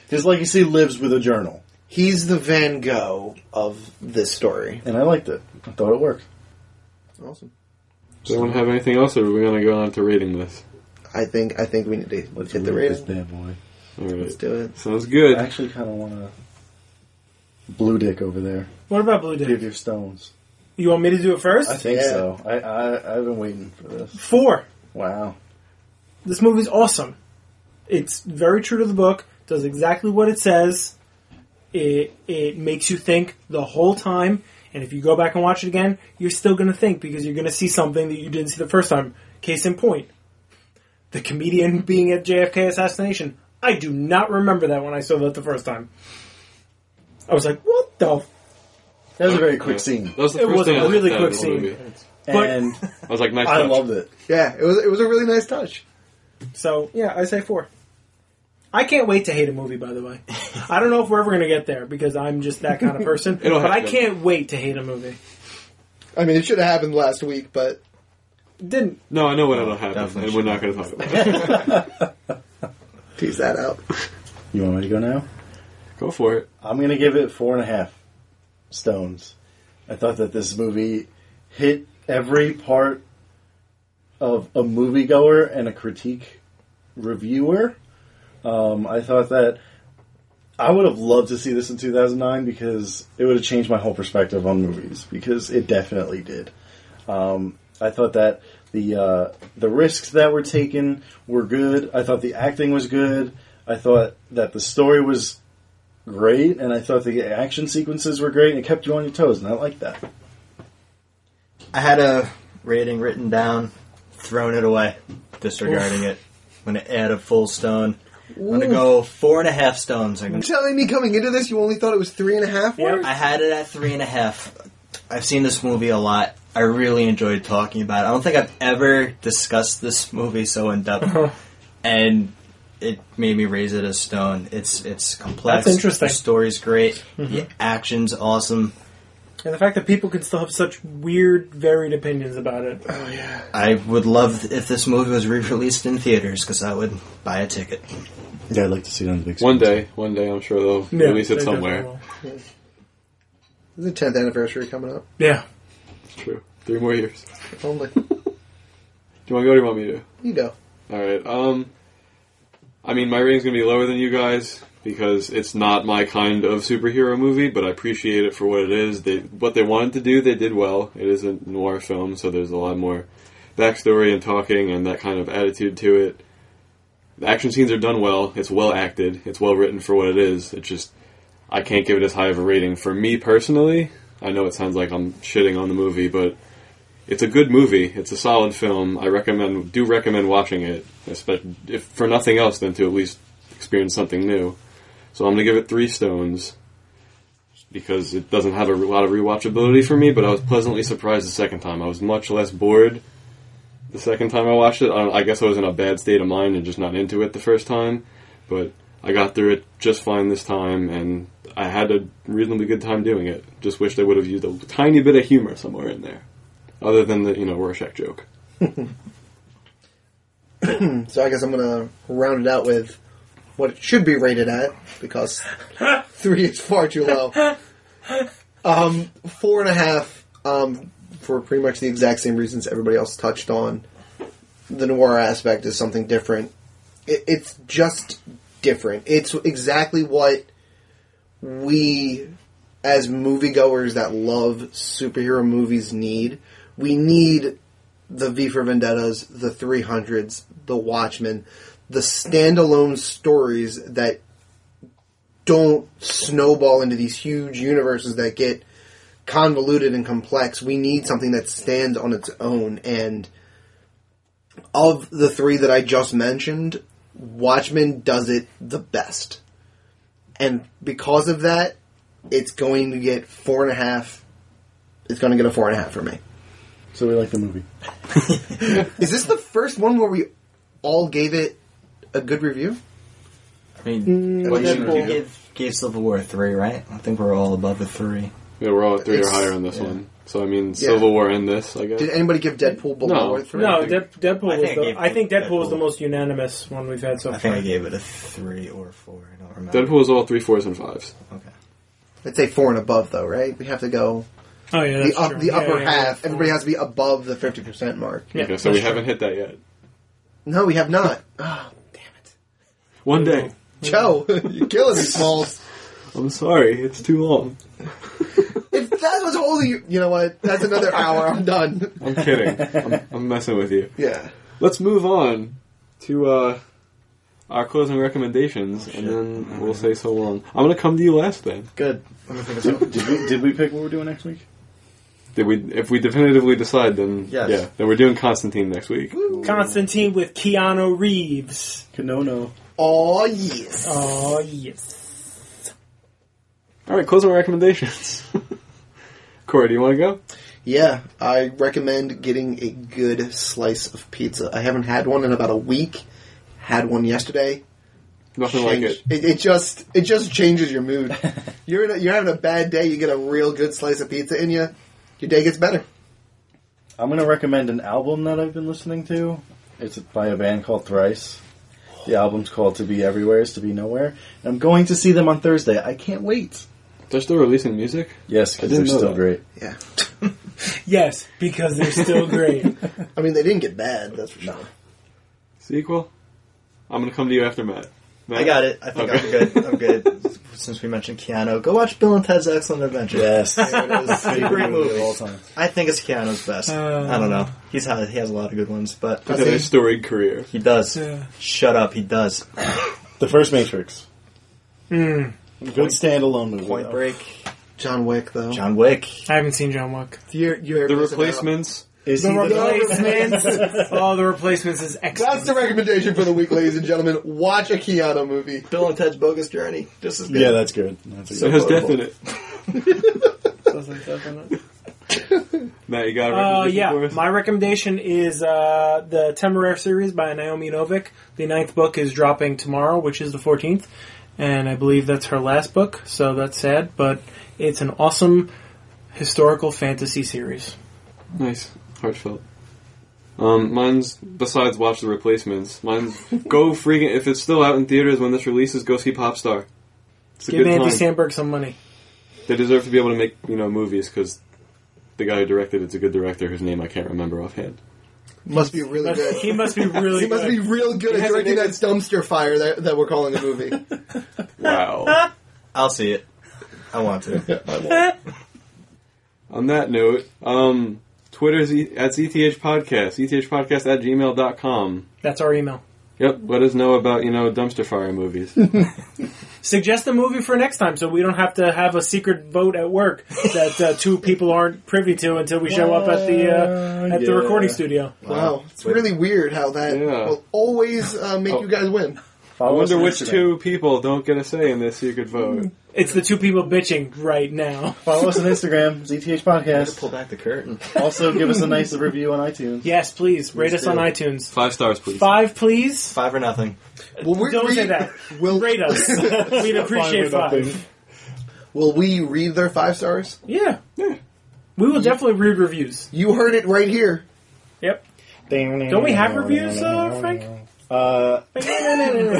Speaker 5: His legacy lives with a journal,
Speaker 4: he's the Van Gogh of this story.
Speaker 5: and I liked it. I thought it worked.
Speaker 4: Awesome.
Speaker 2: Does anyone have anything else, or are we going to go on to rating this?
Speaker 4: I think I think we need to
Speaker 5: Let's
Speaker 4: hit the
Speaker 5: read
Speaker 4: rating.
Speaker 5: this bad boy.
Speaker 2: All right.
Speaker 4: Let's do it.
Speaker 2: Sounds
Speaker 5: I
Speaker 2: good.
Speaker 5: actually kind of want to blue dick over there.
Speaker 3: What about Blue
Speaker 5: Give
Speaker 3: Dick?
Speaker 5: your stones.
Speaker 3: You want me to do it
Speaker 5: I
Speaker 3: first?
Speaker 5: think
Speaker 4: Yeah.
Speaker 5: so. I, I I've been waiting for this.
Speaker 3: Four.
Speaker 5: Wow.
Speaker 3: This movie's awesome. It's very true to the book. Does exactly what it says. It it makes you think the whole time. And if you go back and watch it again, you're still going to think because you're going to see something that you didn't see the first time. Case in point, the comedian being at JFK assassination. I do not remember that when I saw that the first time. I was like, "What the?" F-?
Speaker 5: That was a very
Speaker 2: Yeah.
Speaker 5: quick scene,
Speaker 2: That was the
Speaker 3: It
Speaker 2: first
Speaker 3: was a
Speaker 2: thing I
Speaker 3: really
Speaker 2: looked at in
Speaker 3: quick
Speaker 2: the
Speaker 3: scene.
Speaker 2: movie.
Speaker 3: But-
Speaker 5: and
Speaker 2: I was like, nice
Speaker 5: I
Speaker 2: touch.
Speaker 5: loved it.
Speaker 4: Yeah, it was it was a really nice touch.
Speaker 3: So yeah, I say four. I can't wait to hate a movie. By the way, I don't know if we're ever going to get there because I'm just that kind of person.
Speaker 2: It'll
Speaker 3: but I
Speaker 2: happen.
Speaker 3: can't wait to hate a movie.
Speaker 4: I mean, it should have happened last week, but
Speaker 3: Didn't
Speaker 2: No, I know when
Speaker 5: Oh,
Speaker 2: it'll happen,
Speaker 6: Definitely
Speaker 2: and we're
Speaker 6: should.
Speaker 2: not going to talk about it.
Speaker 4: tease that out.
Speaker 5: You want me to go now?
Speaker 2: go for it.
Speaker 5: I'm gonna give it four and a half stones. I thought that this movie hit every part of a moviegoer and a critique reviewer. Um, I thought that I would have loved to see this in 2009 because it would have changed my whole perspective on movies because it definitely did. Um, I thought that the uh, the risks that were taken were good. I thought the acting was good. I thought that the story was great, and I thought the action sequences were great, and it kept you on your toes, and I like that.
Speaker 6: I had a rating written down, thrown it away, disregarding it. I'm going to add a full stone. I'm going to go four and a half stones. I'm gonna,
Speaker 4: You're telling me coming into this, you only thought it was three and a half words?
Speaker 6: I had it at three and a half. I've seen this movie a lot. I really enjoyed talking about it. I don't think I've ever discussed this movie so in depth, and it made me raise it a stone. It's it's complex.
Speaker 3: That's interesting.
Speaker 6: The story's great. The action's awesome.
Speaker 3: and the fact that people can still have such weird, varied opinions about it.
Speaker 4: Oh yeah.
Speaker 6: I would love if this movie was re-released in theaters because I would buy a ticket.
Speaker 5: Yeah, I'd like to see it on the big
Speaker 2: One day, one day, I'm sure they'll release it
Speaker 3: they
Speaker 2: somewhere.
Speaker 3: definitely will.
Speaker 4: This is the tenth anniversary coming up.
Speaker 3: Yeah.
Speaker 2: True. Three more years.
Speaker 4: If Only
Speaker 2: Do you want to go or do you want me to?
Speaker 4: you go.
Speaker 2: All right. Um, I mean, my rating's gonna be lower than you guys because it's not my kind of superhero movie, but I appreciate it for what it is. They what they wanted to do, they did well. It is a noir film, so there's a lot more backstory and talking and that kind of attitude to it. The action scenes are done well. It's well acted. It's well written for what it is. It's just I can't give it as high of a rating for me personally. I know it sounds like I'm shitting on the movie, but It's a good movie. It's a solid film. I recommend do recommend watching it, especially if for nothing else than to at least experience something new. So I'm gonna give it three stones because it doesn't have a re- lot of rewatchability for me. But I was pleasantly surprised the second time. I was much less bored the second time I watched it. I, don't- I guess I was in a bad state of mind and just not into it the first time, but I got through it just fine this time, and I had a reasonably good time doing it. Just wish they would have used a tiny bit of humor somewhere in there, other than the you know Rorschach joke.
Speaker 4: So I guess I'm gonna round it out with what it should be rated at because three is far too low. Um, four and a half um, for pretty much the exact same reasons everybody else touched on. The noir aspect is something different. It, it's just different. It's exactly what we as moviegoers that love superhero movies need. We need the V for Vendettas, the 300s, the Watchmen, the standalone stories that don't snowball into these huge universes that get convoluted and complex. We need something that stands on its own. And of the three that I just mentioned, Watchmen does it the best. And because of that, it's going to get four and a half. It's going to get a four and a half for me.
Speaker 5: So we like the movie.
Speaker 4: Is this the first one where we all gave it a good review?
Speaker 6: I mean, what
Speaker 4: then
Speaker 6: you,
Speaker 4: we'll-
Speaker 6: you give, gave Civil War a three, right? I think we're all above a three.
Speaker 2: Yeah, we're all at three or
Speaker 4: It's-
Speaker 2: higher on this one. So I mean,
Speaker 4: Yeah.
Speaker 2: Civil War and this, I guess.
Speaker 4: Did anybody give Deadpool below
Speaker 2: No.
Speaker 4: a three?
Speaker 3: No,
Speaker 2: I
Speaker 3: Dead,
Speaker 2: think-
Speaker 3: Deadpool. was
Speaker 6: I think I
Speaker 3: the,
Speaker 6: gave
Speaker 3: I think Deadpool, was
Speaker 6: Deadpool-
Speaker 3: the most unanimous one we've had so
Speaker 6: I
Speaker 3: far.
Speaker 6: think I gave it a three or a four. I don't remember.
Speaker 2: Deadpool is all three fours and fives.
Speaker 6: Okay.
Speaker 4: I'd say four and above, though, right? We have to go
Speaker 3: oh yeah,
Speaker 4: the,
Speaker 3: that's
Speaker 4: up,
Speaker 3: true.
Speaker 4: the
Speaker 3: Yeah,
Speaker 4: upper
Speaker 3: yeah, yeah.
Speaker 4: half. Everybody has to be above the fifty percent mark.
Speaker 3: Yeah,
Speaker 2: okay, so we
Speaker 3: that's true.
Speaker 2: haven't hit that yet.
Speaker 4: No, we have not. Ah,
Speaker 2: One day.
Speaker 4: Joe, you're killing me, Smalls.
Speaker 2: I'm sorry, it's too long.
Speaker 4: If that was only, you know what? That's another hour. I'm done.
Speaker 2: I'm kidding. I'm, I'm messing with you.
Speaker 4: Yeah.
Speaker 2: Let's move on to uh, our closing recommendations, and then we'll say so long. I'm gonna come to you last then.
Speaker 6: Good.
Speaker 5: Did, did we, did we pick what we're doing next week?
Speaker 2: Did we? If we definitively decide, then
Speaker 6: Yes.
Speaker 2: yeah, then we're doing Constantine next week.
Speaker 3: Constantine with Keanu Reeves.
Speaker 5: No, no.
Speaker 4: Oh yes.
Speaker 3: Oh yes.
Speaker 2: All right, closing recommendations. Corey, do you want to go?
Speaker 4: Yeah, I recommend getting a good slice of pizza. I haven't had one in about a week. Had one yesterday.
Speaker 2: Nothing like
Speaker 4: Change-
Speaker 2: it.
Speaker 4: it. It just it just changes your mood. you're in a, you're having a bad day. You get a real good slice of pizza in you. Your day gets better.
Speaker 5: I'm going to recommend an album that I've been listening to. It's by a band called Thrice. The album's called To Be Everywhere is To Be Nowhere. And I'm going to see them on Thursday. I can't wait.
Speaker 2: They're still releasing music. I
Speaker 5: Yes, because
Speaker 2: didn't
Speaker 5: they're
Speaker 2: know that.
Speaker 5: still great.
Speaker 4: Yeah.
Speaker 3: Yes, because they're still great.
Speaker 4: I mean, they didn't get bad. That's for sure.
Speaker 2: Sequel. I'm gonna come to you after Matt. Matt?
Speaker 6: I got it. I think
Speaker 2: Okay.
Speaker 6: I'm good. I'm good. Since we mentioned Keanu, go watch Bill and Ted's Excellent Adventure.
Speaker 5: Yes.
Speaker 6: There it is. Great
Speaker 5: Of all
Speaker 6: movie.
Speaker 5: time.
Speaker 6: I think it's Keanu's best.
Speaker 3: Uh.
Speaker 6: I don't know. He's had, he has a lot of good ones, but
Speaker 2: Look at their storied career.
Speaker 6: he does.
Speaker 3: Yeah.
Speaker 6: Shut up. He does.
Speaker 5: The first Matrix.
Speaker 6: Hmm.
Speaker 3: Mm,
Speaker 5: Good standalone movie.
Speaker 6: Point
Speaker 5: though.
Speaker 6: Break.
Speaker 4: John Wick, though.
Speaker 6: John Wick.
Speaker 3: I haven't seen John Wick.
Speaker 4: You're, you're
Speaker 2: The
Speaker 4: missing out.
Speaker 2: replacements.
Speaker 5: Is he
Speaker 3: The
Speaker 5: the
Speaker 3: replacements. oh, the replacements is
Speaker 4: That's
Speaker 3: excellent.
Speaker 4: the recommendation for the week, ladies and gentlemen. Watch a Keanu movie.
Speaker 6: Bill and Ted's Bogus Journey. Just as good.
Speaker 5: Yeah, that's good. That's
Speaker 2: It
Speaker 5: good.
Speaker 2: has death in it.
Speaker 3: the.
Speaker 2: Matt, you got a recommendation
Speaker 3: Uh,
Speaker 2: for
Speaker 3: yeah,
Speaker 2: us?
Speaker 3: my recommendation is uh, the Temeraire series by Naomi Novik. The ninth book is dropping tomorrow, which is the 14th, and I believe that's her last book, so that's sad, but it's an awesome historical fantasy series.
Speaker 2: Nice. Heartfelt. Um, mine's, besides Watch the Replacements, mine's go freaking, if it's still out in theaters when this releases, go see Popstar. It's a
Speaker 3: Give
Speaker 2: good
Speaker 3: Andy
Speaker 2: time.
Speaker 3: Sandberg some money.
Speaker 2: they deserve to be able to make, you know, movies because the guy who directed it's a good director whose name I can't remember offhand.
Speaker 4: Must be really good.
Speaker 3: He must be really
Speaker 4: He must be
Speaker 3: good.
Speaker 4: real good at
Speaker 2: has a
Speaker 4: directing
Speaker 2: name
Speaker 4: that dumpster fire that, that we're calling a movie.
Speaker 2: Wow.
Speaker 6: I'll see it. I want to.
Speaker 2: On that note, um, Twitter's e- at ETH Podcast, ETH Podcast at gmail.com.
Speaker 3: That's our email.
Speaker 2: Yep, let us know about, you know, dumpster fire movies.
Speaker 3: Suggest a movie for next time, so we don't have to have a secret vote at work that uh, two people aren't privy to until we show up at the uh, at the
Speaker 5: Yeah.
Speaker 3: recording studio.
Speaker 4: Wow, it's really weird how that
Speaker 2: Yeah. Oh.
Speaker 4: will always uh, make you guys win.
Speaker 2: I wonder which two people don't get a say in this secret vote.
Speaker 3: It's the two people bitching right now.
Speaker 5: Follow us on Instagram, ZTH
Speaker 6: Pull
Speaker 5: Podcast.
Speaker 6: back the curtain.
Speaker 5: Also, give us a nice review on iTunes.
Speaker 3: Yes, please rate us
Speaker 5: do.
Speaker 3: on iTunes.
Speaker 2: Five stars, please.
Speaker 3: Five, please.
Speaker 6: Five or nothing.
Speaker 4: Will we
Speaker 3: Don't
Speaker 4: read,
Speaker 3: say that.
Speaker 4: Will,
Speaker 3: Rate us. We'd appreciate five.
Speaker 4: will we read their five stars?
Speaker 3: Yeah. We will definitely read reviews.
Speaker 4: You heard it right here.
Speaker 3: Yep.
Speaker 5: Don't
Speaker 3: we have reviews, uh, Frank?
Speaker 5: Uh,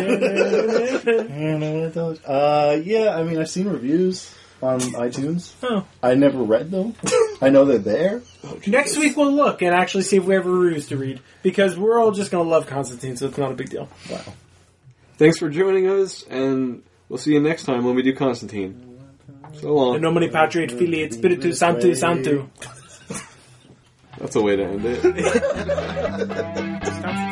Speaker 3: oh,
Speaker 5: I don't know what those- uh, yeah, I mean, I've seen reviews on iTunes.
Speaker 3: Oh.
Speaker 5: I never read them. I know they're there.
Speaker 3: next week we'll look and actually see if we have reviews to read because we're all just going to love Constantine, so it's not a big deal.
Speaker 5: Wow.
Speaker 2: Thanks for joining us, and we'll see you next time when we do Constantine. So
Speaker 3: In
Speaker 2: long.
Speaker 3: nomine Patri et Filii et Spiritus Sancti Sanctu.
Speaker 2: That's a way to end it.
Speaker 3: Constantine.